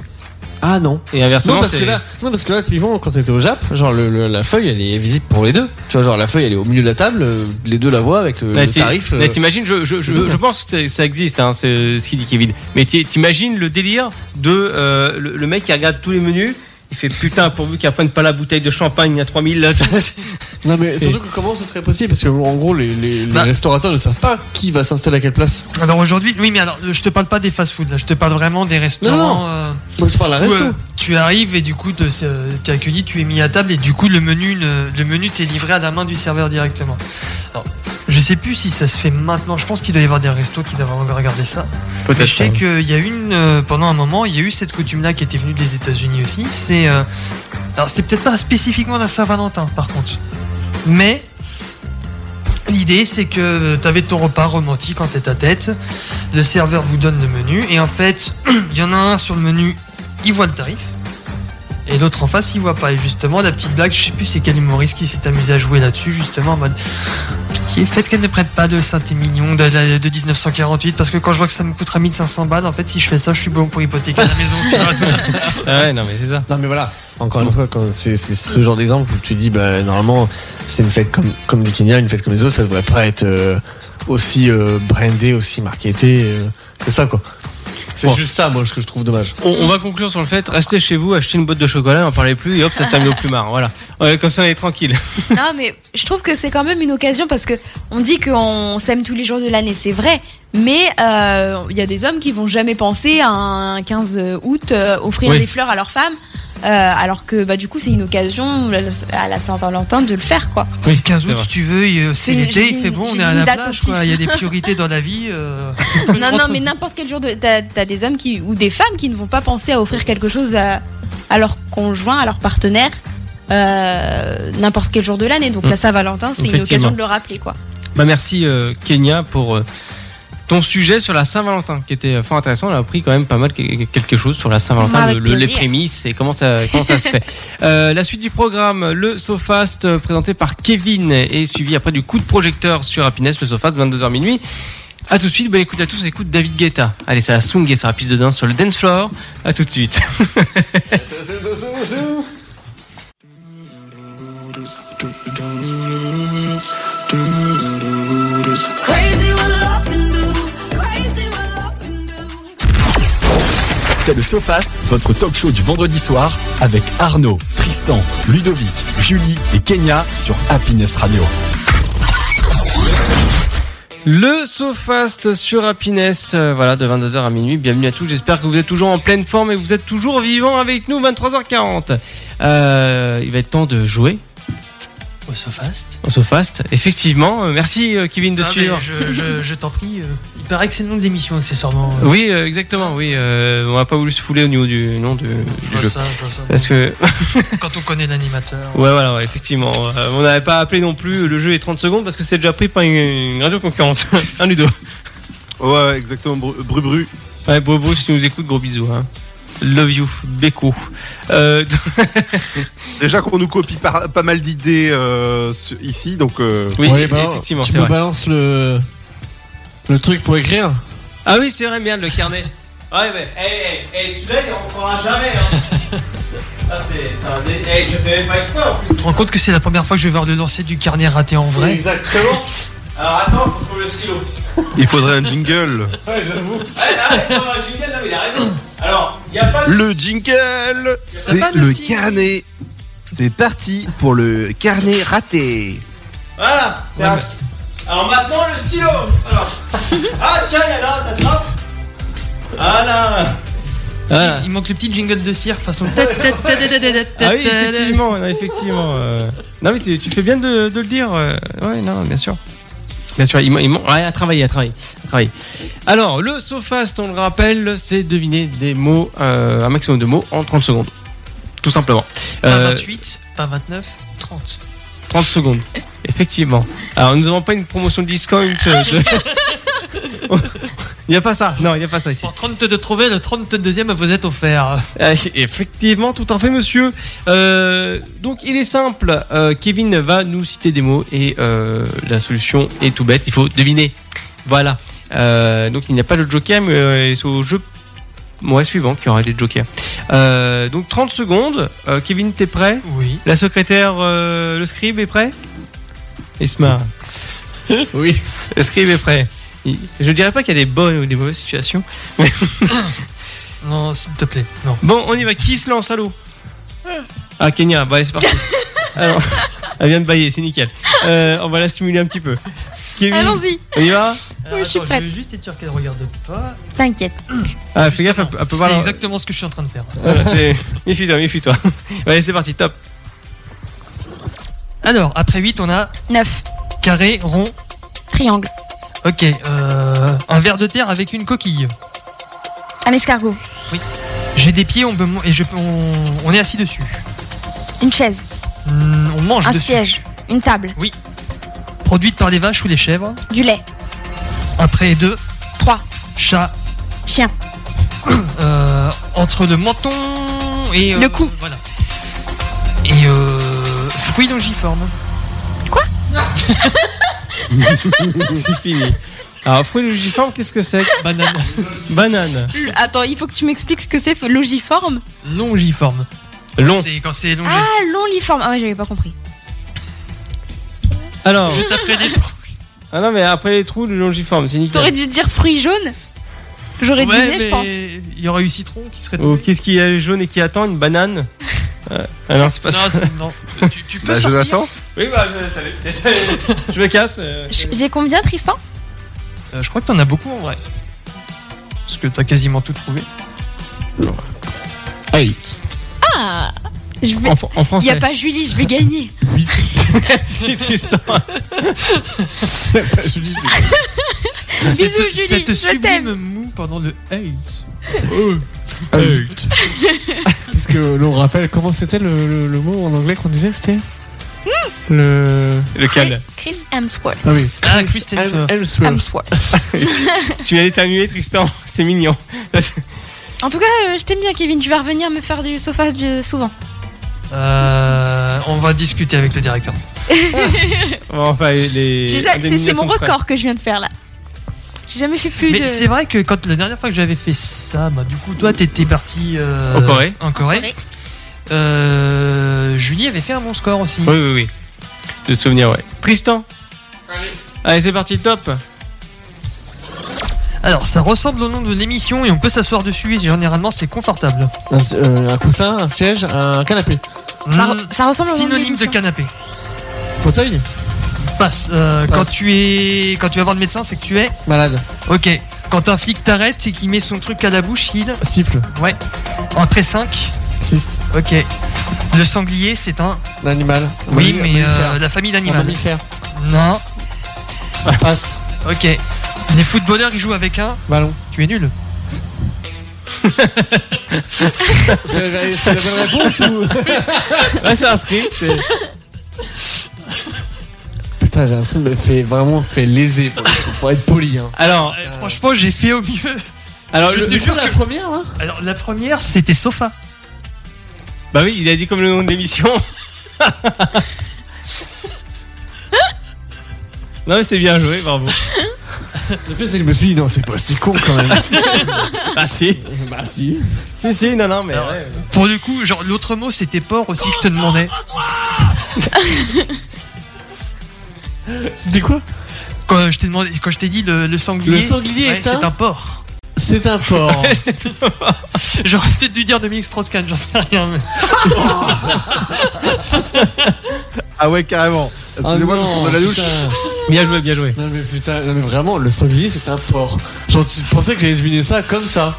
S4: Ah non.
S2: Et
S4: Non
S2: inversement,
S4: parce, que
S2: c'est.
S4: là, non parce que là typiquement quand t'étais au Jap, genre le- le- la feuille elle est visible pour les deux. Tu vois genre la feuille elle est au milieu de la table, euh, les deux la voient avec le,
S5: Bah,
S2: Là,
S4: le
S2: t'i-
S4: tarif. euh,
S2: là, t'imagines, je, je, je,
S4: tout bon.
S2: je pense que c'est- ça existe, hein, ce, ce qu'il dit Kevin. Mais t'i- t'imagines le délire de euh, le, le mec qui regarde tous les menus, il fait putain, pourvu qu'il prenne pas la bouteille de champagne à 3000. là, tu vois, c'est-
S4: Non mais
S2: C'est-
S4: surtout que comment ce serait possible parce que en gros les, les- les
S5: Bah-
S4: restaurateurs ne savent pas qui va s'installer à quelle place.
S5: Alors aujourd'hui, oui, mais alors je te parle pas des fast-food là, je te parle vraiment des restaurants.
S4: non.
S5: euh,
S4: Moi je parle à
S5: où,
S4: resto.
S5: euh, tu arrives et du coup te- euh, t'es accueilli, tu es mis à table et du coup le menu ne- le menu t'est livré à la main du serveur directement. Alors, je sais plus si ça se fait maintenant. Je pense qu'il doit y avoir des restos qui doivent regarder ça. Mais je
S2: hein.
S5: sais qu'il y a une euh, pendant un moment, il y a eu cette coutume-là qui était venue des États-Unis aussi. C'est euh, alors c'était peut-être pas spécifiquement la Saint-Valentin par contre, mais L'idée, c'est que tu avais ton repas romantique en tête à tête. Le serveur vous donne le menu. Et en fait, il y en a un sur le menu, il voit le tarif. Et l'autre en face, il voit pas. Et justement, la petite blague, je sais plus c'est quel humoriste qui s'est amusé à jouer là-dessus, justement, en mode pitié, faites qu'elle ne prête pas de Saint-Émilion de, de, de 1948, parce que quand je vois que ça me coûtera 1500 balles, en fait, si je fais ça, je suis bon pour hypothéquer la maison. tu vois.
S2: Ah ouais, non, mais c'est ça.
S4: Non mais voilà, encore une fois, quand c'est c'est ce genre d'exemple où tu dis, bah normalement, c'est une fête comme, comme les Kenya, une fête comme les autres, ça devrait pas être euh, aussi euh, brandé, aussi marketé euh, que ça quoi. C'est
S2: Bon.
S4: juste ça, moi, ce que je trouve dommage.
S2: On, on va conclure sur le fait, restez chez vous, achetez une boîte de chocolat, n'en parlez plus, et hop, ça se termine au plumard. Voilà. Ouais, comme ça, on est tranquille.
S3: Non, mais je trouve que c'est quand même une occasion parce que on dit qu'on s'aime tous les jours de l'année, c'est vrai. Mais euh, il y a des hommes qui vont jamais penser à un 15 août euh, offrir
S2: Oui.
S3: des fleurs à leur femme, euh, alors que bah du coup c'est une occasion à la Saint-Valentin de le faire quoi.
S5: Le 15 août,
S2: vrai.
S5: si tu veux, il- euh, c'est
S3: J'ai-
S5: l'été,
S3: j'ai
S5: il fait
S3: une-
S5: bon, on
S3: j'ai
S5: est à
S3: une
S5: la
S3: date au
S5: plage,
S3: pif.
S5: quoi. Il y a des priorités dans la vie. euh,
S3: Non non, mais n'importe quel jour de t'as as des hommes qui ou des femmes qui ne vont pas penser à offrir quelque chose à, à leur conjoint, à leur partenaire. euh, n'importe quel jour de l'année donc la Saint-Valentin c'est une
S2: Mm. Effectivement.
S3: occasion de le rappeler quoi
S2: Bah, merci, euh, Kenya, pour euh, ton sujet sur la Saint-Valentin, qui était euh, fort intéressant. On a appris quand même pas mal que- quelque chose sur la
S3: Bah,
S2: Saint-Valentin,
S3: avec
S2: le- le- les
S3: plaisir.
S2: prémices et comment ça, comment ça se fait. Euh, la suite du programme, le SoFast, euh, présenté par Kevin, et suivi après du coup de projecteur sur Happiness, le SoFast, 22h minuit. A tout de suite, bonne écoute à tous, on écoute David Guetta. Allez, ça la swinguer sur la piste de danse sur le dance floor. A tout de suite.
S1: C'est le SoFast, votre talk show du vendredi soir avec Arnaud, Tristan, Ludovic, Julie et Kenya sur Happiness Radio.
S2: Le SoFast sur Happiness, euh, voilà, de 22h à minuit. Bienvenue à tous. J'espère que vous êtes toujours en pleine forme et que vous êtes toujours vivant avec nous, 23h40. Euh, il va être temps de jouer
S5: Au Sofast.
S2: au SoFast. Effectivement, euh, merci euh, Kevin de
S5: Ah, mais
S2: suivre.
S5: Je, je- je t'en prie. euh, Il paraît que c'est le nom de l'émission, accessoirement. euh,
S2: Oui, euh, exactement, oui. euh, on n'a pas voulu se fouler au niveau du nom du,
S5: je
S2: du
S5: vois
S2: jeu.
S5: ça, je vois ça.
S2: Parce que, ouais,
S5: Quand on connaît l'animateur.
S2: voilà, ouais, effectivement. euh, on n'avait pas appelé non plus le jeu est 30 secondes parce que c'est déjà pris par une, une radio concurrente. Un Ludo.
S6: Ouais, exactement, bru bru. bru.
S2: Ouais, Bobo, si tu nous écoutes, gros bisous. hein. Love you, Beko. Euh,
S6: Déjà qu'on nous copie par- pas mal d'idées euh, sur- ici, donc euh,
S2: Oui,
S4: Ouais, bah,
S2: effectivement,
S4: Tu
S2: c'est
S4: me
S2: vrai.
S4: balances le. Le truc pour écrire
S2: Ah oui, c'est vrai, merde, le carnet. Ouais, mais, hey, hey, hey, celui-là, on ne fera jamais. Hein. ah, c'est c'est un dé... Hey, je fais même pas exprès en plus.
S5: Tu te rends compte que c'est la première fois que je vais voir le lancer du carnet raté en vrai
S2: Exactement. Alors attends, faut que je trouve le stylo.
S6: il faudrait un jingle.
S2: Ouais, arrête, non, j'ai bien, non, mais il a raison. Alors, il n'y a pas de.
S6: Le jingle, c'est
S5: pas de
S6: le
S5: jingle.
S6: carnet. C'est parti pour le carnet raté.
S2: Voilà, c'est
S5: Ouais,
S2: un- Alors maintenant, le stylo. Alors. ah, tiens, il y en a, t'attrapes. Voilà. Voilà.
S5: Il manque le petit jingle de cire façon. Ah
S2: Ah oui, effectivement, non, effectivement. euh. Non, mais tu, tu fais bien de, de le dire. euh. Ouais, non, bien sûr. Bien sûr, il, man- il man- ouais, à travailler, à travailler, à travailler. Alors, le SoFast, on le rappelle, c'est deviner des mots, euh, un maximum de mots en 30 secondes. Tout simplement.
S5: Pas
S2: Euh,
S5: 28, pas 29, 30.
S2: 30 secondes. Effectivement. Alors, nous n'avons pas une promotion de discount. euh, de- Il n'y a pas ça, non, il n'y a pas ça ici.
S5: Pour 30 de trouver, le 32e vous est offert.
S2: Euh, Effectivement, tout à fait, monsieur. Euh, donc, il est simple. Euh, Kevin va nous citer des mots et euh, la solution est tout bête. Il faut deviner. Voilà. Euh, donc, il n'y a pas de joker, mais euh, c'est au jeu ouais, suivant qu'il y aura des jokers. Euh, donc, 30 secondes. Euh, Kevin, t'es prêt
S5: Oui.
S2: La secrétaire, euh, le scribe est prêt Isma,
S4: Oui.
S2: le scribe est prêt. Il- Je dirais pas qu'il y a des bonnes ou des mauvaises situations.
S5: Non, s'il te plaît. Non.
S2: Bon, on y va. Qui se lance à l'eau Ah, Kenya. Bah, allez, c'est parti. Alors, elle vient de bailler, c'est nickel. Euh, on va la stimuler un petit peu. Kevin,
S3: allons-y
S2: on y va
S5: Alors,
S3: je suis
S5: attends,
S3: prête.
S5: je veux juste être sûr qu'elle regarde pas.
S3: t'inquiète
S2: ah, Fais gaffe, elle peut- elle peut
S5: C'est
S2: voir. la-
S5: exactement ce que je suis en train de faire.
S2: Voilà, t'es- Méfie-toi, méfie-toi. Bah, Allez, c'est parti, top.
S5: Alors, après 8, on a
S3: 9
S5: carré, rond.
S3: triangle
S5: Ok, euh, un verre de terre avec une coquille.
S3: un escargot
S5: J'ai des pieds, on peut mon- et je peux- on, on est assis dessus.
S3: une chaise
S5: Hmm, on mange
S3: un
S5: dessus.
S3: siège, une table,
S5: Produite par les vaches ou les chèvres.
S3: du lait,
S5: Après 2,
S3: 3,
S5: chat
S3: chien,
S5: euh, entre le menton et euh,
S3: Le cou.
S5: Voilà. Et euh, fruits longiformes.
S2: C'est fini. Alors, fruit logiforme, qu'est-ce que c'est
S5: Banane.
S2: Banane.
S3: Attends, il faut que tu m'expliques ce que c'est logiforme.
S5: Longiforme.
S2: Long.
S5: C'est quand c'est long.
S3: Ah, longiforme. Ah ouais, j'avais pas compris.
S2: Alors,
S5: Juste après les trous.
S2: ah non, mais après les trous, le longiforme, c'est nickel.
S3: T'aurais dû dire fruit jaune
S8: J'aurais
S2: Ouais,
S8: deviné, je pense.
S2: mais-
S5: Il y aurait eu citron qui serait
S2: Ou Oh, qu'est-ce qui est jaune et qui attend Une banane Euh, Ah non, c'est pas ça.
S5: Non, c'est- non. tu, tu peux
S6: Bah,
S5: sortir.
S6: Jonathan
S2: Oui, bah, je- salut. Salut. Je me casse. euh,
S8: J- J'ai combien, Tristan
S5: Euh, je crois que t'en as beaucoup en vrai. Parce que t'as quasiment tout trouvé.
S4: 8.
S8: Ah je vais...
S2: En, fr-
S8: Il
S2: en
S8: n'y
S2: français.
S8: a pas Julie, je vais gagner.
S2: Merci, Tristan.
S8: Bisous,
S5: Cette-
S8: Julie,
S5: Cette
S8: je
S5: sublime
S8: t'aime.
S5: mou pendant le Ah, hate.
S2: Oh.
S4: Est-ce que l'on rappelle comment c'était le, le- le mot en anglais qu'on disait C'était Le.
S2: Lequel
S3: Chris Hemsworth.
S4: Ah oui.
S5: Ah, Kristen
S4: Hem-
S5: Stewart.
S4: Hemsworth.
S3: Hemsworth.
S2: Tu viens d'éternuer, Tristan. C'est mignon.
S3: En tout cas, euh, je t'aime bien, Kevin. Tu vas revenir me faire du sofa euh, souvent.
S5: Euh, on va discuter avec le directeur.
S2: Bon, enfin, les.
S8: J'ai ja- C'est c'est mon
S2: indemnisations de frais.
S8: record que je viens de faire là. J'ai jamais fait plus
S5: Mais
S8: de.
S5: c'est vrai que quand la dernière fois que j'avais fait ça, bah, du coup, toi, t'étais parti euh,
S2: En Corée.
S5: En Corée.
S8: Corée.
S5: Euh, Julie avait fait un bon score aussi.
S2: Oui, oui, oui. De souvenir, ouais. Tristan Allez, c'est parti, top
S5: Alors, ça ressemble au nom de l'émission et on peut s'asseoir dessus. Et généralement, c'est confortable.
S4: Un, euh, un coussin, un siège, un canapé.
S3: Ça,
S5: Hmm,
S3: re- ça ressemble au nom de
S5: synonyme de
S3: l'émission.
S5: canapé.
S4: Fauteuil
S5: Passe. Euh,
S4: Passe.
S5: Quand tu es, quand tu vas voir le médecin, c'est que tu es.
S4: Malade.
S5: Ok. Quand un flic t'arrête et qu'il met son truc à la bouche, il.
S4: Siffle.
S5: Après 5.
S4: 6.
S5: Ok. Le sanglier, c'est un.
S4: L'animal.
S5: Oui,
S4: Un
S5: mais
S4: mammifère.
S5: euh, la famille
S4: Un
S5: d'animaux.
S4: mammifère.
S5: Non.
S4: Passe.
S5: Ok. Les footballeurs, ils jouent avec un.
S4: Ballon.
S5: Tu es nul.
S4: C'est la, c'est la bonne réponse ou.
S2: Là, c'est inscrit. c'est-
S4: Putain, j'ai l'impression de me fait vraiment fait léser pour, le coup, pour être poli. Hein.
S2: Alors,
S5: Euh, Franchement, j'ai fait au mieux.
S2: alors
S5: je
S2: le-
S5: te jure que.
S4: première, hein
S5: Alors, la première, c'était sofa.
S2: Bah oui, il a dit comme le nom de l'émission. non, mais c'est bien joué, bravo.
S4: Le pire, c'est que je me suis dit, non, c'est pas si con quand même.
S2: Ah si.
S4: bah si.
S2: Si, si, non, non, mais.
S5: Alors, Pour le coup, genre, l'autre mot, c'était porc aussi que je te demandais.
S4: C'était quoi
S5: Quand je t'ai demandé, quand je t'ai dit le, le sanglier.
S4: Le sanglier
S5: ouais,
S4: est un-
S5: c'est un porc.
S4: C'est un porc.
S5: J'aurais peut-être dû dire Dominique Strauss-Kahn, j'en sais rien. mais-
S6: Ah ouais, carrément. Excusez-moi, je
S4: non,
S6: suis dans la douche.
S4: putain.
S2: Bien joué, bien joué.
S4: Non mais putain, non mais vraiment, le sanglier c'est un porc. Genre tu pensais que j'allais deviner ça comme ça.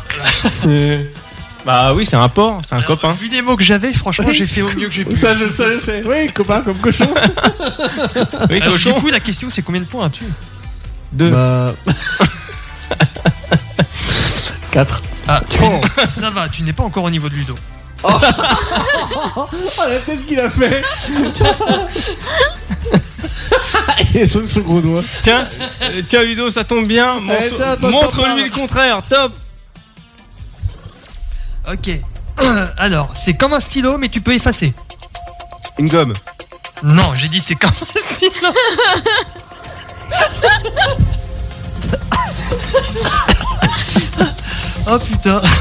S4: Euh,
S2: Bah oui, c'est un porc, c'est un
S5: Alors,
S2: copain.
S5: Vu les mots que j'avais, franchement, j'ai fait au mieux que j'ai pu.
S4: ça je le sais, je sais. Oui, copain comme cochon.
S2: Oui,
S5: Alors, du
S2: cochon.
S5: coup, la question, c'est combien de points as-tu
S2: Deux.
S4: Bah... 4.
S5: Ah, tu es- ça va, tu n'es pas encore au niveau de Ludo.
S4: Oh la tête qu'il a fait Il sonne son gros doigt.
S2: Tiens, euh, tiens, Ludo, ça tombe bien.
S4: Eh,
S2: Montre-
S4: tiens, toi, t'en
S2: Montre-lui
S4: parles.
S2: le contraire, top.
S5: Ok. Alors, c'est comme un stylo, mais tu peux effacer.
S6: Une gomme.
S5: Non, j'ai dit c'est comme un stylo. oh putain.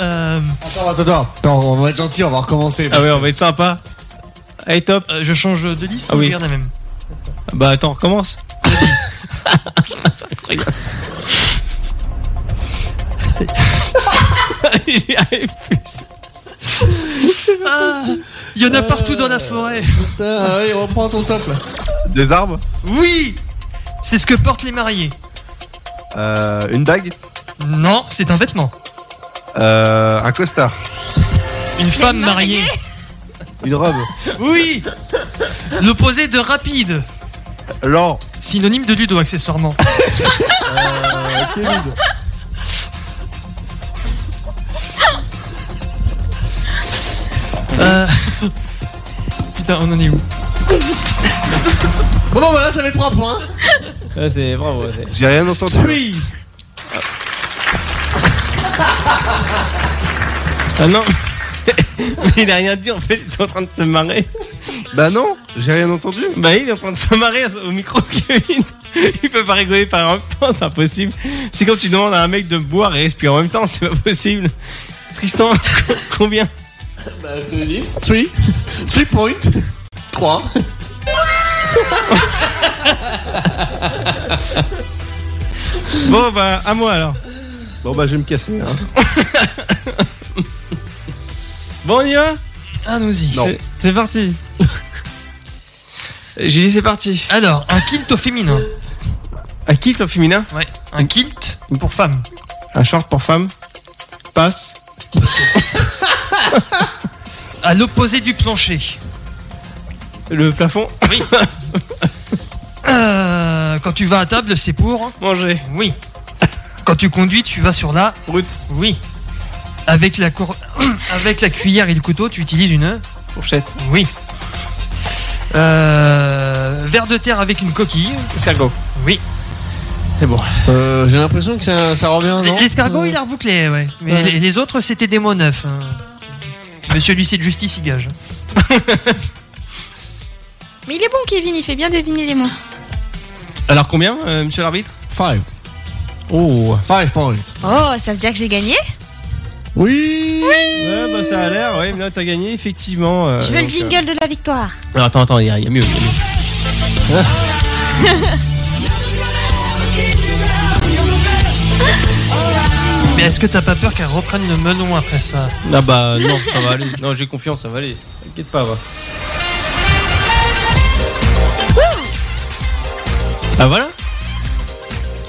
S5: Euh,
S4: Attends, attends, Euh. attends. on va être gentil, on va recommencer.
S2: Ah ouais, on va être sympa. Allez, top.
S5: euh, je change de liste
S2: Ah
S5: ou
S2: oui.
S5: je garde la même
S2: Bah attends, recommence. Vas-y. c'est incroyable. J'y arrive plus.
S5: Ah, Il y
S2: Euh.
S5: en a partout dans la forêt.
S4: Putain, allez, reprends ton top là.
S6: Des arbres.
S5: Oui C'est ce que portent les mariés.
S6: Euh, une bague.
S5: Non, c'est un vêtement.
S6: Euh, un costard.
S5: Une femme mariée.
S6: Une robe.
S5: Oui L'opposé de rapide.
S6: Lent.
S5: Synonyme de Ludo, accessoirement. Euh, Putain, on en est où
S4: Bon, bon, voilà, ça fait 3 points.
S2: Ouais, c'est bravo. c'est-
S6: J'ai rien entendu.
S4: Oui.
S2: Ah non. Mais il a rien dit en fait, il est en train de se marrer.
S6: Bah non, j'ai rien entendu.
S2: Bah il est en train de se marrer au micro Kevin. Il peut pas rigoler par en même temps, c'est impossible. C'est quand tu demandes à un mec de boire et respirer en même temps, c'est pas possible. Tristan, combien
S4: Bah, je te le dis. 3. 3 points. 3.
S2: Bon bah à moi alors.
S6: Bon bah je vais me casser. hein.
S2: Bon, on y va
S5: Allons-y.
S6: Non.
S2: C'est- C'est parti. J'ai dit c'est parti.
S5: Alors, un kilt au féminin.
S2: Un kilt en féminin,
S5: Ouais, un kilt pour femme.
S2: un short pour femme, passe,
S5: À l'opposé du plancher.
S2: le plafond,
S5: Euh, quand tu vas à table, c'est pour.
S2: manger,
S5: Oui. Quand tu conduis, tu vas sur la.
S2: route,
S5: Oui. Avec la, cour- Avec la cuillère et le couteau, tu utilises une.
S2: fourchette,
S5: Oui. Euh, verre de terre avec une coquille.
S2: escargot.
S5: Oui.
S4: Euh, J'ai l'impression que ça, ça
S5: Ah
S4: revient, non
S5: L'escargot, il a rebouclé, ouais. Mais
S4: Ouais.
S5: les- les autres, c'était des mots neufs. hein. euh, Monsieur l'huissier de justice, il gage.
S3: Mais il est bon, Kevin, il fait bien deviner les mots.
S2: Alors combien, euh, monsieur l'arbitre
S4: Five.
S2: Oh
S4: Five points.
S3: Oh, ça veut dire que j'ai gagné
S4: Oui.
S2: Ouais, bah ça a l'air, ouais, mais là t'as gagné, effectivement. euh,
S3: Je veux le
S2: donc, euh,
S3: jingle de la victoire.
S2: Non, attends, attends, il y, a- il y a mieux. il y a mieux.
S5: Mais est-ce que t'as pas peur qu'elle reprenne le melon après ça
S2: Ah bah non, ça va aller. Non, j'ai confiance, ça va aller. T'inquiète pas, va. Ah voilà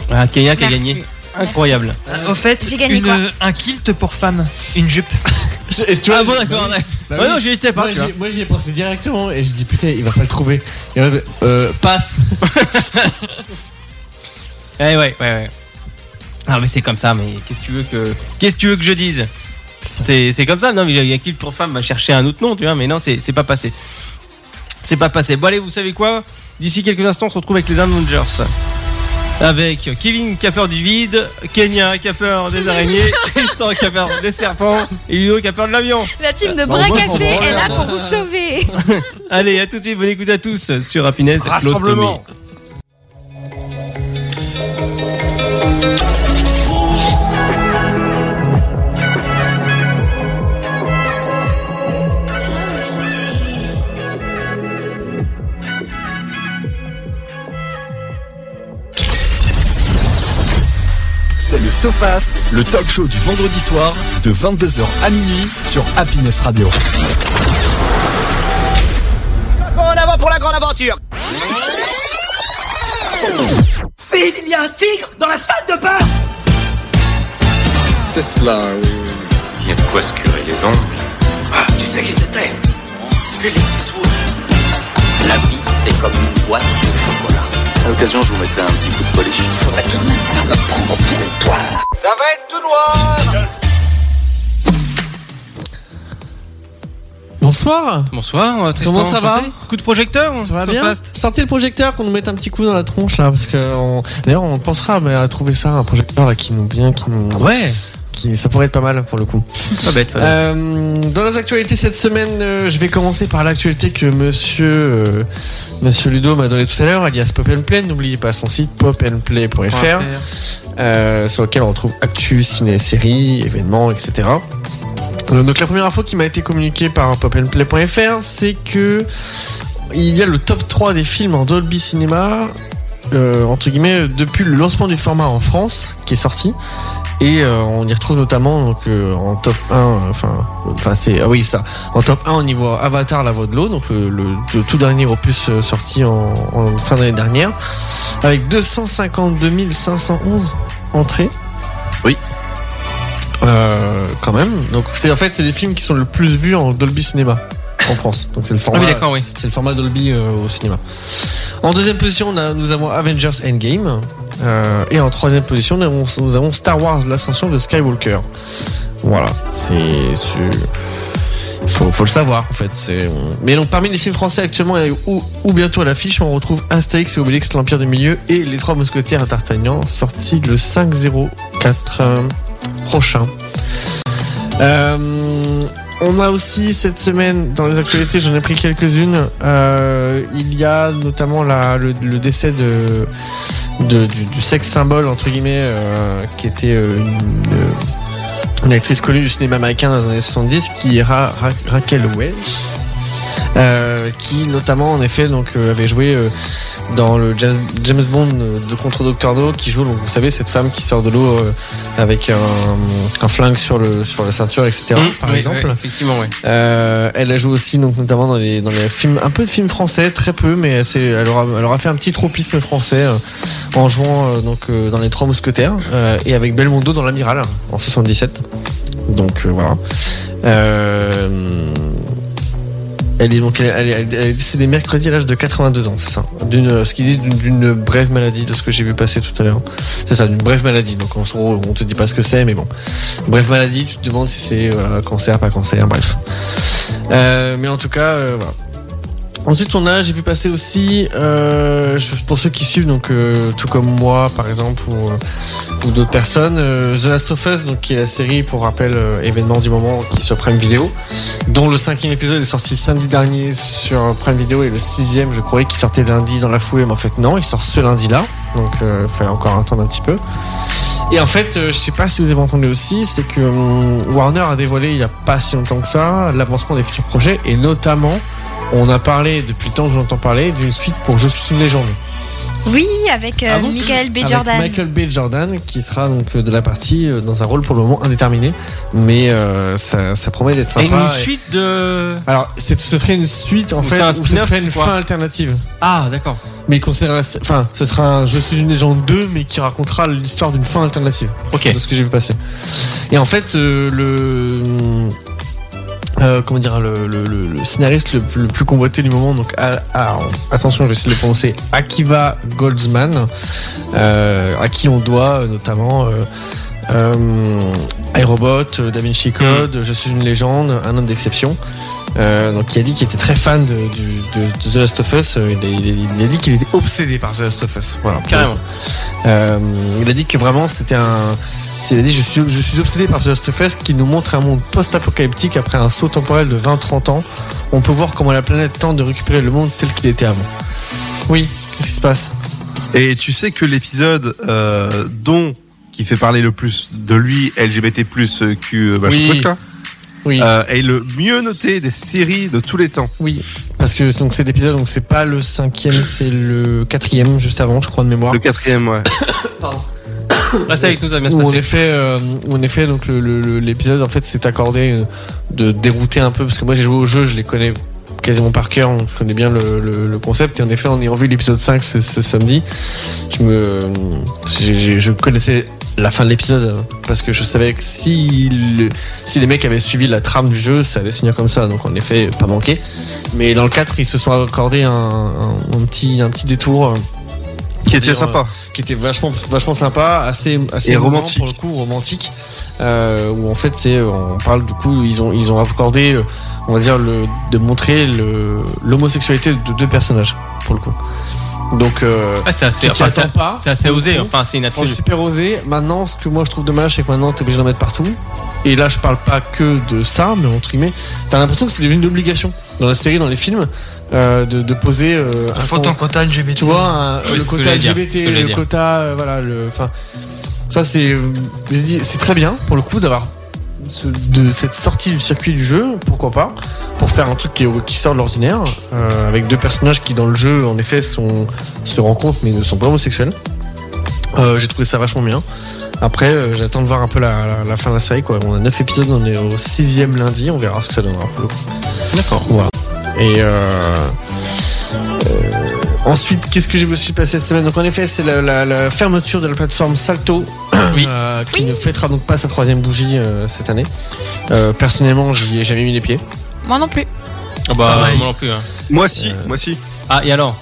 S2: Ah, Kenya qui a
S3: Merci.
S2: gagné. Incroyable.
S5: Euh, Au fait,
S3: J'ai gagné
S5: une- euh,
S3: quoi
S5: un kilt pour femme, une jupe.
S4: Et tu vois,
S2: Ah bon,
S4: j'ai-
S2: d'accord.
S4: bah
S2: ouais.
S4: oui, bah
S2: Ouais,
S4: oui.
S2: non, j'y étais pas,
S4: Moi,
S2: tu vois.
S4: j'y- Moi j'y ai pensé directement et je dis putain il va pas le trouver. Et en fait, euh, passe.
S2: Eh ouais, ouais, ouais. Ah mais c'est comme ça, mais qu'est-ce que tu veux que qu'est-ce que tu veux que je dise C'est c'est comme ça. Non mais il y a qui pour femme m'a cherché un autre nom, tu vois, mais non, c'est c'est pas passé. C'est pas passé. Bon allez, vous savez quoi D'ici quelques instants, on se retrouve avec les Avengers. Avec Kevin qui a peur du vide, Kenya qui a peur des araignées, Tristan qui a peur des serpents et Ludo qui a peur de l'avion.
S3: La team de
S4: Bah, au
S3: bras
S4: moins, on
S3: cassés
S4: prend
S3: est là
S4: l'air,
S3: pour vous sauver.
S2: Allez, à tout de suite, bonne écoute à tous sur Happiness Close to Me.
S6: Rassemblement.
S1: C'est le SoFast, le talk show du vendredi soir de 22h à minuit sur Happiness Radio.
S9: Il y a de quoi se curer les ongles. Ah, tu sais qui c'était Clint Eastwood. La vie, c'est comme une boîte de chocolat. À l'occasion, je vous mettrai un petit coup de polish. Il faudrait tout de même pas me prendre pour une poire.
S4: Bonsoir.
S2: Bonsoir, euh, Tristan.
S4: Comment ça va
S2: enchanté. Coup de projecteur
S4: Ça va
S2: sur
S4: bien
S2: Fast
S4: Sortez le projecteur qu'on nous mette un petit coup dans la tronche là parce que on- d'ailleurs on pensera mais, à trouver ça un projecteur là qui nous bien qui nous
S2: Ouais.
S4: qui ça pourrait être pas mal pour le coup.
S2: Pas bête. pas bête.
S4: Euh, dans les actualités cette semaine, euh, je vais commencer par l'actualité que monsieur, euh, monsieur Ludo m'a donnée tout à l'heure, alias Pop and Play. N'oubliez pas son site popandplay.fr euh, sur lequel on retrouve actu, ciné, séries, événements, etc. Euh, Donc la première info qui m'a été communiquée par popandplay.fr, c'est que il y a le top 3 des films en Dolby Cinema euh, entre guillemets depuis le lancement du format en France qui est sorti. Et euh, on y retrouve notamment donc, euh, en top 1, euh, enfin, enfin c'est ah oui ça, en top 1 on y voit Avatar la voix de l'eau, donc le, le- le tout dernier opus euh, sorti en, en fin d'année dernière, avec 252 511 entrées.
S9: Oui.
S4: Euh, quand même. Donc c'est en fait c'est les films qui sont le plus vus en Dolby Cinéma en France. Donc c'est le
S2: Ah
S4: format.
S2: oui, d'accord, oui.
S4: C'est le format Dolby euh, au cinéma. En deuxième position, on a- nous avons Avengers Endgame. Euh, et en troisième position, nous avons, nous avons Star Wars L'Ascension de Skywalker. Voilà, c'est. c'est- Faut, faut le savoir en fait. c'est- Mais donc parmi les films français actuellement et- ou, ou bientôt à l'affiche, on retrouve Astérix et Obélix, l'Empire du Milieu et Les Trois Mousquetaires à D'Artagnan, sorti le 5-04 euh, prochain. Euh, on a aussi cette semaine dans les actualités, j'en ai pris quelques-unes. Euh, il y a notamment la- le, le décès de, de- du, du sexe symbole entre guillemets, euh, qui était euh, une, euh, une actrice connue du cinéma américain dans les années 70, qui est Ra- Ra- Raquel Welch, euh, qui notamment en effet donc euh, avait joué euh, dans le Ja- James Bond euh, de contre Doctor No qui joue, donc, vous savez, cette femme qui sort de l'eau euh, avec un, un flingue sur, le, sur la ceinture, etc.
S2: Mmh,
S4: par
S2: oui,
S4: exemple.
S2: oui, effectivement, ouais.
S4: Euh, elle la joue aussi donc notamment dans les dans les films un peu de films français très peu mais elle, s'est- elle aura elle aura fait un petit tropisme français euh, en jouant euh, donc euh, dans les Trois Mousquetaires euh, et avec Belmondo dans l'amiral en 77 donc euh, voilà Euh, elle est donc elle, elle- elle- elle est décédée mercredi à l'âge de 82 ans c'est ça d'une euh, ce qu'ils disent d'une- d'une brève maladie de ce que j'ai vu passer tout à l'heure c'est ça d'une brève maladie donc en gros on te dit pas ce que c'est mais bon bref maladie tu te demandes si c'est voilà, cancer pas cancer bref euh, mais en tout cas, euh, voilà. Ensuite, on a, j'ai vu passer aussi, euh, je- pour ceux qui suivent, donc euh, tout comme moi, par exemple, ou, euh, ou d'autres personnes, euh, The Last of Us, donc qui est la série, pour rappel, euh, événement du moment qui est sur Prime Video, dont le cinquième épisode est sorti samedi dernier sur Prime Video et le sixième, je croyais qu'il sortait lundi dans la foulée, mais en fait non, il sort ce lundi-là, donc euh, il fallait encore attendre un petit peu. Et en fait, euh, je sais pas si vous avez entendu aussi, c'est que hum, Warner a dévoilé il y a pas si longtemps que ça l'avancement des futurs projets et notamment on a parlé depuis le temps que j'entends parler d'une suite pour Je suis une légende.
S3: Oui, avec euh,
S4: Ah bon
S3: Michael B.
S4: Avec
S3: Jordan.
S4: Michael B. Jordan qui sera donc euh, de la partie euh, dans un rôle pour le moment indéterminé, mais euh, ça, ça promet d'être
S2: Et
S4: sympa.
S2: une
S4: et-
S2: suite de.
S4: Alors c'est- ce serait une suite en
S2: Ou
S4: fait,
S2: c'est un
S4: ou ce
S2: spin-off,
S4: serait une
S2: c'est quoi
S4: fin alternative.
S2: Ah, d'accord.
S4: Mais qu'on sait- enfin ce sera un Je suis une légende 2 mais qui racontera l'histoire d'une fin alternative.
S2: Ok.
S4: de ce que j'ai vu passer. Et en fait, euh, le. euh, comment dire, le, le- le- le scénariste le, le plus convoité du moment, donc à- à- attention, je vais essayer de le prononcer, Akiva Goldsman, euh, à qui on doit euh, notamment euh, euh, iRobot, euh, Da Vinci Code, Je suis une légende, Un homme d'exception. Euh, donc, il a dit qu'il était très fan de, du- de- de The Last of Us. euh, Il a, il a- il a dit qu'il était obsédé par The Last of Us. Voilà.
S2: Carrément.
S4: Euh, il a dit que vraiment c'était un. Il a dit je suis, je suis obsédé par The Last of Us qui nous montre un monde post-apocalyptique après un saut temporel de 20-30 ans. On peut voir comment la planète tente de récupérer le monde tel qu'il était avant. Oui, qu'est-ce qui se passe
S6: Et tu sais que l'épisode euh, dont qui fait parler le plus de lui LGBT plus euh, Q machin
S4: Oui.
S6: truc là,
S4: Oui,
S6: euh, est le mieux noté des séries de tous les temps.
S4: oui. Parce que donc c'est l'épisode, donc c'est pas le cinquième, c'est le quatrième juste avant, je crois de mémoire.
S6: Le quatrième, ouais.
S2: Reste avec nous, ça va bien se
S4: Où en
S2: passer.
S4: effet, euh, où en effet, donc le- le- le- l'épisode en fait s'est accordé euh, de dérouter un peu parce que moi j'ai joué au jeu, je les connais quasiment par cœur, donc je connais bien le, le- le concept et en effet en ayant vu l'épisode 5 ce, ce samedi, je me, j'ai- j'ai- je connaissais la fin de l'épisode hein, parce que je savais que si le- si les mecs avaient suivi la trame du jeu, ça allait se finir comme ça, donc en effet pas manqué. Mais dans le 4 ils se sont accordés un, un- un petit un petit détour. euh,
S6: Qui était
S4: Dire,
S6: sympa.
S4: qui était vachement vachement sympa, assez assez
S6: Et
S4: émouvant,
S6: romantique.
S4: pour le coup romantique euh, où en fait c'est on parle du coup ils ont ils ont accordé euh, on va dire le de montrer le l'homosexualité de deux personnages pour le coup. Donc euh,
S2: Ah, c'est assez,
S4: Tu t'y
S2: enfin, c'est-
S4: attends pas.
S2: c'est assez osé, enfin, c'est
S4: c'est
S2: inattendu.
S4: super osé. Maintenant, ce que moi je trouve dommage, c'est que maintenant t'es obligé d'en mettre partout. Et là, je parle pas que de ça, mais entre guillemets, t'as l'impression que c'est devenu une obligation dans la série, dans les films, euh, de, de poser euh, un
S5: Il faut tant quota LGBT.
S4: tu vois un-
S2: Oui,
S4: le
S2: c'est ce que
S4: quota
S2: j'allais dire, c'est ce que
S4: LGBT
S2: j'allais
S4: le
S2: dire.
S4: quota euh, voilà le enfin ça c'est euh, je dis, c'est très bien pour le coup d'avoir ce- de cette sortie du circuit du jeu pourquoi pas pour faire un truc qui, est- qui sort de l'ordinaire euh, avec deux personnages qui dans le jeu en effet sont se rencontrent mais ne sont pas homosexuels Euh, j'ai trouvé ça vachement bien après euh, j'attends de voir un peu la, la- la fin de la série quoi on a 9 épisodes on est au sixième lundi on verra ce que ça donnera pour le coup d'accord voilà et euh, Ensuite, qu'est-ce que j'ai aussi passé cette semaine Donc, en effet, c'est la, la- la fermeture de la plateforme Salto,
S2: Oui.
S4: euh, qui ne fêtera donc pas sa troisième bougie euh, cette année. Euh, personnellement, j'y ai jamais mis les pieds.
S3: Moi non plus.
S2: Ah, bah,
S5: Pareil.
S2: moi non plus. hein.
S6: Moi si, moi si.
S2: Ah, et alors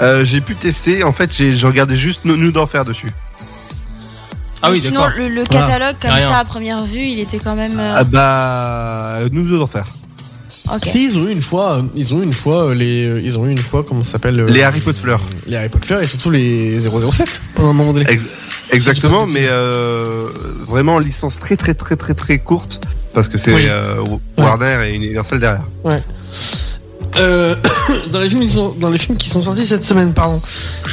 S6: Euh, j'ai pu tester. En fait, j'ai j'ai regardé juste nous d'enfer dessus.
S2: Ah,
S3: Mais
S2: oui,
S3: sinon,
S2: d'accord.
S3: le, le
S4: Voilà.
S3: catalogue, comme
S2: Rien.
S3: ça, à première vue, il était quand même. euh,
S6: Ah bah nous d'enfer.
S3: ok.
S4: Ah, Si, ils ont eu une fois, euh, ils ont eu une fois euh, les, euh, ils ont eu une fois comment ça s'appelle euh,
S6: Les Harry Potter fleurs.
S4: les Harry Potter et surtout les 007 pendant un moment donné.
S6: Ex- exactement, mais euh, vraiment licence très très très très très courte parce que c'est
S4: Oui.
S6: euh, Warner et Universal derrière.
S4: Euh, dans les films, ils sont, dans les films qui sont sortis cette semaine, pardon.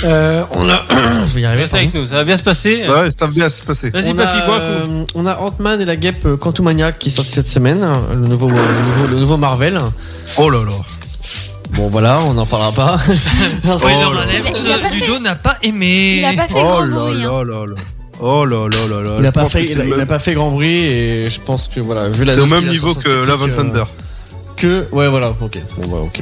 S4: Euh, on a, je vais y arriver.
S2: Reste avec nous, ça va Ah, bien se passer.
S6: Ouais, ça va bien se passer.
S2: Vas-y,
S4: On a,
S2: papy, quoi
S4: euh, on a Ant-Man et la guêpe euh, hein, Quantumania qui est sorti cette semaine, euh, le nouveau, le nouveau, le nouveau Marvel.
S6: Oh là là.
S4: Bon, voilà, on n'en parlera pas.
S5: Spoiler
S6: Oh là.
S5: alert,
S8: Il a- il a pas
S5: Ludo n'a pas
S8: Il
S5: aimé.
S8: a pas fait
S6: Oh
S8: grand
S6: là
S8: bruit. hein.
S6: là là là. Oh là là là là.
S4: Il n'a
S6: Je
S4: pas,
S6: pense
S4: fait-
S6: que c'est
S4: il a-
S6: le
S4: il a
S6: même-
S4: pas fait grand bruit et je pense que voilà, vu la
S6: C'est au
S4: note
S6: même
S4: qu'il a
S6: niveau
S4: sur
S6: que
S4: son
S6: Love and
S4: critique, euh,
S6: Thunder.
S4: Que, ouais, voilà, ok. Bon, bah, ok.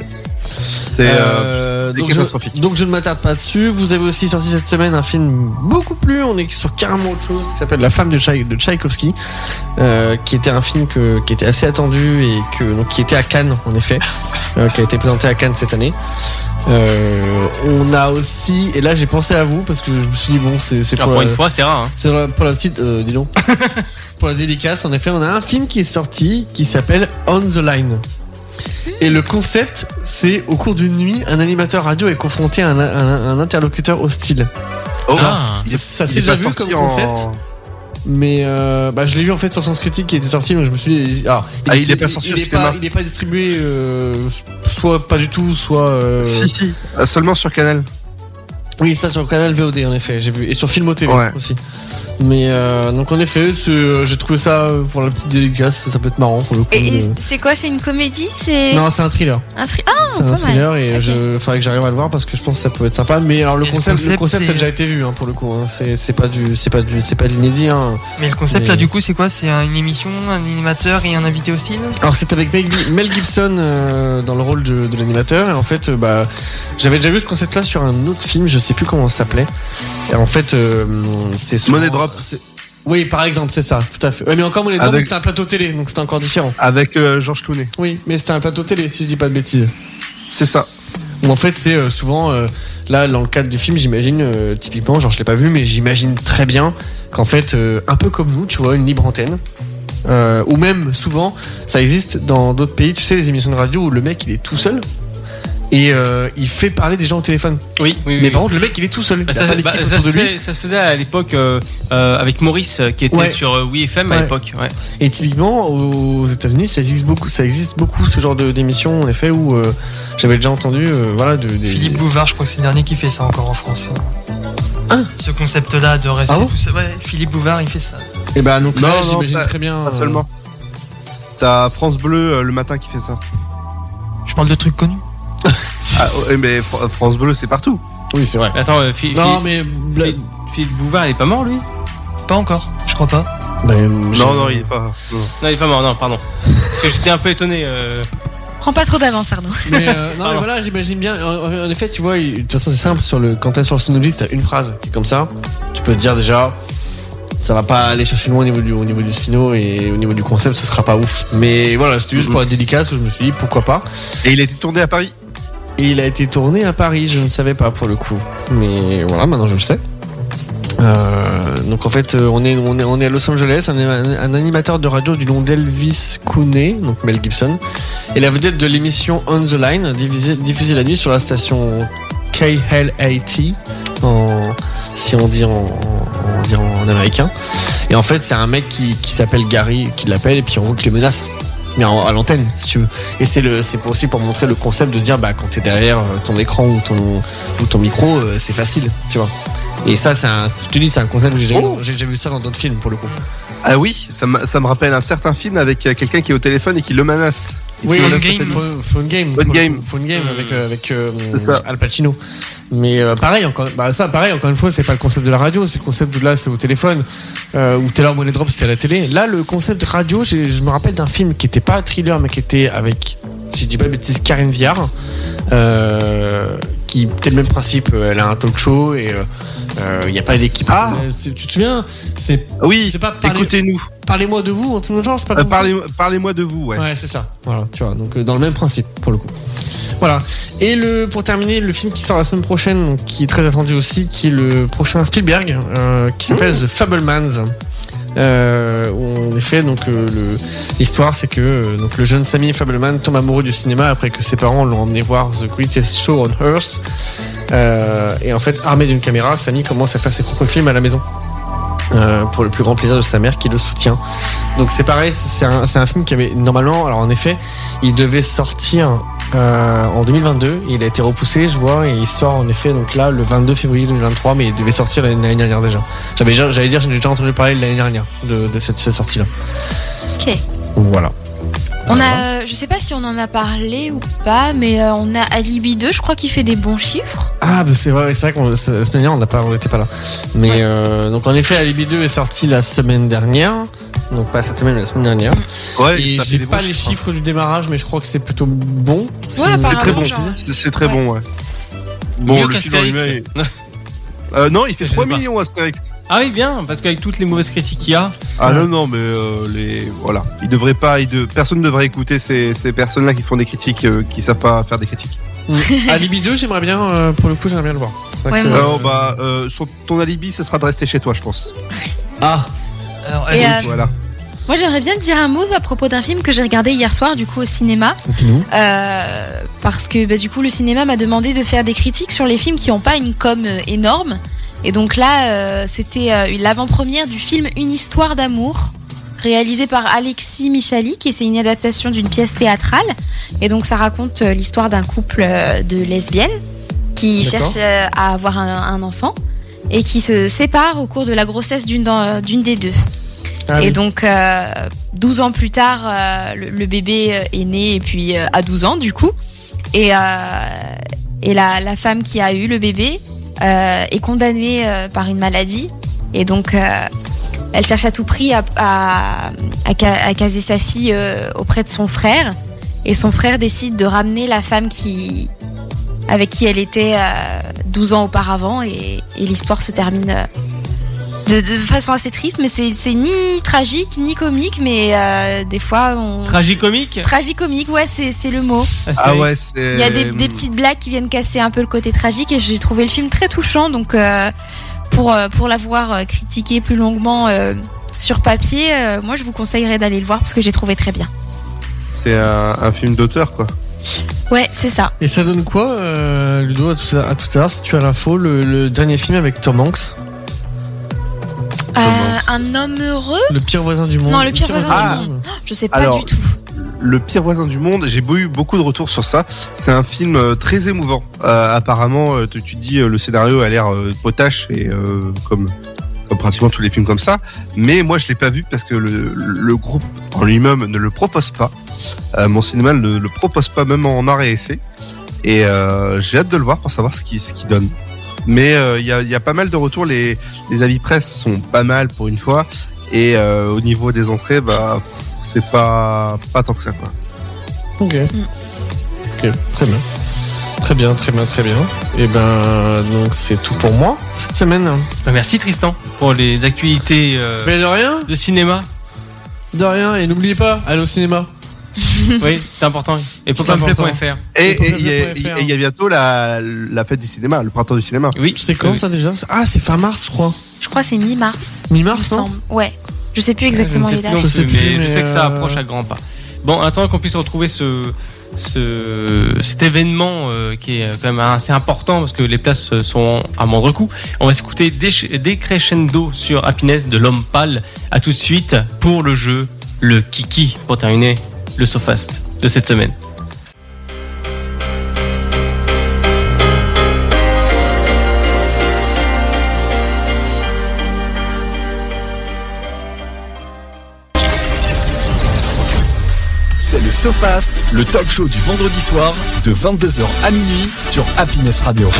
S6: C'est euh,
S4: Euh,
S6: c'est
S4: donc,
S6: catastrophique.
S4: je, donc je ne m'attarde pas dessus. Vous avez aussi sorti cette semaine un film beaucoup plus, on est sur carrément autre chose, qui s'appelle La femme de, Tchaï- de Tchaïkovski, euh, qui était un film que- qui était assez attendu et que, donc, qui était à Cannes en effet, euh, qui a été présenté à Cannes cette année. Euh, on a aussi, et là j'ai pensé à vous parce que je me suis dit bon c'est c'est
S2: Ah,
S4: pour
S2: pour une
S4: la-
S2: fois, c'est rare. hein.
S4: c'est pour la- pour la petite, euh, dis donc. pour la dédicace, en effet, on a un film qui est sorti qui s'appelle On the Line. Et le concept, c'est au cours d'une nuit, un animateur radio est confronté à un, à un- un interlocuteur hostile.
S6: Oh,
S2: Ah.
S6: il est-
S4: ça
S6: il
S4: s'est
S6: est
S4: déjà
S6: pas
S4: vu
S6: sorti
S4: comme
S6: en-
S4: concept, mais euh, bah, je l'ai vu en fait sur Sens Critique qui était sorti, donc je me suis dit. alors,
S6: Ah, il est pas sorti
S4: il,
S6: au
S4: est
S6: cinéma.
S4: pas, il est pas distribué, euh, soit pas du tout, soit. euh,
S6: Si, si, euh, seulement sur Canal.
S4: oui, ça sur le canal VOD en effet, j'ai vu. Et sur Filmo TV
S6: Ouais.
S4: aussi. Mais euh, donc en effet, c'est, euh, j'ai trouvé ça euh, pour la petite dédicace, ça peut être marrant pour le coup.
S3: Et, et
S4: de-
S3: c'est quoi C'est une comédie C'est
S4: Non, c'est un thriller.
S3: un tri- Ah,
S4: c'est un
S3: pas mal.
S4: thriller et
S3: Ok.
S4: je faudrait que j'arrive à le voir parce que je pense que ça peut être sympa. Mais alors le
S5: Et le
S4: concept, le
S5: concept,
S4: concept
S5: c'est-
S4: a déjà été vu hein, pour le coup. hein. C'est, c'est pas du, c'est pas du, c'est pas de l'inédit. hein.
S5: Mais le concept
S4: Mais-
S5: là, du coup, c'est quoi C'est un- une émission, un animateur et un invité hostile
S4: Alors c'est avec Mel, Mel Gibson euh, dans le rôle de, de l'animateur et en fait euh, bah j'avais déjà vu ce concept là sur un autre film je sais plus comment ça s'appelait et en fait euh, c'est souvent-
S6: Money Drop.
S4: c'est- oui par exemple c'est ça tout à fait ouais, mais encore Money Drop
S6: Avec-
S4: c'était un plateau télé donc c'était encore différent
S6: Avec euh, Georges Clooney.
S4: oui mais c'était un plateau télé si je dis pas de bêtises
S6: C'est ça.
S4: Bon, en fait, c'est euh, souvent euh, là dans le cadre du film, j'imagine euh, typiquement, genre je l'ai pas vu, mais j'imagine très bien qu'en fait, euh, un peu comme nous, tu vois, une libre antenne. euh, ou même souvent, ça existe dans d'autres pays, tu sais, les émissions de radio où le mec il est tout seul et euh, il fait parler des gens au téléphone.
S2: Oui, oui, oui.
S4: Mais par contre, le mec il est tout seul.
S2: Bah,
S4: il a
S2: ça, bah,
S4: pas d'équipe
S2: ça
S4: autour
S2: se
S4: de lui.
S2: fait- ça se faisait à l'époque euh, euh, avec Maurice euh, qui était
S4: Ouais.
S2: sur euh, WeFM à
S4: Ouais.
S2: l'époque. ouais.
S4: Et typiquement, aux États-Unis, ça existe beaucoup, ça existe beaucoup ce genre de- d'émission en effet où euh, j'avais déjà entendu, euh, voilà, de, des-
S5: Philippe Bouvard, je crois que c'est le dernier qui fait ça encore en France.
S3: Ah.
S4: Hein
S5: Ce concept-là de rester
S4: Ah bon
S5: tout seul. Ouais, Philippe Bouvard, il fait ça.
S4: Et ben donc là,
S6: Non, non,
S4: j'imagine
S6: pas-
S4: très bien.
S6: Pas
S4: euh,
S6: seulement. T'as France Bleu euh, le matin qui fait ça.
S5: Je parle de trucs connus.
S6: Ah, ouais, mais Fr- France Bleu, c'est partout.
S4: Oui, c'est vrai.
S2: Attends, euh, Phil-
S4: Non,
S2: Phil-
S4: mais bla-
S2: Phil- Philippe Bouvard, il est pas mort lui
S5: Pas encore, je crois pas.
S4: Ben,
S6: Non, non, il est pas. non.
S2: Non, il est pas mort, non, pardon. Parce que j'étais un peu étonné. euh,
S3: Prends pas trop d'avance, Arnaud.
S4: Mais, euh, non, mais
S2: Pardon.
S4: voilà, j'imagine bien. En, en effet, tu vois, il- de toute façon, c'est simple. Sur le, quand t'es sur le synopsis, t'as une phrase qui est comme ça. Tu peux te dire déjà, ça va pas aller chercher loin au niveau du, au niveau du sino et au niveau du concept, ce sera pas ouf. Mais voilà, c'était juste pour la dédicace où je me suis dit pourquoi pas.
S6: Et il a été tourné à Paris.
S4: Et il a été tourné à Paris, je ne savais pas pour le coup. Mais voilà, maintenant je le sais. Euh, donc en fait, euh, on est, on est, on est à Los Angeles, un, un- un animateur de radio du nom d'Elvis Cooney, donc Mel Gibson, et la vedette de l'émission On the Line, divisée- diffusée la nuit sur la station KLAT, en, si on dit en, en- on dit en américain. Et en fait, c'est un mec qui, qui s'appelle Gary, qui l'appelle, et puis en gros, qui le menace. Mais en- à l'antenne, si tu veux. Et c'est le, c'est pour- aussi pour montrer le concept de dire, bah, quand t'es derrière euh, ton écran ou ton, ou ton micro, euh, c'est facile, tu vois. Et ça, c'est un, je te dis, c'est un concept que j'ai déjà,
S6: Oh.
S4: j'ai déjà vu ça dans d'autres films pour le coup.
S6: Ah oui, ça, me- ça me rappelle un certain film avec euh, quelqu'un qui est au téléphone et qui le menace. Et qui
S5: Phone
S6: menace sa
S5: Game.
S6: famille.
S4: Phone, phone game.
S6: Phone game.
S4: Phone game avec, euh, avec euh,
S6: C'est ça.
S4: Al Pacino. Mais euh, pareil, encore, bah, ça, pareil, encore une fois, c'est pas le concept de la radio, c'est le concept de là, c'est au téléphone. Euh, ou Taylor Money Drop, c'était à la télé. Là, le concept radio, j'ai- je me rappelle d'un film qui était pas un thriller, mais qui était avec, si je dis pas de bêtises, Karine Viard. Euh, qui était le même principe, euh, elle a un talk show et il n'y a pas d'équipe.
S6: Ah.
S4: Euh, c'est- Tu te souviens C'est
S6: Oui,
S4: c'est pas Ah, parler-
S6: écoutez-nous.
S4: parlez-moi de vous en tout genre, c'est pas
S6: Euh,
S4: comme ça
S6: parlez- Parlez-moi de vous, ouais.
S4: Ouais, c'est ça. Voilà, tu vois. Donc euh, dans le même principe pour le coup. Voilà. Et le pour terminer, le film qui sort la semaine prochaine, donc, qui est très attendu aussi, qui est le prochain Spielberg, euh, qui s'appelle The Fablemans. Euh, où en effet, donc euh, le- l'histoire, c'est que euh, donc le jeune Sammy Fableman tombe amoureux du cinéma après que ses parents l'ont emmené voir The Greatest Show on Earth. Euh, et en fait, armé d'une caméra, Sammy commence à faire ses propres films à la maison euh, pour le plus grand plaisir de sa mère qui le soutient. Donc c'est pareil, c'est un, c'est un film qui avait normalement, alors en effet, il devait sortir euh, en 2022, il a été repoussé, je vois, et il sort en effet donc là le 22 février 2023, mais il devait sortir l'année l'année dernière déjà. J'avais, déjà- j'allais dire, j'en ai déjà entendu parler l'année dernière de, de cette, cette sortie-là.
S3: Ok.
S4: Voilà.
S3: On a, euh, je sais pas si on en a parlé ou pas, mais euh, on a Alibi 2, je crois qu'il fait des bons chiffres.
S4: Ah, bah, c'est vrai, c'est vrai qu'on, c'est- la semaine dernière, on n'a pas, on n'était pas là. Mais euh, donc en effet, Alibi 2 est sorti la semaine dernière. Donc pas cette semaine, mais la semaine dernière.
S6: Ouais,
S4: Et
S6: ça fait
S4: j'ai
S6: des
S4: pas
S6: bons
S4: les chiffres du démarrage, mais je crois que c'est plutôt bon. Si
S3: Ouais,
S6: C'est
S4: vous-
S6: très
S3: apparemment,
S6: bon,
S3: genre,
S6: c'est c'est très
S3: ouais.
S6: bon, ouais.
S2: Mieux
S6: le film,
S2: qu'Astérix.
S6: il met- Euh, non, il fait
S2: Je
S6: 3
S2: sais pas.
S6: millions Astérix.
S2: Ah oui, bien, parce qu'avec toutes les mauvaises critiques qu'il y a,
S6: Ah non, non, mais euh, les. Voilà. Il devrait pas. Il de... Personne ne devrait écouter ces, ces personnes-là qui font des critiques, euh, qui savent pas faire des critiques.
S4: Ah, Alibi 2, j'aimerais bien, euh, pour le coup, j'aimerais bien le voir. C'est vrai
S3: Ouais,
S4: que-
S3: moi
S6: Alors, bah, euh, sur ton alibi, ça sera de rester chez toi, je pense.
S4: Ah,
S5: Alors,
S3: Et,
S5: allez,
S3: euh,
S6: Voilà.
S3: Moi, j'aimerais bien te dire un mot à propos d'un film que j'ai regardé hier soir, du coup, au cinéma.
S4: dis-nous.
S3: Euh, parce que, bah, du coup, le cinéma m'a demandé de faire des critiques sur les films qui n'ont pas une com euh, énorme. Et donc là, euh, c'était euh, une- l'avant-première du film Une histoire d'amour, réalisé par Alexis Michalik, et c'est une adaptation d'une pièce théâtrale. Et donc, ça raconte euh, l'histoire d'un couple euh, de lesbiennes qui
S4: D'accord.
S3: cherchent euh, à avoir un, un enfant et qui se séparent au cours de la grossesse d'une d'en- d'une des deux.
S4: Ah
S3: Et
S4: oui.
S3: donc, euh, 12 ans plus tard, euh, le, le bébé euh, est né, et puis euh, à 12 ans, du coup. Et, euh, et la, la femme qui a eu le bébé euh, est condamnée euh, par une maladie. Et donc, euh, elle cherche à tout prix à, à, à ca- à caser sa fille euh, auprès de son frère. Et son frère décide de ramener la femme qui, avec qui elle était euh, 12 ans auparavant. Et, et l'histoire se termine euh, de, de façon assez triste, mais c'est c'est ni tragique ni comique, mais euh, des fois on.
S2: tragicomique.
S3: Tragicomique, ouais, c'est c'est le mot.
S6: Ah ouais,
S2: Astérix.
S6: c'est.
S3: Il y a des,
S2: Euh,
S3: des petites blagues qui viennent casser un peu le côté tragique et j'ai trouvé le film très touchant. Donc, euh, pour, euh, pour l'avoir euh, critiqué plus longuement euh, sur papier, euh, moi je vous conseillerais d'aller le voir parce que j'ai trouvé très bien.
S6: C'est un, un film d'auteur, quoi.
S3: Ouais, c'est ça.
S4: Et ça donne quoi, euh, Ludo, à tout, à tout à l'heure, si tu as l'info, le, le dernier film avec Tom Hanks,
S3: Euh, un homme heureux
S4: Le pire voisin du monde
S3: Non, Le pire voisin du
S4: monde.
S3: Je sais pas
S6: Alors,
S3: du tout.
S6: Le pire voisin du monde, j'ai beau- eu beaucoup de retours sur ça. C'est un film euh, très émouvant. Euh, apparemment, euh, tu, tu te dis euh, le scénario a l'air euh, potache et euh, comme, comme pratiquement tous les films comme ça. Mais moi, je l'ai pas vu parce que le, le groupe en lui-même ne le propose pas. Euh, mon cinéma ne le propose pas même en art et essai. Et euh, j'ai hâte de le voir pour savoir ce qu'il ce qu'il donne. Mais euh, il y, a, il y a pas mal de retours. Les, les avis presse sont pas mal pour une fois. Et euh, au niveau des entrées, bah, c'est pas pas tant que ça quoi.
S4: Ok.
S3: Mm.
S4: Ok, très bien. Très bien, très bien, très bien. Et ben, donc c'est tout pour moi cette semaine.
S2: Bah, Merci Tristan pour les actualités euh,
S4: Mais de rien,
S2: de cinéma.
S4: de rien. Et n'oubliez pas, allez au cinéma.
S2: oui, c'est important. Et
S4: C'est
S2: popamplay.fr.
S6: Et
S4: Et
S6: et il y, a-
S4: probablement
S2: hein
S6: et il y a bientôt la, la fête du cinéma, le printemps du cinéma.
S2: Oui,
S4: C'est quand ça déjà Ah, c'est fin mars, je crois.
S3: Je crois que c'est mi-mars. il me
S4: Mi-mars, non
S3: semble. Ouais. Je sais plus exactement
S2: Ah, Je ne
S3: les
S2: sais plus
S3: dates.
S2: non plus,
S4: Je sais
S2: mais
S4: plus,
S2: je
S4: mais,
S2: sais que ça
S4: euh,
S2: approche à grands pas. Bon, attends qu'on puisse retrouver ce, ce, cet événement euh, qui est quand même assez important parce que les places euh, sont à moindre coût. On va s'écouter Des- Décrescendo sur Happiness de l'homme pâle. À tout de suite pour le jeu Le Kiki pour terminer le Sofast de cette semaine.
S1: C'est le SoFast, le talk show du vendredi soir de 22h à minuit sur Happiness Radio.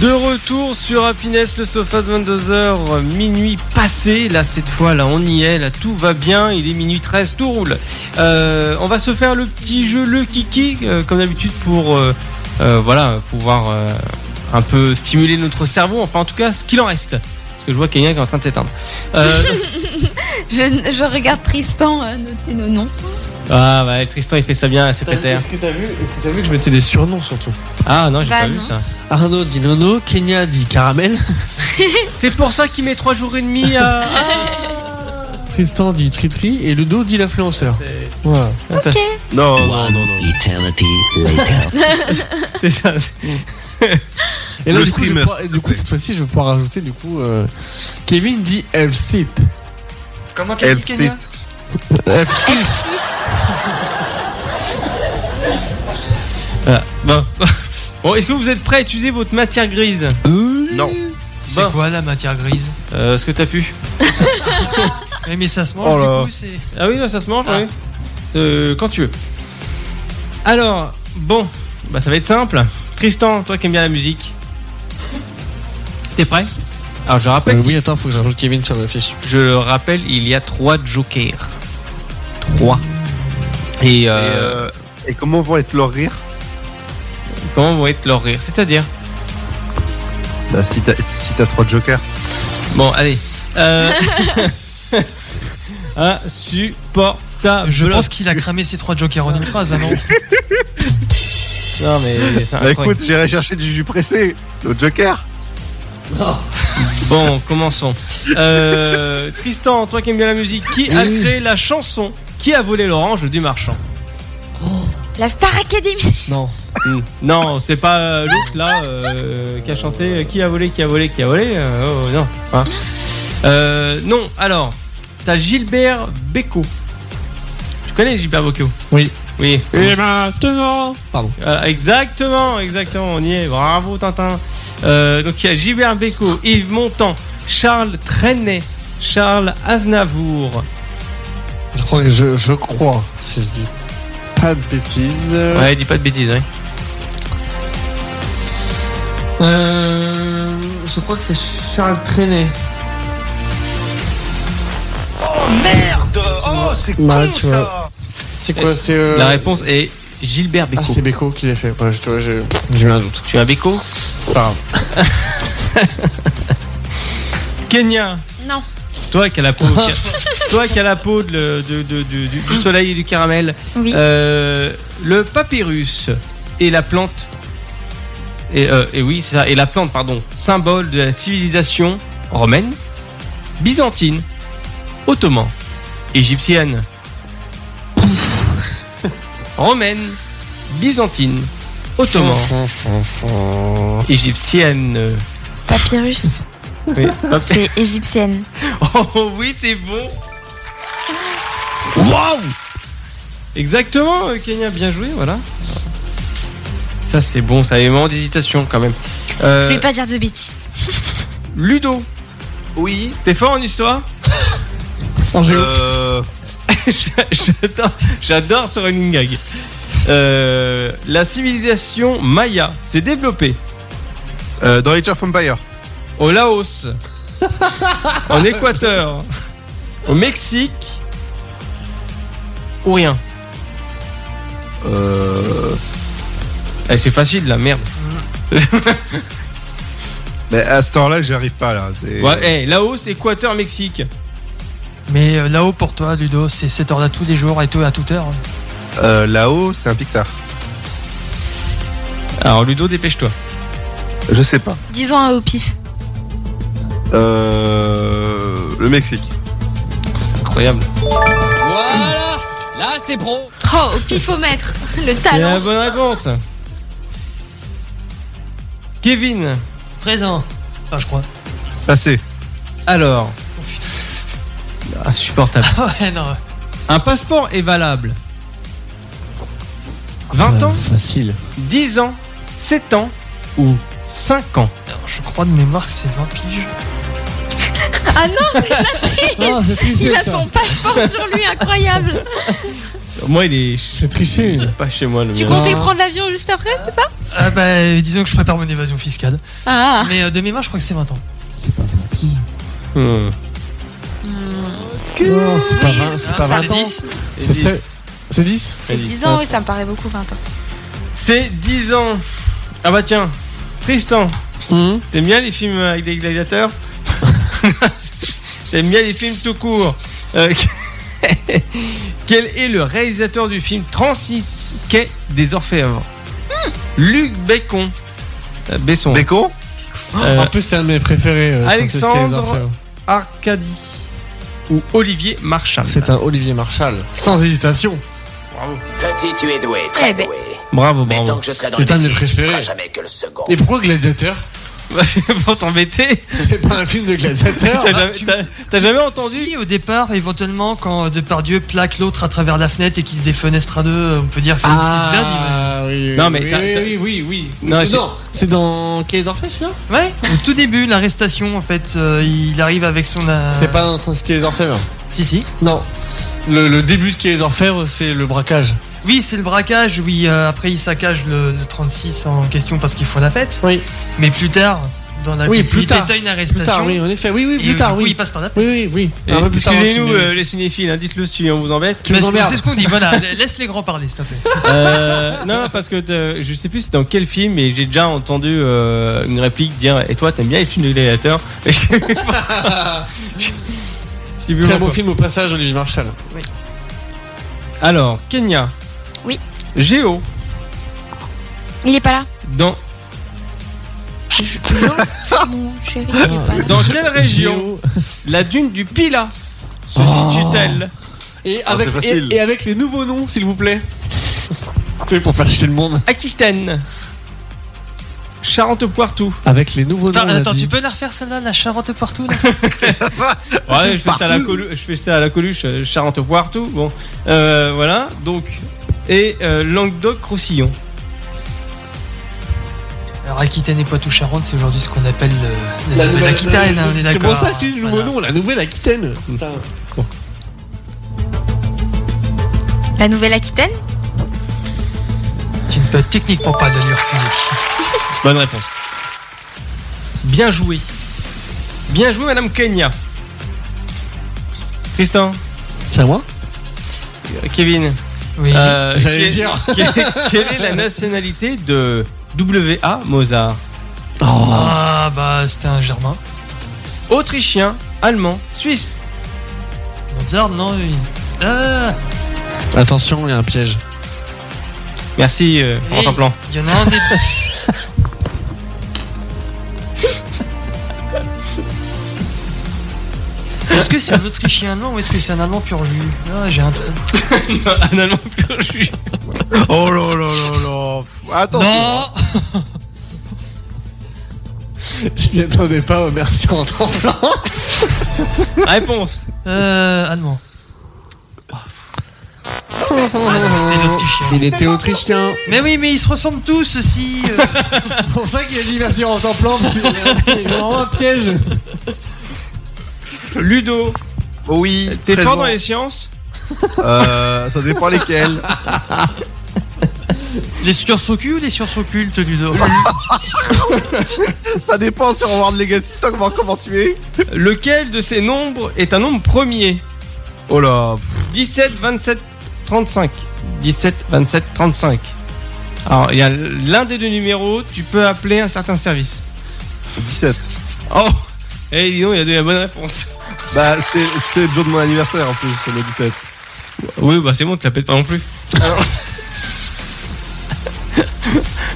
S2: De retour sur Happiness, le Sofas 22h, euh, minuit passé. Là, cette fois, là, on y est, là, tout va bien. Il est minuit 13, tout roule. Euh, on va se faire le petit jeu, le kiki, euh, comme d'habitude, pour euh, euh, voilà, pouvoir euh, un peu stimuler notre cerveau. Enfin, en tout cas, ce qu'il en reste. Parce que je vois Kenya qui est en train de s'éteindre. Euh,
S3: Je, je regarde Tristan euh, noter nos noms.
S2: ah, ouais, Tristan, il fait ça bien, la secrétaire.
S4: Est-ce que t'as vu, est-ce que t'as vu que je mettais des surnoms surtout
S2: Ah, non, j'ai
S3: Bah,
S2: pas vu
S3: non.
S2: ça.
S4: Arnaud dit Nono, Kenya dit Caramel,
S2: C'est pour ça qu'il met 3 jours et demi
S5: euh.
S2: à.
S4: Tristan dit Tritri et Ludo dit l'influenceur. Voilà.
S3: Ok.
S6: Non, non, non, non.
S2: C'est ça.
S4: Et là,
S6: Le
S4: du coup, je vais
S6: streamer.
S4: pouvoir- et du coup, cette fois-ci, je vais pouvoir rajouter du coup. euh, Kevin dit F-Sit.
S5: Comment
S6: Elle
S5: qu'elle dit Kenya
S6: fait-
S2: Voilà. Bon. Bon, est-ce que vous êtes prêts à utiliser votre matière grise
S6: Non.
S5: C'est
S2: Bah.
S5: quoi la matière grise
S2: Euh, ce que t'as pu
S5: Oui, Eh, mais ça se mange,
S2: Oh là.
S5: du coup, c'est.
S2: Ah oui, non, ça se mange,
S5: Ah.
S2: oui. Euh, quand tu veux. Alors, bon, bah ça va être simple. Tristan, toi qui aimes bien la musique, t'es prêt Alors je rappelle,
S4: Euh, oui, attends, faut que j'ajoute Kevin sur la fiche.
S2: je le rappelle, il y a trois jokers. Trois. Et, euh,
S6: Et, euh, et comment vont être leurs rires
S2: comment vont être leurs rires C'est-à-dire
S6: Bah, si t'as si t'as trois jokers.
S2: Bon, allez. Euh... Ah, Insupportable.
S5: Je pense qu'il a cramé ses trois jokers en une phrase, là, non
S2: Non, mais. c'est
S6: Bah,
S2: incroyable.
S6: écoute, j'irai chercher du jus pressé, le joker.
S2: Bon, commençons. Euh, Tristan, toi qui aimes bien la musique, qui a
S4: Oui.
S2: créé la chanson Qui a volé l'orange du marchand
S3: La Star Academy
S4: Non.
S2: Non, c'est pas euh, l'autre là euh, qui a chanté euh, Qui a volé, qui a volé, qui a volé euh, oh, Non. hein. Euh, non, alors, t'as Gilbert Beco. Tu connais Gilbert Beco
S4: Oui.
S2: Oui.
S4: maintenant Pardon.
S2: Euh, exactement, exactement, on y est. Bravo Tintin. Euh, donc il y a Gilbert Bécaud, Yves Montand, Charles Trenet, Charles Aznavour.
S4: Je crois que je, je crois, si je dis pas de bêtises.
S2: Ouais, dis pas de bêtises, hein. ouais.
S4: Euh, je crois que c'est Charles Trenet.
S9: Oh, c'est
S4: Bah, tu vois. C'est quoi C'est euh,
S2: La réponse est Gilbert Bécaud.
S4: Ah, c'est Beko qui l'a fait. Ouais, je- tu vois, j'ai j'ai eu un doute.
S2: tu es un Bécaud
S4: Pardon.
S2: Kenya,
S8: Non.
S2: toi qui as la peau, qui a- toi qui as la peau de le- de- de- du- du du soleil et du caramel.
S3: Oui.
S2: Euh, le papyrus et la plante. Et, euh, et oui, c'est ça. Et la plante, pardon, symbole de la civilisation romaine, byzantine, ottoman, égyptienne, romaine, byzantine, ottoman, égyptienne.
S3: Papyrus,
S2: Oui, hop.
S3: c'est égyptienne.
S2: Oh oui, c'est bon. Waouh Exactement, euh, Kenya, bien joué, voilà. Ça c'est bon, ça avait moment d'hésitation quand même. Euh,
S3: Je vais pas dire de bêtises.
S2: Ludo,
S6: Oui.
S2: t'es fort en histoire
S6: Euh,
S2: J'adore- J'adore ce running gag. Euh, la civilisation Maya s'est développée
S6: euh, dans Age of Empire.
S2: au Laos, en Équateur, au Mexique ou rien.
S6: Euh,
S2: Eh, c'est facile la merde.
S6: mais à ce temps-là, j'y arrive pas là. C'est-
S2: Ouais, eh, Laos, Équateur, Mexique.
S5: Mais euh, là-haut pour toi, Ludo, c'est 7 heures à tous les jours et tout à toute heure. hein.
S6: Euh, Là-haut, c'est un Pixar.
S2: Alors Ludo, dépêche-toi.
S6: Je sais pas.
S3: Disons un au pif.
S6: Euh, le Mexique.
S2: Incroyable.
S9: Voilà Là, c'est pro
S8: Oh, au pifomètre. Le
S2: C'est la
S8: talent.
S2: Eh, bonne réponse. Kevin,
S5: Présent. Ah, je crois.
S6: Passé.
S2: alors. Insupportable.
S5: ouais, non.
S2: Un passeport est valable 20 ans,
S4: Facile.
S2: 10 ans, 7 ans ou 5 ans.
S5: Alors, je crois de mémoire que c'est 20 piges.
S8: Ah non, c'est la
S4: Ah,
S8: triche. Il a son passeport sur lui, incroyable.
S2: Moi, il est
S4: C'est triché.
S2: pas chez moi le
S8: Tu
S2: mien.
S8: comptais prendre l'avion juste après
S5: Ah, bah, disons que je prépare mon évasion fiscale.
S8: Ah.
S5: Mais euh, de mémoire, je crois que c'est 20 ans.
S2: Hmm.
S4: Non, Oh, c'est pas
S8: Oui,
S4: 20, c'est pas
S5: Ah,
S4: 20 ans.
S5: 10.
S4: C'est sept. C'est 10
S3: C'est 10 ans, oui, ça me paraît beaucoup, 20 ans.
S2: C'est 10 ans. Ah bah tiens, Tristan, T'aimes bien les films avec des gladiateurs T'aimes bien les films tout court Euh, Quel est le réalisateur du film 36 Quai des Orfèvres Luc Besson. Euh, Besson.
S6: Bacon
S2: Euh,
S4: Ah. En plus, c'est un de mes préférés. euh,
S2: Alexandre-
S4: Francis Kaiser.
S2: Arcadie. Ou Olivier Marchal.
S4: C'est un Olivier Marshall. Sans hésitation.
S9: Petit, tu es doué,
S8: Eh
S9: très
S8: ben.
S9: doué.
S2: Bravo,
S9: Mais tant
S2: bravo.
S9: que je serai dans
S4: C'est
S9: le
S4: un de mes
S9: métier, tu ne
S4: préférés.
S9: seras jamais que le second.
S4: Et pourquoi Gladiateur
S2: Pour t'embêter,
S4: C'est pas un film de Gladiateur Ah,
S2: t'as jamais, t'as- t'as jamais entendu
S5: Si, au départ, éventuellement, quand euh, Depardieu plaque l'autre à travers la fenêtre et qu'il se défenestre à deux, euh, on peut dire que c'est qu'il se réanime.
S4: Ah, oui, oui,
S2: Non, mais
S4: oui,
S2: t'as- t'as-
S4: oui, oui, oui, oui.
S2: Non,
S4: Non,
S2: c'est-
S4: c'est dans Case of là
S5: Ouais, au tout début, l'arrestation, en fait, euh, il arrive avec son. euh,
S4: C'est pas dans Case of
S5: Si, si.
S4: Ah. Non. Le, le début de Quai des Orfèvres, c'est le braquage.
S5: Oui, c'est le braquage. Oui, euh, après, ils saccagent le, le 36 en question parce qu'ils font la fête.
S4: Oui.
S5: Mais plus tard, dans la
S4: Oui,
S5: continuité,
S4: plus tard.
S5: t'as une
S4: Plus
S5: arrestation.
S4: tard, oui, en effet. Oui, oui,
S5: Et
S4: plus
S5: du
S4: tard,
S5: coup,
S4: oui.
S5: ils passent par là.
S4: Oui, oui, oui.
S2: Et
S4: Un peu plus tard dans le
S2: Excusez-nous,
S4: film.
S2: euh, les cinéphiles, hein, dites-le si on vous embête.
S4: Tu
S5: Mais
S4: nous
S5: c'est
S4: emmerdes.
S5: c'est ce qu'on dit, voilà, laisse les grands parler, s'il te plaît.
S2: Euh, non, non, parce que t'as- je sais plus c'est dans quel film, mais j'ai déjà entendu euh, une réplique dire Et toi, t'aimes bien les films de gladiateurs Et Je sais pas. Je- je sais plus
S4: Très
S2: pourquoi.
S4: beau film au passage, Olivier Marshall.
S2: Alors, Kenya.
S3: Oui.
S2: Géo.
S3: Il est pas là.
S2: Dans,
S3: Je- je- Mon chéri, il est pas là.
S2: dans quelle région
S4: Géo.
S2: la dune du Pila se
S4: Oh.
S2: situe-t-elle
S4: Et
S6: Ah,
S4: avec,
S6: c'est
S4: et,
S6: facile.
S4: et avec les nouveaux noms, s'il vous plaît. C'est pour faire chier le monde.
S2: Aquitaine. Charente-Poitou.
S4: Avec les nouveaux
S5: Attends,
S4: noms. on a
S5: attends,
S4: dit.
S5: tu peux la refaire celle-là, la Charente partout là
S2: Ouais, je fais, ça à la colu- je fais ça à la Coluche, euh, Charente-Poitou. Bon, Euh, voilà. Donc, et euh, Languedoc-Roussillon.
S5: Alors Aquitaine et Poitou-Charente, c'est aujourd'hui ce qu'on appelle le- la
S4: La
S5: nouvelle
S4: nouvelle-
S5: Aquitaine, hein, on est
S4: C'est
S5: d'accord.
S4: pour ça que j'ai le nouveau
S5: Voilà.
S4: nom, la nouvelle Aquitaine.
S3: La Nouvelle-Aquitaine
S5: Tu ne peux être technique pour pas de lui refuser.
S2: Bonne réponse. Bien joué. Bien joué, Madame Kenya. Tristan,
S4: C'est à moi
S2: euh, Kevin.
S5: Oui.
S2: euh,
S4: J'allais
S2: quel-
S4: dire.
S2: quel- quelle est la nationalité de W.A. Mozart
S5: Ah
S4: oh.
S5: bah c'était un Germain.
S2: Autrichien, allemand, suisse.
S5: Mozart, non oui. Ah,
S4: Attention, il y a un piège.
S2: Merci, euh,
S5: Hey.
S2: en plan.
S5: il y en a un des... Est-ce que c'est un Autrichien allemand ou est-ce que c'est un Allemand pur jus Ah, j'ai un trou.
S2: Un allemand pur jus.
S6: Oh là là là là. Attention.
S5: Non
S4: Je m'y attendais pas, oh, merci en tremblant.
S2: Réponse.
S5: Euh, allemand. Ah non, c'était l'autrichien.
S4: Il était autrichien.
S5: Mais oui, mais ils se ressemblent tous aussi. euh.
S4: C'est pour ça qu'il a dit merci en tremblant, parce qu'il y a vraiment un piège.
S2: Ludo,
S6: Oui.
S2: t'es
S6: présent.
S2: fort dans les sciences
S6: Euh, ça dépend lesquels.
S5: les sciences occultes, les sciences occultes, Ludo.
S6: ça dépend sur World Legacy. T'as comment, comment tu es
S2: Lequel de ces nombres est un nombre premier
S6: Oh là.
S2: 17, 27, 35. 17, 27, 35. Alors, il y a l'un des deux numéros, tu peux appeler un certain service.
S6: 17.
S2: Oh Eh, dis donc, il a donné la bonne réponse.
S6: Bah, c'est c'est le jour de mon anniversaire en plus, le 17.
S2: Oui, bah c'est bon, tu l'appelles pas non plus.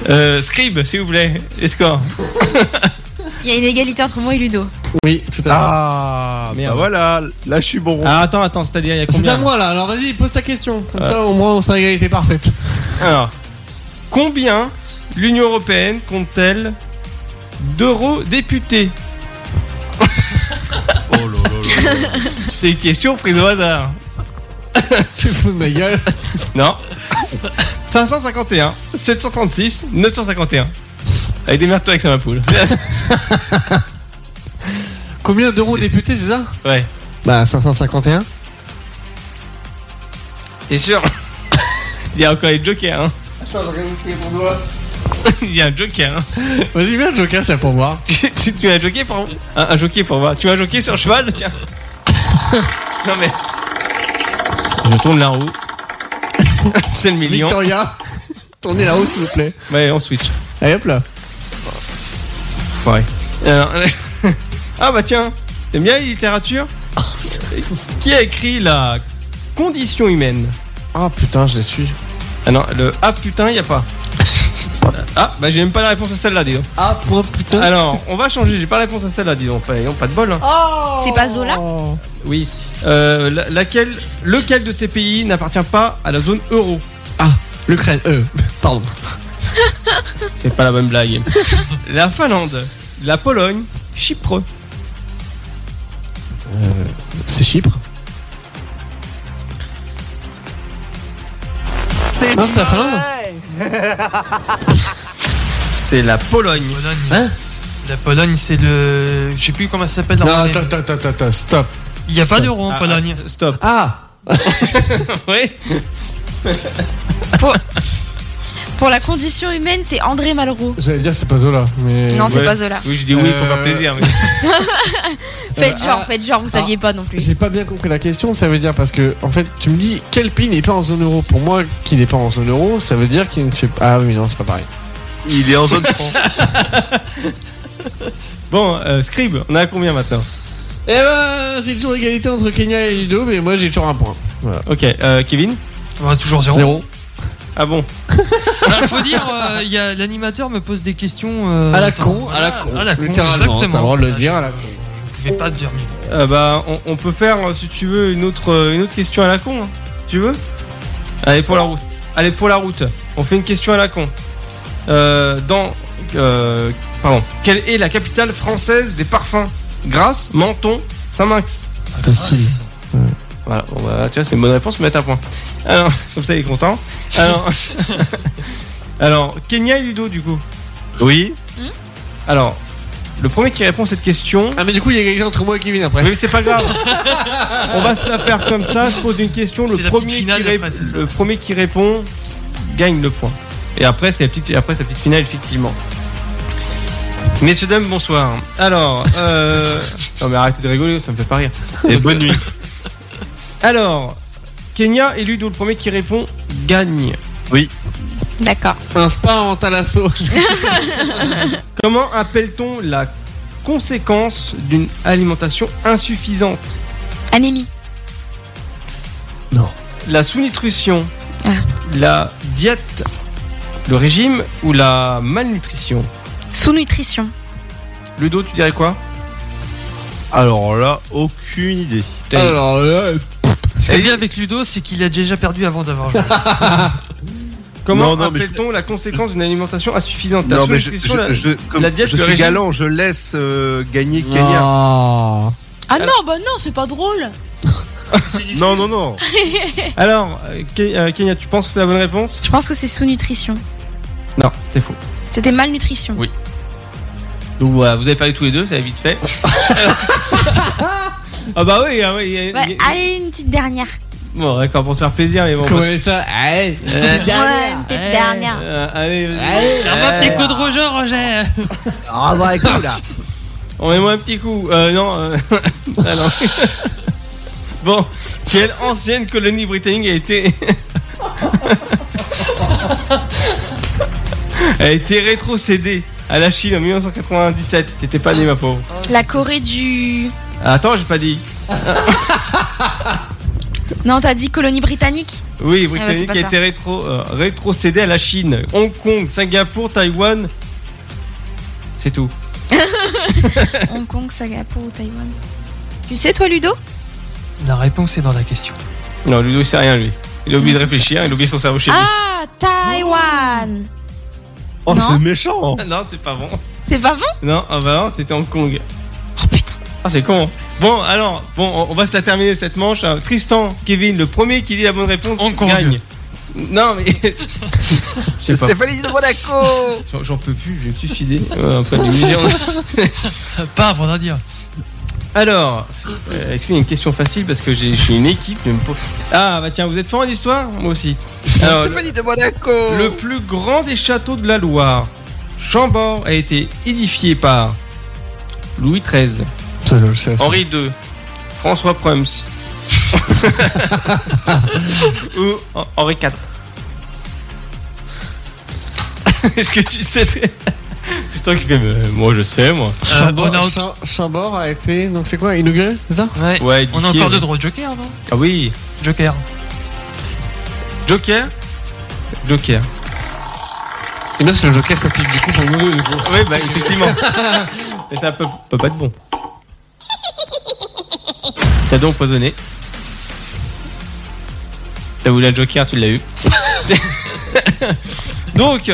S2: euh, scribe, s'il vous plaît, escort.
S3: Il y a une égalité entre moi et Ludo.
S4: Oui, tout à fait.
S6: Ah,
S2: Merde.
S6: bah voilà. Là, je suis bon.
S2: Ah, attends, attends, c'est-à-dire, il y a
S4: C'est
S2: combien
S4: à moi là, alors vas-y, pose ta question. Comme ça, au moins, on sera à égalité parfaite.
S2: Alors, combien l'Union Européenne compte-t-elle d'eurodéputés
S6: Oh là là là.
S2: C'est une question prise au hasard.
S4: Tu te fous de ma gueule.
S2: Non. 551, 736, 951. Avec des merdes avec ça ma poule.
S4: Combien d'euros députés, c'est ça
S2: Ouais.
S4: Bah, 551.
S2: T'es sûr Il y a encore les jokers, hein. Il y a un joker, hein.
S4: Vas-y, mets un joker, ça pour voir.
S2: Tu- tu tu as un joker pour. Un, un joker pour voir. Tu as un joker sur cheval Tiens. non mais. Je tourne la roue. C'est le million.
S4: Victoria, tournez la roue, s'il vous plaît.
S2: Ouais, on switch.
S4: Allez hop là.
S2: Euh, ah bah tiens, t'aimes bien la littérature Qui a écrit la condition humaine
S4: Ah putain, je les suis.
S2: Ah non, le ah putain, y a pas. Ah bah j'ai même pas la réponse à celle-là, dis donc.
S4: Ah point putain.
S2: Alors, on va changer, j'ai pas la réponse à celle-là, dis donc. Pas, ils ont pas de bol. hein.
S3: C'est pas Zola
S2: Oui. Euh, la- laquelle, lequel de ces pays n'appartient pas à la zone euro
S4: L'Ukraine, euh, pardon.
S2: C'est pas la bonne blague. la Finlande, la Pologne, Chypre.
S4: C'est Chypre Non, c'est la Finlande
S3: Ah,
S2: C'est la Pologne.
S5: Pologne.
S4: Hein
S5: La Pologne, c'est le. Je sais plus comment ça s'appelle. leur
S4: Non,
S5: monnaie.
S4: attends, attends, attends, attends, stop.
S5: Il n'y a pas d'euro en Pologne.
S2: Stop.
S4: Ah
S5: ah,
S2: Oui.
S3: Pour la condition humaine, c'est André Malraux.
S4: J'allais dire c'est pas Zola, mais.
S3: Non, c'est
S2: Euh, ouais.
S3: pas Zola.
S2: Oui, je dis oui pour faire
S4: Euh,
S2: plaisir. mais-
S3: Faites genre,
S2: Euh,
S4: ah,
S3: faites genre, vous
S4: ah,
S3: saviez pas non plus.
S4: J'ai pas bien compris la question, ça veut dire parce que en fait tu me dis quel pays n'est pas en zone euro. Pour moi, qui n'est pas en zone euro, ça veut dire qu'il ne fait pas. Ah oui, non, c'est pas pareil.
S6: Il est en zone franc.
S2: Bon, euh, Scribe, on a combien maintenant
S4: Eh ben, c'est toujours égalité entre Kenya et Ludo, mais moi j'ai toujours un point.
S2: Ok, euh, Kevin
S5: On va toujours zéro.
S4: Zéro.
S2: Ah bon
S5: Alors, faut dire, euh, il y a- l'animateur me pose des questions. euh,
S4: À la
S5: attends, Ah,
S4: con, à la con.
S5: À la con,
S4: Littéralement,
S5: exactement. Ah,
S4: t'as le droit de le dire,
S5: Je-
S4: à la con.
S5: Je pouvais pas te dire mieux.
S2: Euh, Bah, on, on peut faire, euh, si tu veux, une autre, euh, une autre question à la con. hein. Tu veux Allez, pour la route. Allez, pour la route. On fait une question à la con. Euh, dans. euh, pardon. Quelle est la capitale française des parfums Grasse, Menton, Saint-Max
S4: Ah, Facile.
S2: Voilà, bon, bah, tu vois, c'est une bonne réponse, mais à un point. Alors, comme ça, il est content. Alors, alors Kenya et Ludo, du coup.
S6: Oui.
S2: Alors, le premier qui répond à cette question.
S4: Ah, mais du coup, il y a égalité entre moi et Kevin après.
S2: Mais c'est pas grave. On va se la faire comme ça. Je pose une question. Le
S5: C'est la
S2: premier,
S5: petite finale
S2: qui ré-
S5: après, c'est ça
S2: le premier qui répond gagne le point. Et après, c'est la petite, après, c'est la petite finale, effectivement. Messieurs, dames, bonsoir. Alors, euh... non, mais arrêtez de rigoler, ça me fait pas rire.
S6: Et bonne nuit.
S2: Alors, Kenya et Ludo, le premier qui répond gagne. Ah.
S3: D'accord.
S4: Un spa en talasso.
S2: Comment appelle-t-on la conséquence d'une alimentation insuffisante
S3: Anémie.
S2: La sous-nutrition,
S3: Ah.
S2: la diète, le régime ou la malnutrition
S3: Sous-nutrition.
S2: Ludo, tu dirais quoi
S6: Alors là, aucune idée.
S4: Alors là,
S5: Ce qu'il y a avec Ludo, c'est qu'il a déjà perdu avant d'avoir joué. Ah,
S2: Comment
S6: Non, non, mais je-
S2: appelle-t-on la conséquence d'une alimentation insuffisante La
S6: Non, mais je,
S2: sous-nutrition,
S6: je-
S2: la-
S6: je- comme
S2: la diète,
S6: je
S2: le
S6: suis
S2: régime.
S6: galant, je laisse euh, gagner Kenya.
S4: Kenya.
S3: Ah non, bah non, c'est pas drôle.
S6: Non, non, non.
S2: Alors, euh, Ke- euh, Kenya, tu penses que c'est la bonne réponse
S3: Je pense que c'est sous-nutrition.
S2: Non, c'est faux.
S3: C'était malnutrition.
S2: Oui. Donc voilà, vous avez perdu tous les deux, ça va vite fait. ah bah oui, ah oui, il y a- il y a-
S3: Ouais, allez, une petite dernière.
S2: Bon, d'accord, pour te faire plaisir, mais bon.
S4: Comment ça Ah, Allez.
S3: Ouais, une petite
S5: Ouais.
S3: dernière.
S2: Euh, allez, vas-y.
S5: La meuf, t'es coup de Roger, Roger
S4: Ah bah écoute là.
S2: On met moi un petit coup. Euh, non. euh, ah, non. bon, quelle ancienne colonie britannique a été. a été rétrocédée à la Chine en 1997. T'étais pas né, ma pauvre. Ah,
S3: La Corée du.
S2: Attends, j'ai pas dit.
S3: Non, t'as dit colonie britannique
S2: Oui,
S3: bah,
S2: britannique
S3: c'est pas
S2: a été rétro, euh, rétrocédée à la Chine. Hong Kong, Singapour, Taïwan. C'est tout.
S3: Hong Kong, Singapour ou Taïwan Tu sais, toi, Ludo
S5: La réponse est dans la question.
S2: Non, Ludo, il sait rien, lui. Il a oublié de
S3: Non, c'est
S2: réfléchir, il a oublié son cerveau chez lui.
S3: Ah, Taïwan
S6: Oh,
S3: Non.
S6: c'est méchant.
S2: Non, c'est pas bon.
S3: C'est pas bon
S2: Non, ah bah non, c'était Hong Kong.
S3: Oh putain
S2: Ah, c'est con. hein. Bon, alors, bon, on- on va se la terminer cette manche. hein. Tristan, Kevin, le premier qui dit la bonne réponse
S5: Hong Kong.
S2: gagne. Non, mais. Je sais pas.
S6: Stéphanie de Monaco.
S2: J'en- J'en peux plus, je vais me suicider. Ouais, après, les musées, on-
S5: Euh, Pas avant d'en dire.
S2: Alors, euh, est-ce qu'il y a une question facile Parce que j'ai- je suis une équipe. je me pose- Ah, bah tiens, vous êtes fort en histoire Moi aussi. Alors, le,
S6: Stéphanie de Monaco.
S2: le plus grand des châteaux de la Loire, Chambord, a été édifié par Louis XIII,
S4: Ça, je le sais. ça.
S2: Henri II, François Prums ou Hen- Henri IV. Est-ce que tu sais très- C'est toi qui fais, mais moi je sais, moi.
S5: Euh, on a
S4: Chambord,
S5: autre-
S4: Cham- Chambord a été donc c'est quoi inauguré c'est ça
S5: Ouais.
S2: Ouais,
S5: On a
S2: Didier,
S5: encore deux
S2: ouais.
S5: droits de Joker, non
S2: Ah oui,
S5: Joker.
S2: Joker Joker.
S4: C'est bien parce que le Joker s'applique du coup pour nous du coup.
S2: Oui, bah effectivement. Mais ça peut, peut pas être bon. T'as donc empoisonné. T'as voulu un Joker, tu l'as eu. donc,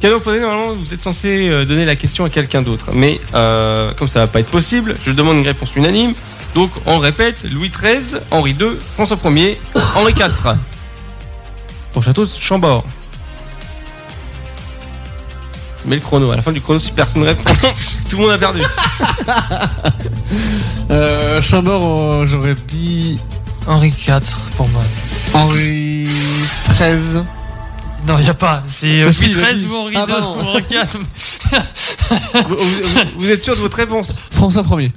S2: cadeau empoisonné, normalement, vous êtes censé euh, donner la question à quelqu'un d'autre. Mais euh, comme ça va pas être possible, je demande une réponse unanime. Donc, on répète Louis XIII, Henri II, François Ier, Henri IV. Pour Château de Chambord. Tu mets le chrono. À la fin du chrono, si personne ne répond, tout le monde a perdu.
S4: Euh, Chambord, euh, j'aurais dit
S5: Henri IV pour moi.
S4: Henri XIII.
S5: Non, y a pas. C'est euh,
S4: Oui,
S5: Louis
S4: je
S5: XIII
S4: dis.
S5: ou Henri
S4: Ah,
S5: II
S4: pardon.
S5: ou Henri IV.
S2: vous, vous- vous êtes sûr de votre réponse
S4: François 1er.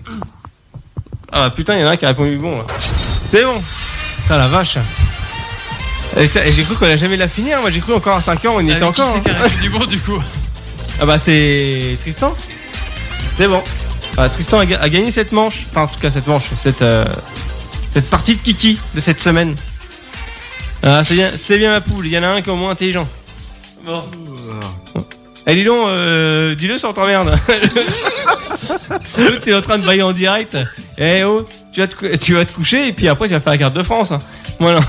S2: Ah putain, il y en a un qui a répondu bon. là. C'est bon. Putain, la vache. Et putain, et j'ai cru qu'on allait jamais la finir. Moi, j'ai cru encore à 5 ans, on y
S5: Ah,
S2: était
S5: mais qui
S2: encore.
S5: c'est
S2: hein.
S5: qui a répondu du bon du coup
S2: Ah bah, c'est Tristan. C'est bon. Ah, Tristan a, ga- a gagné cette manche. Enfin, en tout cas, cette manche. Cette, euh, cette partie de Kiki de cette semaine. Ah, c'est bien, c'est bien ma poule. Il y en a un qui est au moins intelligent. Bon. Eh, dis donc, euh, dis-le sans t'emmerde. L'autre, t'es en train de bailler en direct. Eh oh, tu vas, te, cou- tu vas te coucher et puis après, tu vas faire la carte de France. hein. Voilà.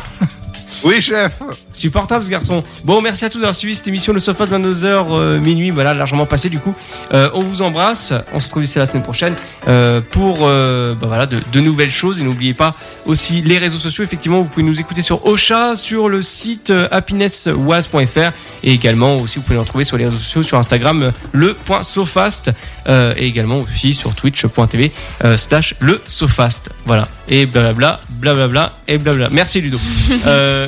S6: Oui, chef.
S2: Supportable ce garçon. Bon, merci à tous d'avoir suivi cette émission Le Sofa de 22h minuit. Voilà, largement passé du coup. Euh, on vous embrasse. On se retrouve ici la semaine prochaine euh, pour euh, bah, voilà, de, de nouvelles choses. Et n'oubliez pas aussi les réseaux sociaux. Effectivement, vous pouvez nous écouter sur Ocha, sur le site euh, happinesswas.fr et également aussi vous pouvez nous retrouver sur les réseaux sociaux, sur Instagram euh, le.sofast euh, et également aussi sur twitch.tv euh, slash le sofast. Voilà. Et blablabla, blablabla et blabla. Merci Ludo. Euh,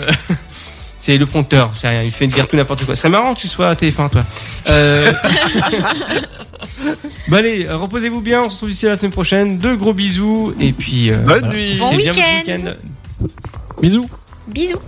S2: c'est le prompteur, c'est rien, il fait dire tout n'importe quoi. C'est marrant que tu sois à TF1, toi. Euh... bah allez, euh, reposez-vous bien, on se retrouve ici la semaine prochaine. De gros bisous, et puis. euh,
S6: Bonne
S2: voilà.
S6: nuit.
S2: Et
S8: Bon
S2: bien,
S8: week-end.
S2: week-end.
S4: Bisous.
S8: Bisous.